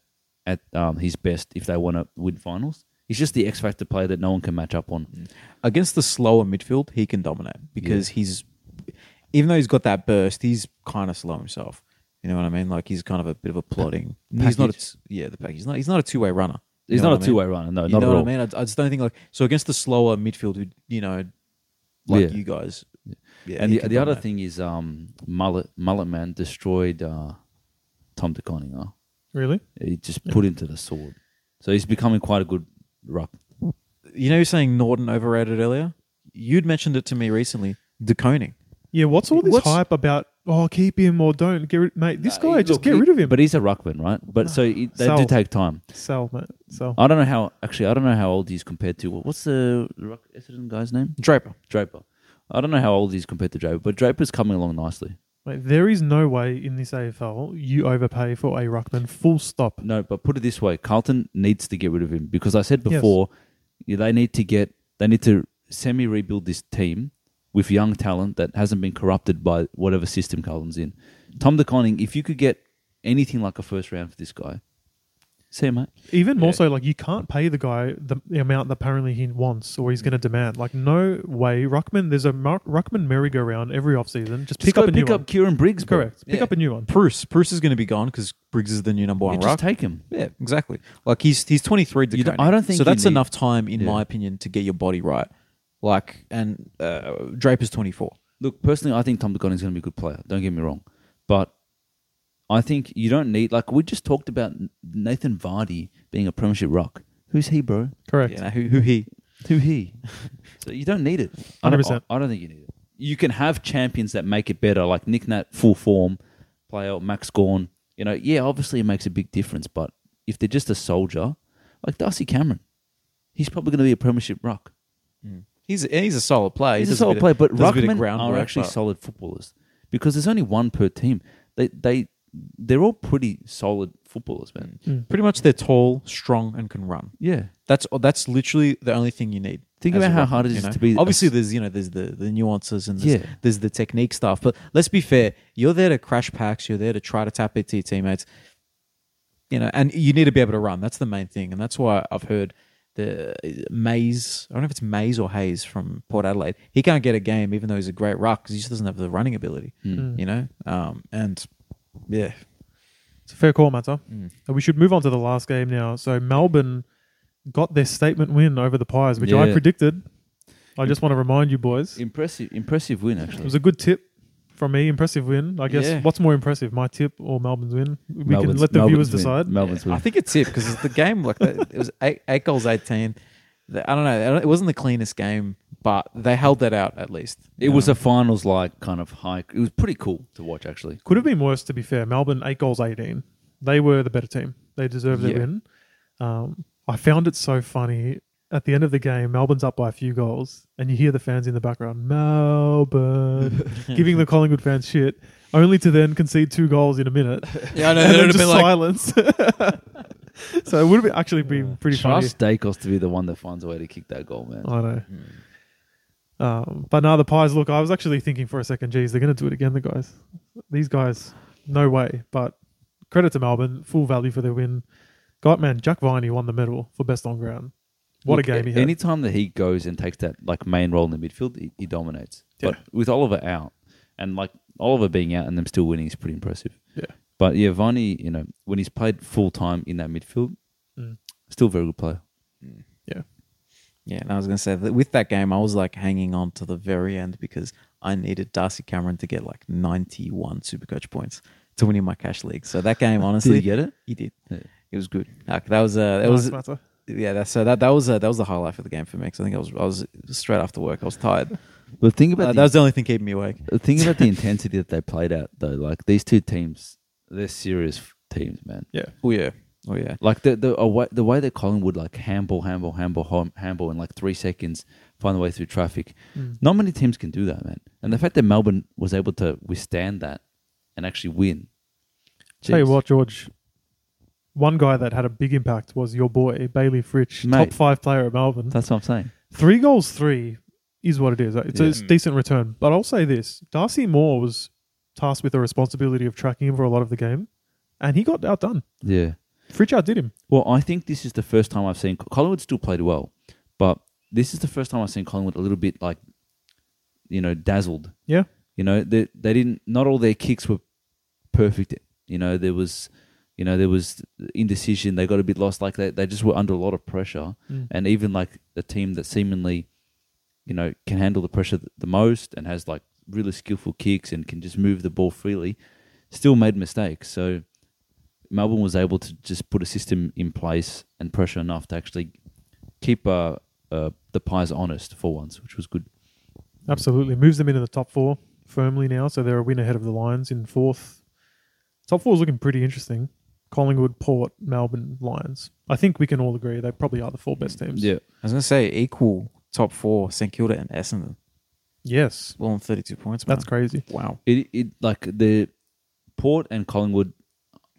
Speaker 3: at um, his best if they want to win finals. He's just the X factor player that no one can match up on.
Speaker 2: Mm. Against the slower midfield, he can dominate because he's even though he's got that burst, he's kind of slow himself. You know what I mean? Like he's kind of a bit of a plodding. He's not. A,
Speaker 3: package.
Speaker 2: yeah, the pack. He's not. He's not a two way runner. You
Speaker 3: He's
Speaker 2: know
Speaker 3: not a
Speaker 2: what I mean?
Speaker 3: two way runner, no,
Speaker 2: You
Speaker 3: not
Speaker 2: know
Speaker 3: at
Speaker 2: what
Speaker 3: all.
Speaker 2: I mean? I, I just don't think like so against the slower midfield who you know, like
Speaker 3: Yeah.
Speaker 2: you guys. Yeah,
Speaker 3: and
Speaker 2: he
Speaker 3: the,
Speaker 2: can
Speaker 3: the other
Speaker 2: dominate.
Speaker 3: thing is um, mullet mullet man destroyed uh, Tom DeConning. Huh?
Speaker 1: Really?
Speaker 3: He just put him to the sword. So he's becoming quite a good ruck.
Speaker 2: you know, you're saying Norton overrated earlier. You'd mentioned it to me recently. DeConing.
Speaker 1: Yeah, what's all this
Speaker 2: What's-
Speaker 1: hype about? Oh, keep him or don't get rid, mate. This guy, just
Speaker 3: Look,
Speaker 1: get
Speaker 3: Uh, he-
Speaker 1: rid of him.
Speaker 3: But
Speaker 1: But
Speaker 3: he's a ruckman, right? But so it, they do
Speaker 1: Sell.
Speaker 3: take time.
Speaker 1: sell, mate, sell.
Speaker 3: I don't know how. Actually, I don't know how old he's compared to. What's the ruck, Essendon guy's name?
Speaker 2: Draper.
Speaker 3: Draper. I don't know how old he's compared to Draper, but Draper's coming along nicely.
Speaker 1: Mate, there is no way in this AFL you overpay for a ruckman. Full stop.
Speaker 3: No, but put it this way: Carlton needs to get rid of him because I said
Speaker 1: Yes.
Speaker 3: before yeah, they need to get They need to semi rebuild this team with young talent that hasn't been corrupted by whatever system Carlton's in. Tom DeConning, if you could get anything like a first round for this guy, see you, mate.
Speaker 1: Even more so, like you can't pay the guy the, the amount that apparently he wants or
Speaker 3: Mm.
Speaker 1: he's going to demand. Like no way, Ruckman. There's a Mar- Ruckman merry-go-round every offseason. Just pick
Speaker 3: Just go
Speaker 1: up a new
Speaker 3: pick up
Speaker 1: one.
Speaker 3: Kieran Briggs, bro.
Speaker 1: Correct. Pick
Speaker 2: Yeah.
Speaker 1: up a new one.
Speaker 2: Bruce. Bruce is going to be gone because Briggs is the new number
Speaker 3: Yeah,
Speaker 2: one
Speaker 3: just
Speaker 2: ruck.
Speaker 3: take him.
Speaker 2: yeah, exactly. Like he's he's 23.
Speaker 3: You don't-
Speaker 2: Deconic.
Speaker 3: I don't think
Speaker 2: so.
Speaker 3: you
Speaker 2: That's
Speaker 3: need-
Speaker 2: enough time, in
Speaker 3: Yeah.
Speaker 2: my opinion, to get your body right. Like and uh, Draper's 24.
Speaker 3: Look, personally, I think Tom DeConning is going to be a good player. Don't get me wrong, but I think you don't need like we just talked about Nathan Vardy being a Premiership rock. Who's he, bro?
Speaker 1: Correct.
Speaker 2: You know, who, who he?
Speaker 3: Who he? so you don't need it. I don't.
Speaker 1: 100%.
Speaker 3: I, I don't think you need it. You can have champions that make it better, like Nick Nat, full form player, Max Gorn. You know, yeah, obviously it makes a big difference, but if they're just a soldier, like Darcy Cameron, he's probably going to be a Premiership rock.
Speaker 2: He's and he's a solid player. He
Speaker 3: Mm. He's a
Speaker 2: does
Speaker 3: solid
Speaker 2: bit
Speaker 3: player,
Speaker 2: of-
Speaker 3: but
Speaker 2: does a bit of
Speaker 3: Ruckman are
Speaker 2: groundwork,
Speaker 3: actually
Speaker 2: but-
Speaker 3: solid footballers because there's only one per team. They they they're all pretty solid footballers, man.
Speaker 2: Pretty much, they're tall, strong, and can run.
Speaker 3: Yeah,
Speaker 2: That's that's literally the only thing you need.
Speaker 3: Think
Speaker 2: as
Speaker 3: about
Speaker 2: a
Speaker 3: how
Speaker 2: ruckman,
Speaker 3: hard it
Speaker 2: you
Speaker 3: is
Speaker 2: know?
Speaker 3: to be-
Speaker 2: Obviously, there's you know there's the the nuances and there's,
Speaker 3: Yeah.
Speaker 2: there's the technique stuff. But let's be fair. You're there to crash packs. You're there to try to tap into your teammates. You know, and you need to be able to run. That's the main thing, and that's why I've heard the Mays. I don't know if it's Mays or Hayes from Port Adelaide. He can't get a game, even though he's a great ruck, because he just doesn't have the running ability.
Speaker 3: Hmm.
Speaker 2: You know, um, and yeah,
Speaker 1: It's a fair call, Matter.
Speaker 3: Mm.
Speaker 1: And we should move on to the last game now. So Melbourne got their statement win over the Pies, which I
Speaker 3: Yeah. Mm.
Speaker 1: predicted. I just want to remind you boys. It
Speaker 3: impressive, impressive win actually.
Speaker 1: was a good tip from me. Impressive win. I guess
Speaker 3: Yeah.
Speaker 1: what's more impressive, my tip or Melbourne's win? We can
Speaker 3: Melbourne's-
Speaker 1: let the
Speaker 3: Melbourne's
Speaker 1: viewers
Speaker 3: win.
Speaker 1: decide.
Speaker 3: Melbourne's win.
Speaker 2: I think it's it because the game like that, it was eight, eight goals, eighteen. The- I don't know. I don't- It wasn't the cleanest game, but they held that out at least.
Speaker 3: It was a finals like kind of hike. It was pretty cool to watch actually.
Speaker 1: Could have been worse, to be fair. Melbourne, eight goals, 18. They were the better team. They deserved their
Speaker 2: Yeah.
Speaker 1: win. Um, I found it so funny. At the end of the game, Melbourne's up by a few goals, and you hear the fans in the background,
Speaker 2: [laughs]
Speaker 1: Melbourne, giving the Collingwood fans shit, only to then concede two goals in a
Speaker 2: [laughs]
Speaker 1: minute.
Speaker 2: yeah. I know.
Speaker 1: and then
Speaker 2: It would have
Speaker 1: just
Speaker 2: been like
Speaker 1: silence. [laughs] so it would have actually been pretty funny.
Speaker 3: Trust Dacos to be the one that finds a way to kick that goal, man.
Speaker 1: I know. Um, but now the Pies, look, I was actually thinking for a second, geez, they're going to do it again, the guys. These guys, no way. But credit to Melbourne, full value for their win. God, man, Jack Viney won the medal for best on ground. What
Speaker 3: Look,
Speaker 1: a game he had.
Speaker 3: Anytime that he goes and takes that like main role in the midfield, he, he dominates. But with Oliver out and like Oliver being out and them still winning is pretty impressive.
Speaker 1: Yeah.
Speaker 3: But yeah, Vani, you know, when he's played full time in that midfield,
Speaker 1: Mm.
Speaker 3: still a very good player.
Speaker 1: yeah.
Speaker 2: yeah. And I was gonna say that with that game, I was like hanging on to the very end because I needed Darcy Cameron to get like ninety-one Supercoach points to win in my cash league. So that game, honestly,
Speaker 3: get it?
Speaker 2: He did.
Speaker 3: Yeah.
Speaker 2: It was good. Like, that was uh, that
Speaker 1: Nice
Speaker 2: was
Speaker 1: matter.
Speaker 2: yeah. That, so that that was uh, that was the highlight of the game for me because I think I was I was straight after work. I was tired.
Speaker 3: But think about
Speaker 2: Uh,
Speaker 3: the,
Speaker 2: that was the only thing keeping me awake.
Speaker 1: [laughs]
Speaker 3: think about the intensity that they played at though. Like these two teams, they're serious f- teams, man.
Speaker 1: Yeah.
Speaker 2: Oh yeah. Oh yeah.
Speaker 3: Like the the away, the way that Collingwood like handball, handball, handball, hum- handball in like three seconds, find the way through traffic.
Speaker 1: Hmm.
Speaker 3: Not many teams can do that, man. And the fact that Melbourne was able to withstand that and actually win.
Speaker 1: Tell you
Speaker 3: Jeez.
Speaker 1: what, George. One guy that had a big impact was your boy, Bailey Fritch, top
Speaker 3: Mate.
Speaker 1: five player at Melbourne.
Speaker 3: that's what I'm saying.
Speaker 1: Three goals, three is what it is. Uh, It's
Speaker 3: Yeah.
Speaker 1: a decent return. But I'll say this Darcy Moore was tasked with the responsibility of tracking him for a lot of the game, and he got outdone.
Speaker 3: Yeah.
Speaker 1: Fritch outdid him.
Speaker 3: Well, I think this is the first time I've seen Collingwood still played well, but this is the first time I've seen Collingwood a little bit like, you know, dazzled
Speaker 1: Yeah.
Speaker 3: You know, they they didn't. Not all their kicks were perfect. You know, there was, you know, there was indecision. They got a bit lost. Like they, they just were under a lot of pressure.
Speaker 1: Mm.
Speaker 3: And even like a team that seemingly, you know, can handle the pressure th- the most and has like really skillful kicks and can just move the ball freely, still made mistakes. So Melbourne was able to just put a system in place and pressure enough to actually keep uh, uh, the Pies honest for once, which was good.
Speaker 1: Absolutely. Moves them into the top four firmly now. So they're a win ahead of the Lions in fourth. Top four is looking pretty interesting. Collingwood, Port, Melbourne, Lions. I think we can all agree they probably are the four best teams.
Speaker 2: I was going to say equal top four St Kilda and Essendon.
Speaker 1: Yes.
Speaker 2: Well, on 32 points.
Speaker 1: That's
Speaker 2: man.
Speaker 1: crazy.
Speaker 2: Wow.
Speaker 3: It it like the Port and Collingwood,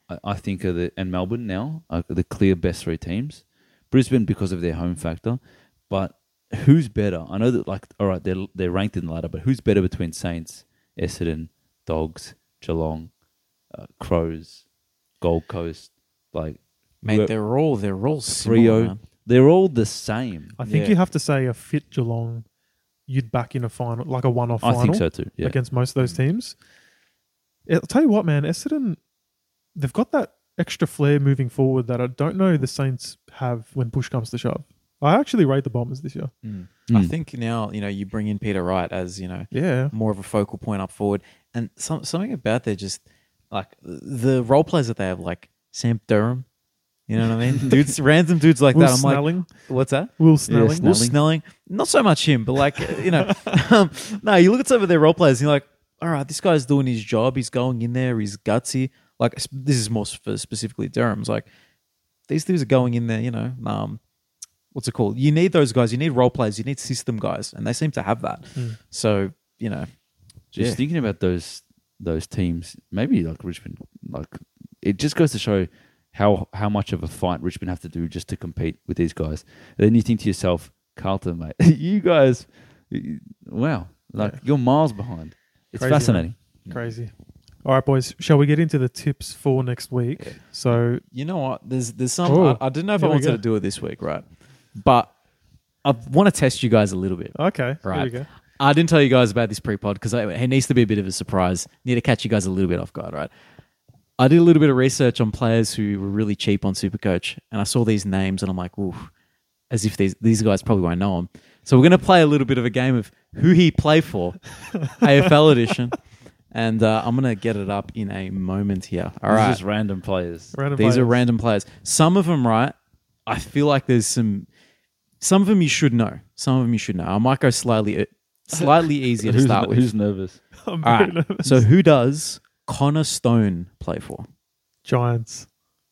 Speaker 3: I, I think are the and Melbourne now are the clear best three teams. Brisbane because of their home factor, but who's better? I know that like all right, they're they're ranked in the ladder, but who's better between Saints, Essendon, Dogs, Geelong, uh, Crows, Gold Coast, like
Speaker 2: Mate,
Speaker 3: Whoever-
Speaker 2: they're all they're all similar.
Speaker 3: Rio?
Speaker 2: man.
Speaker 3: They're all the same.
Speaker 1: I think
Speaker 2: Yeah.
Speaker 1: you have to say a fit Geelong, you'd back in a final, like a one-off final
Speaker 3: I think so too. Yeah,
Speaker 1: against most of
Speaker 2: Mm.
Speaker 1: those teams. I'll tell you what, man, Essendon, they've got that extra flair moving forward that I don't know the Saints have when push comes to shove. I actually rate the Bombers this year.
Speaker 2: Mm. I
Speaker 3: Mm.
Speaker 2: think now you know you bring in Peter Wright as you know
Speaker 1: Yeah,
Speaker 2: more of a focal point up forward, and some, something about their just like the role players that they have, like Sam Durham. You know what I mean? Dudes, random dudes like
Speaker 1: Will
Speaker 2: that. I'm
Speaker 1: Snelling,
Speaker 2: like, what's that?
Speaker 1: Will Snelling.
Speaker 2: Will Snelling, not so much him, but like you know, [laughs] um, no, you look at some of their role players, and you're like, all right, this guy's doing his job. He's going in there. He's gutsy. Like sp- this is more for specifically Durham's. Like these dudes are going in there. You know, um, what's it called? You need those guys. You need role players. You need system guys, and they seem to have that.
Speaker 1: Hmm.
Speaker 2: So you know,
Speaker 3: Just
Speaker 2: Yeah.
Speaker 3: thinking about those those teams, maybe like Richmond, like it just goes to show how how much of a fight Richmond have to do just to compete with these guys. And then you think to yourself, Carlton, mate, [laughs] you guys, y- wow, like you're miles behind. It's
Speaker 1: Crazy, man.
Speaker 3: fascinating.
Speaker 1: Crazy. All right, boys. Shall we get into the tips for next week? So
Speaker 2: you know what? There's there's some.
Speaker 1: Oh,
Speaker 2: I, I didn't know if I
Speaker 1: here we
Speaker 2: wanted
Speaker 1: go.
Speaker 2: to do it this week, right? But I want to test you guys a little bit.
Speaker 1: okay, here we
Speaker 2: Right.
Speaker 1: go.
Speaker 2: I didn't tell you guys about this pre-pod because it needs to be a bit of a surprise. Need to catch you guys a little bit off guard, right? I did a little bit of research on players who were really cheap on Supercoach, and I saw these names, and I'm like, ooh, as if these these guys probably won't know them. So we're going to play a little bit of a game of who he played for, AFL edition, and uh, I'm going to get it up in a moment here. All
Speaker 3: These are
Speaker 2: right,
Speaker 3: just random players.
Speaker 1: Random
Speaker 2: these are
Speaker 1: players.
Speaker 2: random players. Some of them, right? I feel like there's some. Some of them you should know. Some of them you should know. I might go slightly, e,
Speaker 3: [laughs]
Speaker 2: slightly easier to
Speaker 3: Who's,
Speaker 2: start
Speaker 3: ne-
Speaker 2: with.
Speaker 3: who's nervous?
Speaker 1: [laughs] I'm
Speaker 2: [laughs] All
Speaker 1: very
Speaker 3: [laughs]
Speaker 2: right.
Speaker 1: nervous.
Speaker 2: So who does Connor Stone play for?
Speaker 1: Giants.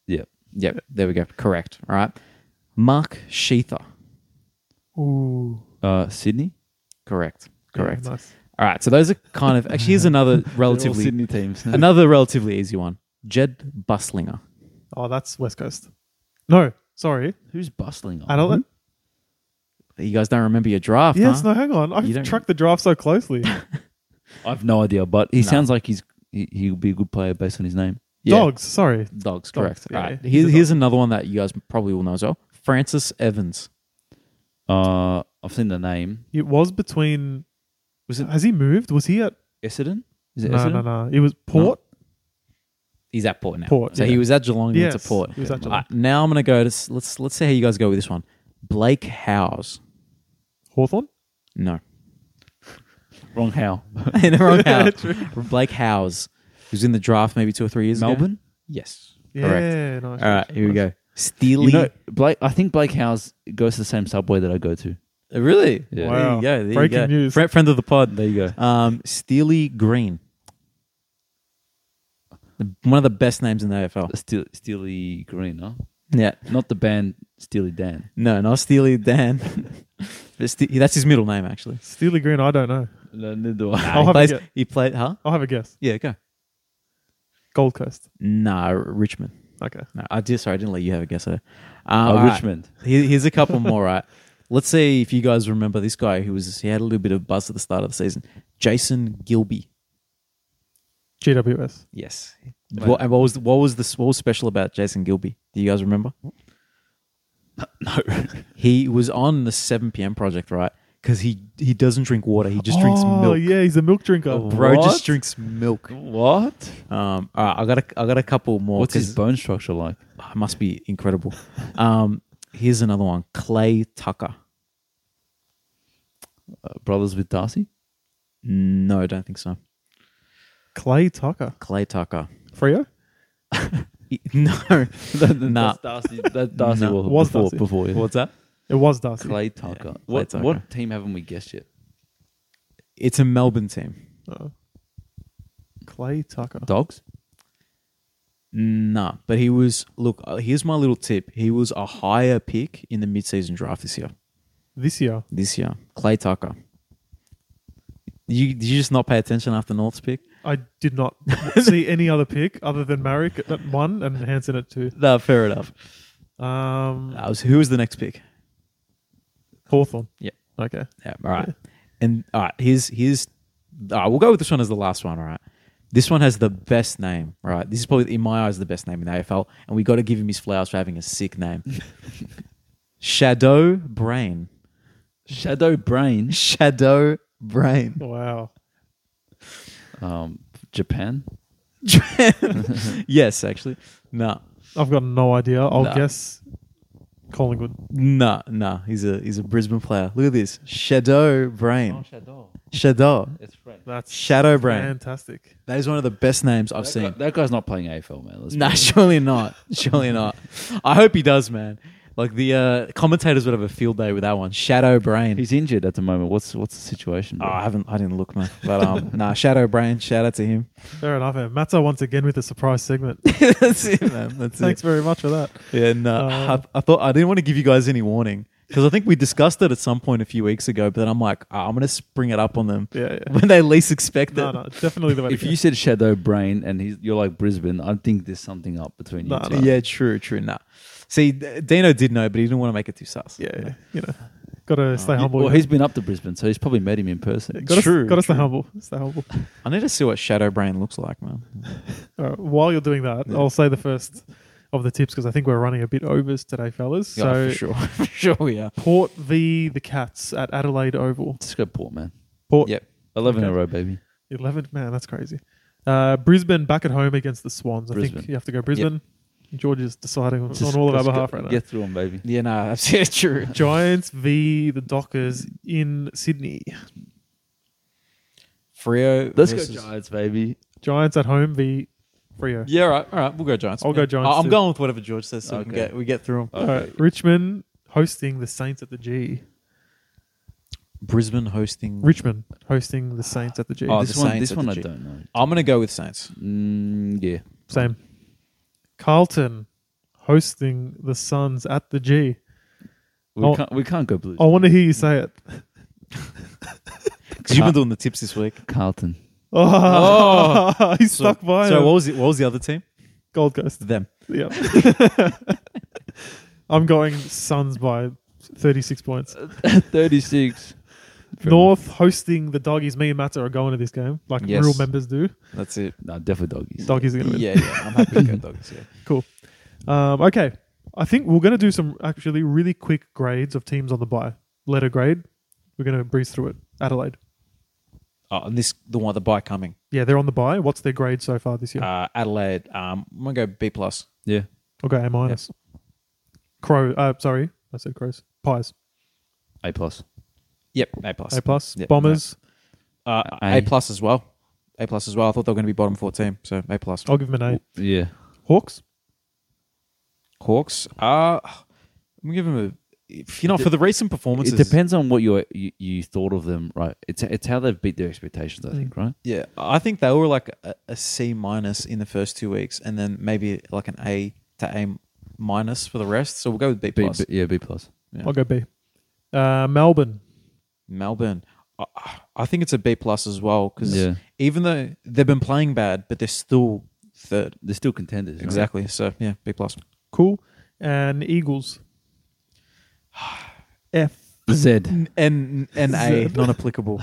Speaker 3: Yeah,
Speaker 2: Yep. There we go. Correct. All right. Mark Sheether.
Speaker 1: Ooh,
Speaker 3: uh, Sydney.
Speaker 2: Correct.
Speaker 1: yeah,
Speaker 2: Correct.
Speaker 1: nice.
Speaker 2: All right. So those are kind of actually here's
Speaker 3: [laughs]
Speaker 2: another
Speaker 3: They're all
Speaker 2: relatively
Speaker 3: Sydney teams.
Speaker 2: another relatively easy one. Jed Buslinger.
Speaker 1: Oh, that's West Coast. No, sorry,
Speaker 3: [laughs] Who's bustling? On?
Speaker 1: Adelaide.
Speaker 2: You guys don't remember your draft,
Speaker 1: Yes,
Speaker 2: huh?
Speaker 1: no, hang on.
Speaker 2: You
Speaker 1: I've
Speaker 2: don't-
Speaker 1: tracked the draft so
Speaker 2: [laughs]
Speaker 1: closely.
Speaker 3: I've no idea, but he sounds like he's he, he'll be a good player based on his name.
Speaker 1: Dogs, sorry. Dogs,
Speaker 2: Dogs. Correct.
Speaker 1: yeah,
Speaker 2: All right.
Speaker 1: yeah.
Speaker 2: Here's, here's another one that you guys probably will know as well. Francis Evans.
Speaker 3: Uh, I've seen the name.
Speaker 1: It was between.
Speaker 3: Was it-
Speaker 1: Has he moved? Was he at?
Speaker 3: Essendon? Is it
Speaker 1: No,
Speaker 3: Essendon?
Speaker 1: no, no. It was Port.
Speaker 2: He's at Port now.
Speaker 1: Port,
Speaker 2: So
Speaker 1: yeah.
Speaker 2: he was at Geelong. He went
Speaker 1: Yes,
Speaker 2: to Port.
Speaker 1: he was at
Speaker 2: All right, now I'm going to go to s- let's let's see how you guys go with this one. Blake Howes.
Speaker 1: Hawthorn.
Speaker 2: No, [laughs]
Speaker 1: [laughs]
Speaker 3: Wrong how.
Speaker 2: in the wrong house. Blake Howes, who's in the draft maybe two or three years ago.
Speaker 3: Melbourne?
Speaker 2: Yes.
Speaker 1: Yeah,
Speaker 2: Correct.
Speaker 1: nice.
Speaker 2: All right, here we go. Steely.
Speaker 3: You know, Blake I think Blake House goes to the same subway that I go to.
Speaker 2: Uh, really?
Speaker 3: Yeah.
Speaker 2: There
Speaker 1: Wow.
Speaker 2: you go. There
Speaker 1: Oh, Breaking
Speaker 2: you go.
Speaker 1: news.
Speaker 2: Friend, friend of the pod.
Speaker 3: There you go.
Speaker 2: Um, Steely Green. The- One of the best names in the AFL.
Speaker 3: Steel, Steely Green, huh?
Speaker 2: Yeah.
Speaker 3: Not the band Steely Dan.
Speaker 2: No, not Steely Dan. [laughs] But Ste- that's his middle name, actually.
Speaker 1: Steely Green. I don't know.
Speaker 3: No, neither do
Speaker 1: I'll
Speaker 3: I.
Speaker 2: he,
Speaker 1: have a
Speaker 2: plays,
Speaker 1: go.
Speaker 2: he played, huh?
Speaker 1: I'll have a guess.
Speaker 2: Yeah, go.
Speaker 1: Gold Coast.
Speaker 2: Nah, Richmond.
Speaker 1: Okay.
Speaker 2: No, I did. Sorry, I didn't let you have a guess. There. Uh,
Speaker 3: Oh,
Speaker 2: all right.
Speaker 3: Richmond.
Speaker 2: Here- here's a couple [laughs] more. Right. Let's see if you guys remember this guy who was he had a little bit of buzz at the start of the season. Jason Gilby.
Speaker 1: GWS.
Speaker 2: Yes. What, and what was what was the what was special about Jason Gilby? Do you guys remember?
Speaker 3: [laughs] No.
Speaker 2: He was on the 7 p.m. project, right? Because he he doesn't drink water. He just drinks milk.
Speaker 1: Oh,
Speaker 2: Oh,
Speaker 1: yeah, he's a milk drinker.
Speaker 2: Bro
Speaker 3: What?
Speaker 2: just drinks milk.
Speaker 3: what?
Speaker 2: Um, all right, I got a, I got a couple more.
Speaker 3: What's his
Speaker 2: 'cause-
Speaker 3: bone structure like?
Speaker 2: Ah, must be incredible. Um, here's another one. Clay Tucker.
Speaker 3: Uh, brothers with [laughs] Darcy?
Speaker 2: No, I don't think so.
Speaker 1: Clay Tucker.
Speaker 2: Clay Tucker.
Speaker 1: Frio.
Speaker 2: [laughs] No. nah.
Speaker 3: That's Darcy. [laughs] That Darcy
Speaker 2: No.
Speaker 3: was
Speaker 1: Was
Speaker 3: before.
Speaker 1: Darcy.
Speaker 3: before yeah.
Speaker 2: What's that?
Speaker 1: It was Darcy.
Speaker 3: Clay Tucker.
Speaker 2: Clay
Speaker 3: what,
Speaker 2: Tucker.
Speaker 3: what team haven't we guessed yet?
Speaker 2: It's a Melbourne team.
Speaker 1: Oh. Clay Tucker.
Speaker 3: Dogs?
Speaker 2: Nah, but he was. Look, uh, here's my little tip. He was a higher pick in the mid-season draft this year.
Speaker 1: This year.
Speaker 2: This year, Clay Tucker. You did you just not pay attention after North's pick?
Speaker 1: I did
Speaker 2: [laughs]
Speaker 1: not see any other pick other than Marek at one and Hanson at two.
Speaker 2: No, fair enough.
Speaker 1: Um,
Speaker 2: Ah. That was who was the next pick?
Speaker 1: Hawthorn.
Speaker 2: Yeah,
Speaker 1: Okay.
Speaker 2: Yeah, all right. And all right, here's here's all right, we'll go with this one as the last one, all right. This one has the best name, all right. This is probably in my eyes the best name in the AFL, and we gotta give him his flowers for having a sick [laughs] name. Shadow Brain.
Speaker 3: Shadow Brain,
Speaker 2: Shadow Brain.
Speaker 1: Wow.
Speaker 3: um, Japan.
Speaker 2: [laughs] yes, actually. No.
Speaker 1: I've got no idea. I'll
Speaker 2: Nah.
Speaker 1: guess Collingwood.
Speaker 2: No, no. He's a he's a Brisbane player. Look at this. Shadow Brain.
Speaker 3: Oh, Shadow.
Speaker 2: Shadow.
Speaker 3: It's French.
Speaker 1: That's
Speaker 2: Shadow Brain.
Speaker 1: fantastic.
Speaker 2: That is one of the best names I've
Speaker 3: That,
Speaker 2: seen.
Speaker 3: guy, that guy's not playing AFL, man. Let's be
Speaker 2: [laughs] Nah,
Speaker 3: honest.
Speaker 2: surely not. Surely not. I hope he does, man. Like the uh, commentators would have a field day with that one. Shadow Brain.
Speaker 3: he's injured at the moment. What's what's the situation?
Speaker 2: oh,
Speaker 3: bro?
Speaker 2: I haven't. I didn't look, man.
Speaker 1: [laughs]
Speaker 2: But um, nah, Shadow Brain. Shout out to him.
Speaker 1: Fair enough. And Matzo once again with a surprise segment.
Speaker 2: [laughs] That's it, man. That's
Speaker 1: Thanks
Speaker 2: it.
Speaker 1: very much for that.
Speaker 2: Yeah, no.
Speaker 1: Uh,
Speaker 2: I, I thought I didn't want to give you guys any warning because I think we discussed it at some point a few weeks ago. But then I'm like, ah, I'm gonna spring it up on them
Speaker 1: Yeah, yeah.
Speaker 2: when they least expect it.
Speaker 1: No, no, definitely the way.
Speaker 3: if
Speaker 1: to
Speaker 3: you said Shadow Brain and he's, you're like Brisbane, I think there's something up between you
Speaker 1: Nah,
Speaker 3: two.
Speaker 1: nah.
Speaker 2: Yeah, true, true. Nah. See, D- Dino did know, but he didn't want to make it too sus.
Speaker 1: go. yeah, yeah, you know, got to stay
Speaker 3: You-
Speaker 1: humble.
Speaker 3: well, he's been up to Brisbane, so he's probably met him in person.
Speaker 1: got
Speaker 2: true,
Speaker 1: to got to stay
Speaker 2: true.
Speaker 1: humble. Stay humble.
Speaker 2: I need to see what Shadow Brain looks like, man.
Speaker 1: All right, while you're doing that,
Speaker 2: Yeah.
Speaker 1: I'll say the first of the tips because I think we're running a bit overs today, fellas. So
Speaker 2: Yeah, for sure, [laughs] for sure, we are.
Speaker 1: Port v the Cats at Adelaide Oval.
Speaker 3: Let's go Port, man.
Speaker 1: Port
Speaker 3: Yep. 11 in
Speaker 1: Okay.
Speaker 3: a row, baby.
Speaker 1: 11th man, that's crazy. Uh, Brisbane back at home against the Swans. I
Speaker 3: Brisbane.
Speaker 1: think you have to go Brisbane. George is deciding on-
Speaker 3: Just-
Speaker 1: on all of our
Speaker 3: let's go-
Speaker 1: behalf right now.
Speaker 3: Get through him, baby.
Speaker 2: Yeah, no, [laughs] that's yeah, true.
Speaker 1: Giants v the Dockers in Sydney.
Speaker 2: Frio.
Speaker 3: Let's
Speaker 2: versus-
Speaker 3: go Giants, baby.
Speaker 1: Giants at home v Frio.
Speaker 2: Yeah, all right, all right. We'll go Giants.
Speaker 1: I'll go
Speaker 2: Yeah.
Speaker 1: Giants
Speaker 2: I- I'm
Speaker 1: too.
Speaker 2: going with whatever George says, so we,
Speaker 3: Okay.
Speaker 2: can get, we get through them.
Speaker 1: All right, Richmond hosting the Saints at the G.
Speaker 2: Brisbane hosting.
Speaker 1: Richmond hosting the Saints at the G.
Speaker 3: Oh,
Speaker 2: the
Speaker 3: this one,
Speaker 2: Saints
Speaker 3: this
Speaker 2: at
Speaker 3: one
Speaker 2: the
Speaker 3: I
Speaker 2: G.
Speaker 3: don't know.
Speaker 2: I'm gonna go with Saints.
Speaker 3: Mm, yeah.
Speaker 1: Same. Carlton hosting the Suns at the G.
Speaker 3: We,
Speaker 1: Oh.
Speaker 3: can't, we can't go Blues.
Speaker 1: I want to hear you say it. [laughs]
Speaker 2: Because you've been doing the tips this week.
Speaker 3: Carlton. [laughs]
Speaker 1: Oh, he's [laughs]
Speaker 2: So-
Speaker 1: stuck by
Speaker 2: So
Speaker 1: it.
Speaker 2: what was it? What was the other team?
Speaker 1: Gold Coast.
Speaker 2: Them.
Speaker 1: Yeah. [laughs] I'm going Suns by 36 points.
Speaker 2: Uh,
Speaker 3: 36. Fair
Speaker 1: North hosting the Doggies. Me and Matt are going to this game, like
Speaker 3: Yes.
Speaker 1: real members do.
Speaker 2: That's it.
Speaker 3: enough. No, definitely doggies.
Speaker 1: Doggies are going to win.
Speaker 2: Yeah, yeah. I'm happy
Speaker 1: [laughs]
Speaker 2: to go dogs. Yeah.
Speaker 1: Cool. Um, okay. I think we're going to do some actually really quick grades of teams on the bye. Letter grade. We're going to breeze through it. Adelaide.
Speaker 2: Oh, and this the one the bike coming.
Speaker 1: Yeah, they're on the bye. What's their grade so far this year?
Speaker 2: Uh, Adelaide. Um, I'm gonna go B plus.
Speaker 3: Yeah.
Speaker 1: I'll go A minus. Crow. Uh, sorry, I said crows. Pies.
Speaker 3: A plus.
Speaker 2: Yep, A plus.
Speaker 1: A plus.
Speaker 2: Yeah,
Speaker 1: Bombers.
Speaker 2: Uh,
Speaker 3: A.
Speaker 2: a. plus as well. A plus as well. I thought they were gonna be bottom four team, so A plus.
Speaker 1: I'll give them an A.
Speaker 3: Yeah.
Speaker 1: Hawks.
Speaker 2: Hawks. Uh, I'm giving them a. If, you know,
Speaker 3: It de-
Speaker 2: for the recent performances,
Speaker 3: It depends on what your, you you thought of them, right? It's it's how they've beat their expectations, I think, right?
Speaker 2: Yeah, I think they were like a, a C minus in the first two weeks, and then maybe like an A to A minus for the rest. So we'll go with B
Speaker 3: B,
Speaker 2: plus.
Speaker 3: B- yeah, B plus.
Speaker 2: Yeah.
Speaker 1: I'll go B. Uh, Melbourne.
Speaker 2: Melbourne. I, I think it's a B plus as well because
Speaker 3: Yeah.
Speaker 2: even though they've been playing bad, but they're still third.
Speaker 3: They're still contenders. right?
Speaker 2: Exactly. So yeah, B plus.
Speaker 1: Cool. And Eagles. F.
Speaker 3: Z.
Speaker 2: N N
Speaker 3: [laughs]
Speaker 2: A
Speaker 1: Zed.
Speaker 2: non applicable.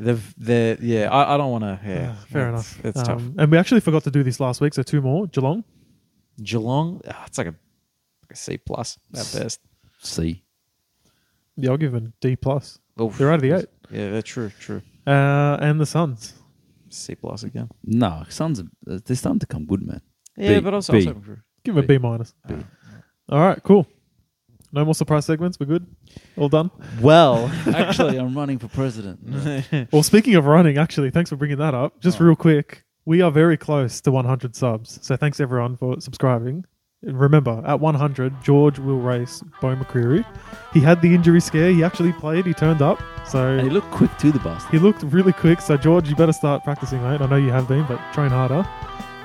Speaker 2: They've they're yeah. I, I don't want to. Yeah,
Speaker 1: Yeah, Ah, fair
Speaker 2: that's-
Speaker 1: enough.
Speaker 2: That's tough.
Speaker 1: Um, And we actually forgot to do this last week, so two more. Geelong.
Speaker 2: Geelong. ah, It's like a, like a C plus at best.
Speaker 3: C.
Speaker 1: Yeah, I'll give them a D plus.
Speaker 2: Oof.
Speaker 1: They're out of the eight.
Speaker 2: Yeah, they're true. True.
Speaker 1: Uh, and the Suns.
Speaker 2: C plus again.
Speaker 3: No, Suns. are- They're starting to come good, man.
Speaker 2: Yeah,
Speaker 3: B,
Speaker 2: but also,
Speaker 3: B.
Speaker 2: also for
Speaker 1: Give them a
Speaker 3: B.
Speaker 1: B minus.
Speaker 3: B.
Speaker 1: All right, cool. No more surprise segments. We're good. All done.
Speaker 2: Well,
Speaker 3: Actually, I'm running for [laughs] president.
Speaker 1: Well, speaking of running, actually, thanks for bringing that up. Just real quick, we are very close to 100 subs. So thanks everyone for subscribing. And Remember, at 100, George will race Bo McCreary. He had the injury scare. He actually played. He turned up. So
Speaker 3: And he looked quick too, the bastard.
Speaker 1: he looked really quick. So George, you better start practicing, mate. I know you have been, but train harder.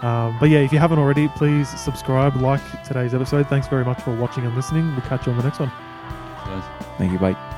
Speaker 1: Um, but yeah, if you haven't already, please subscribe, like today's episode. Thanks very much for watching and listening. We'll catch you on the next one.
Speaker 3: Guys.
Speaker 2: thank you, bye.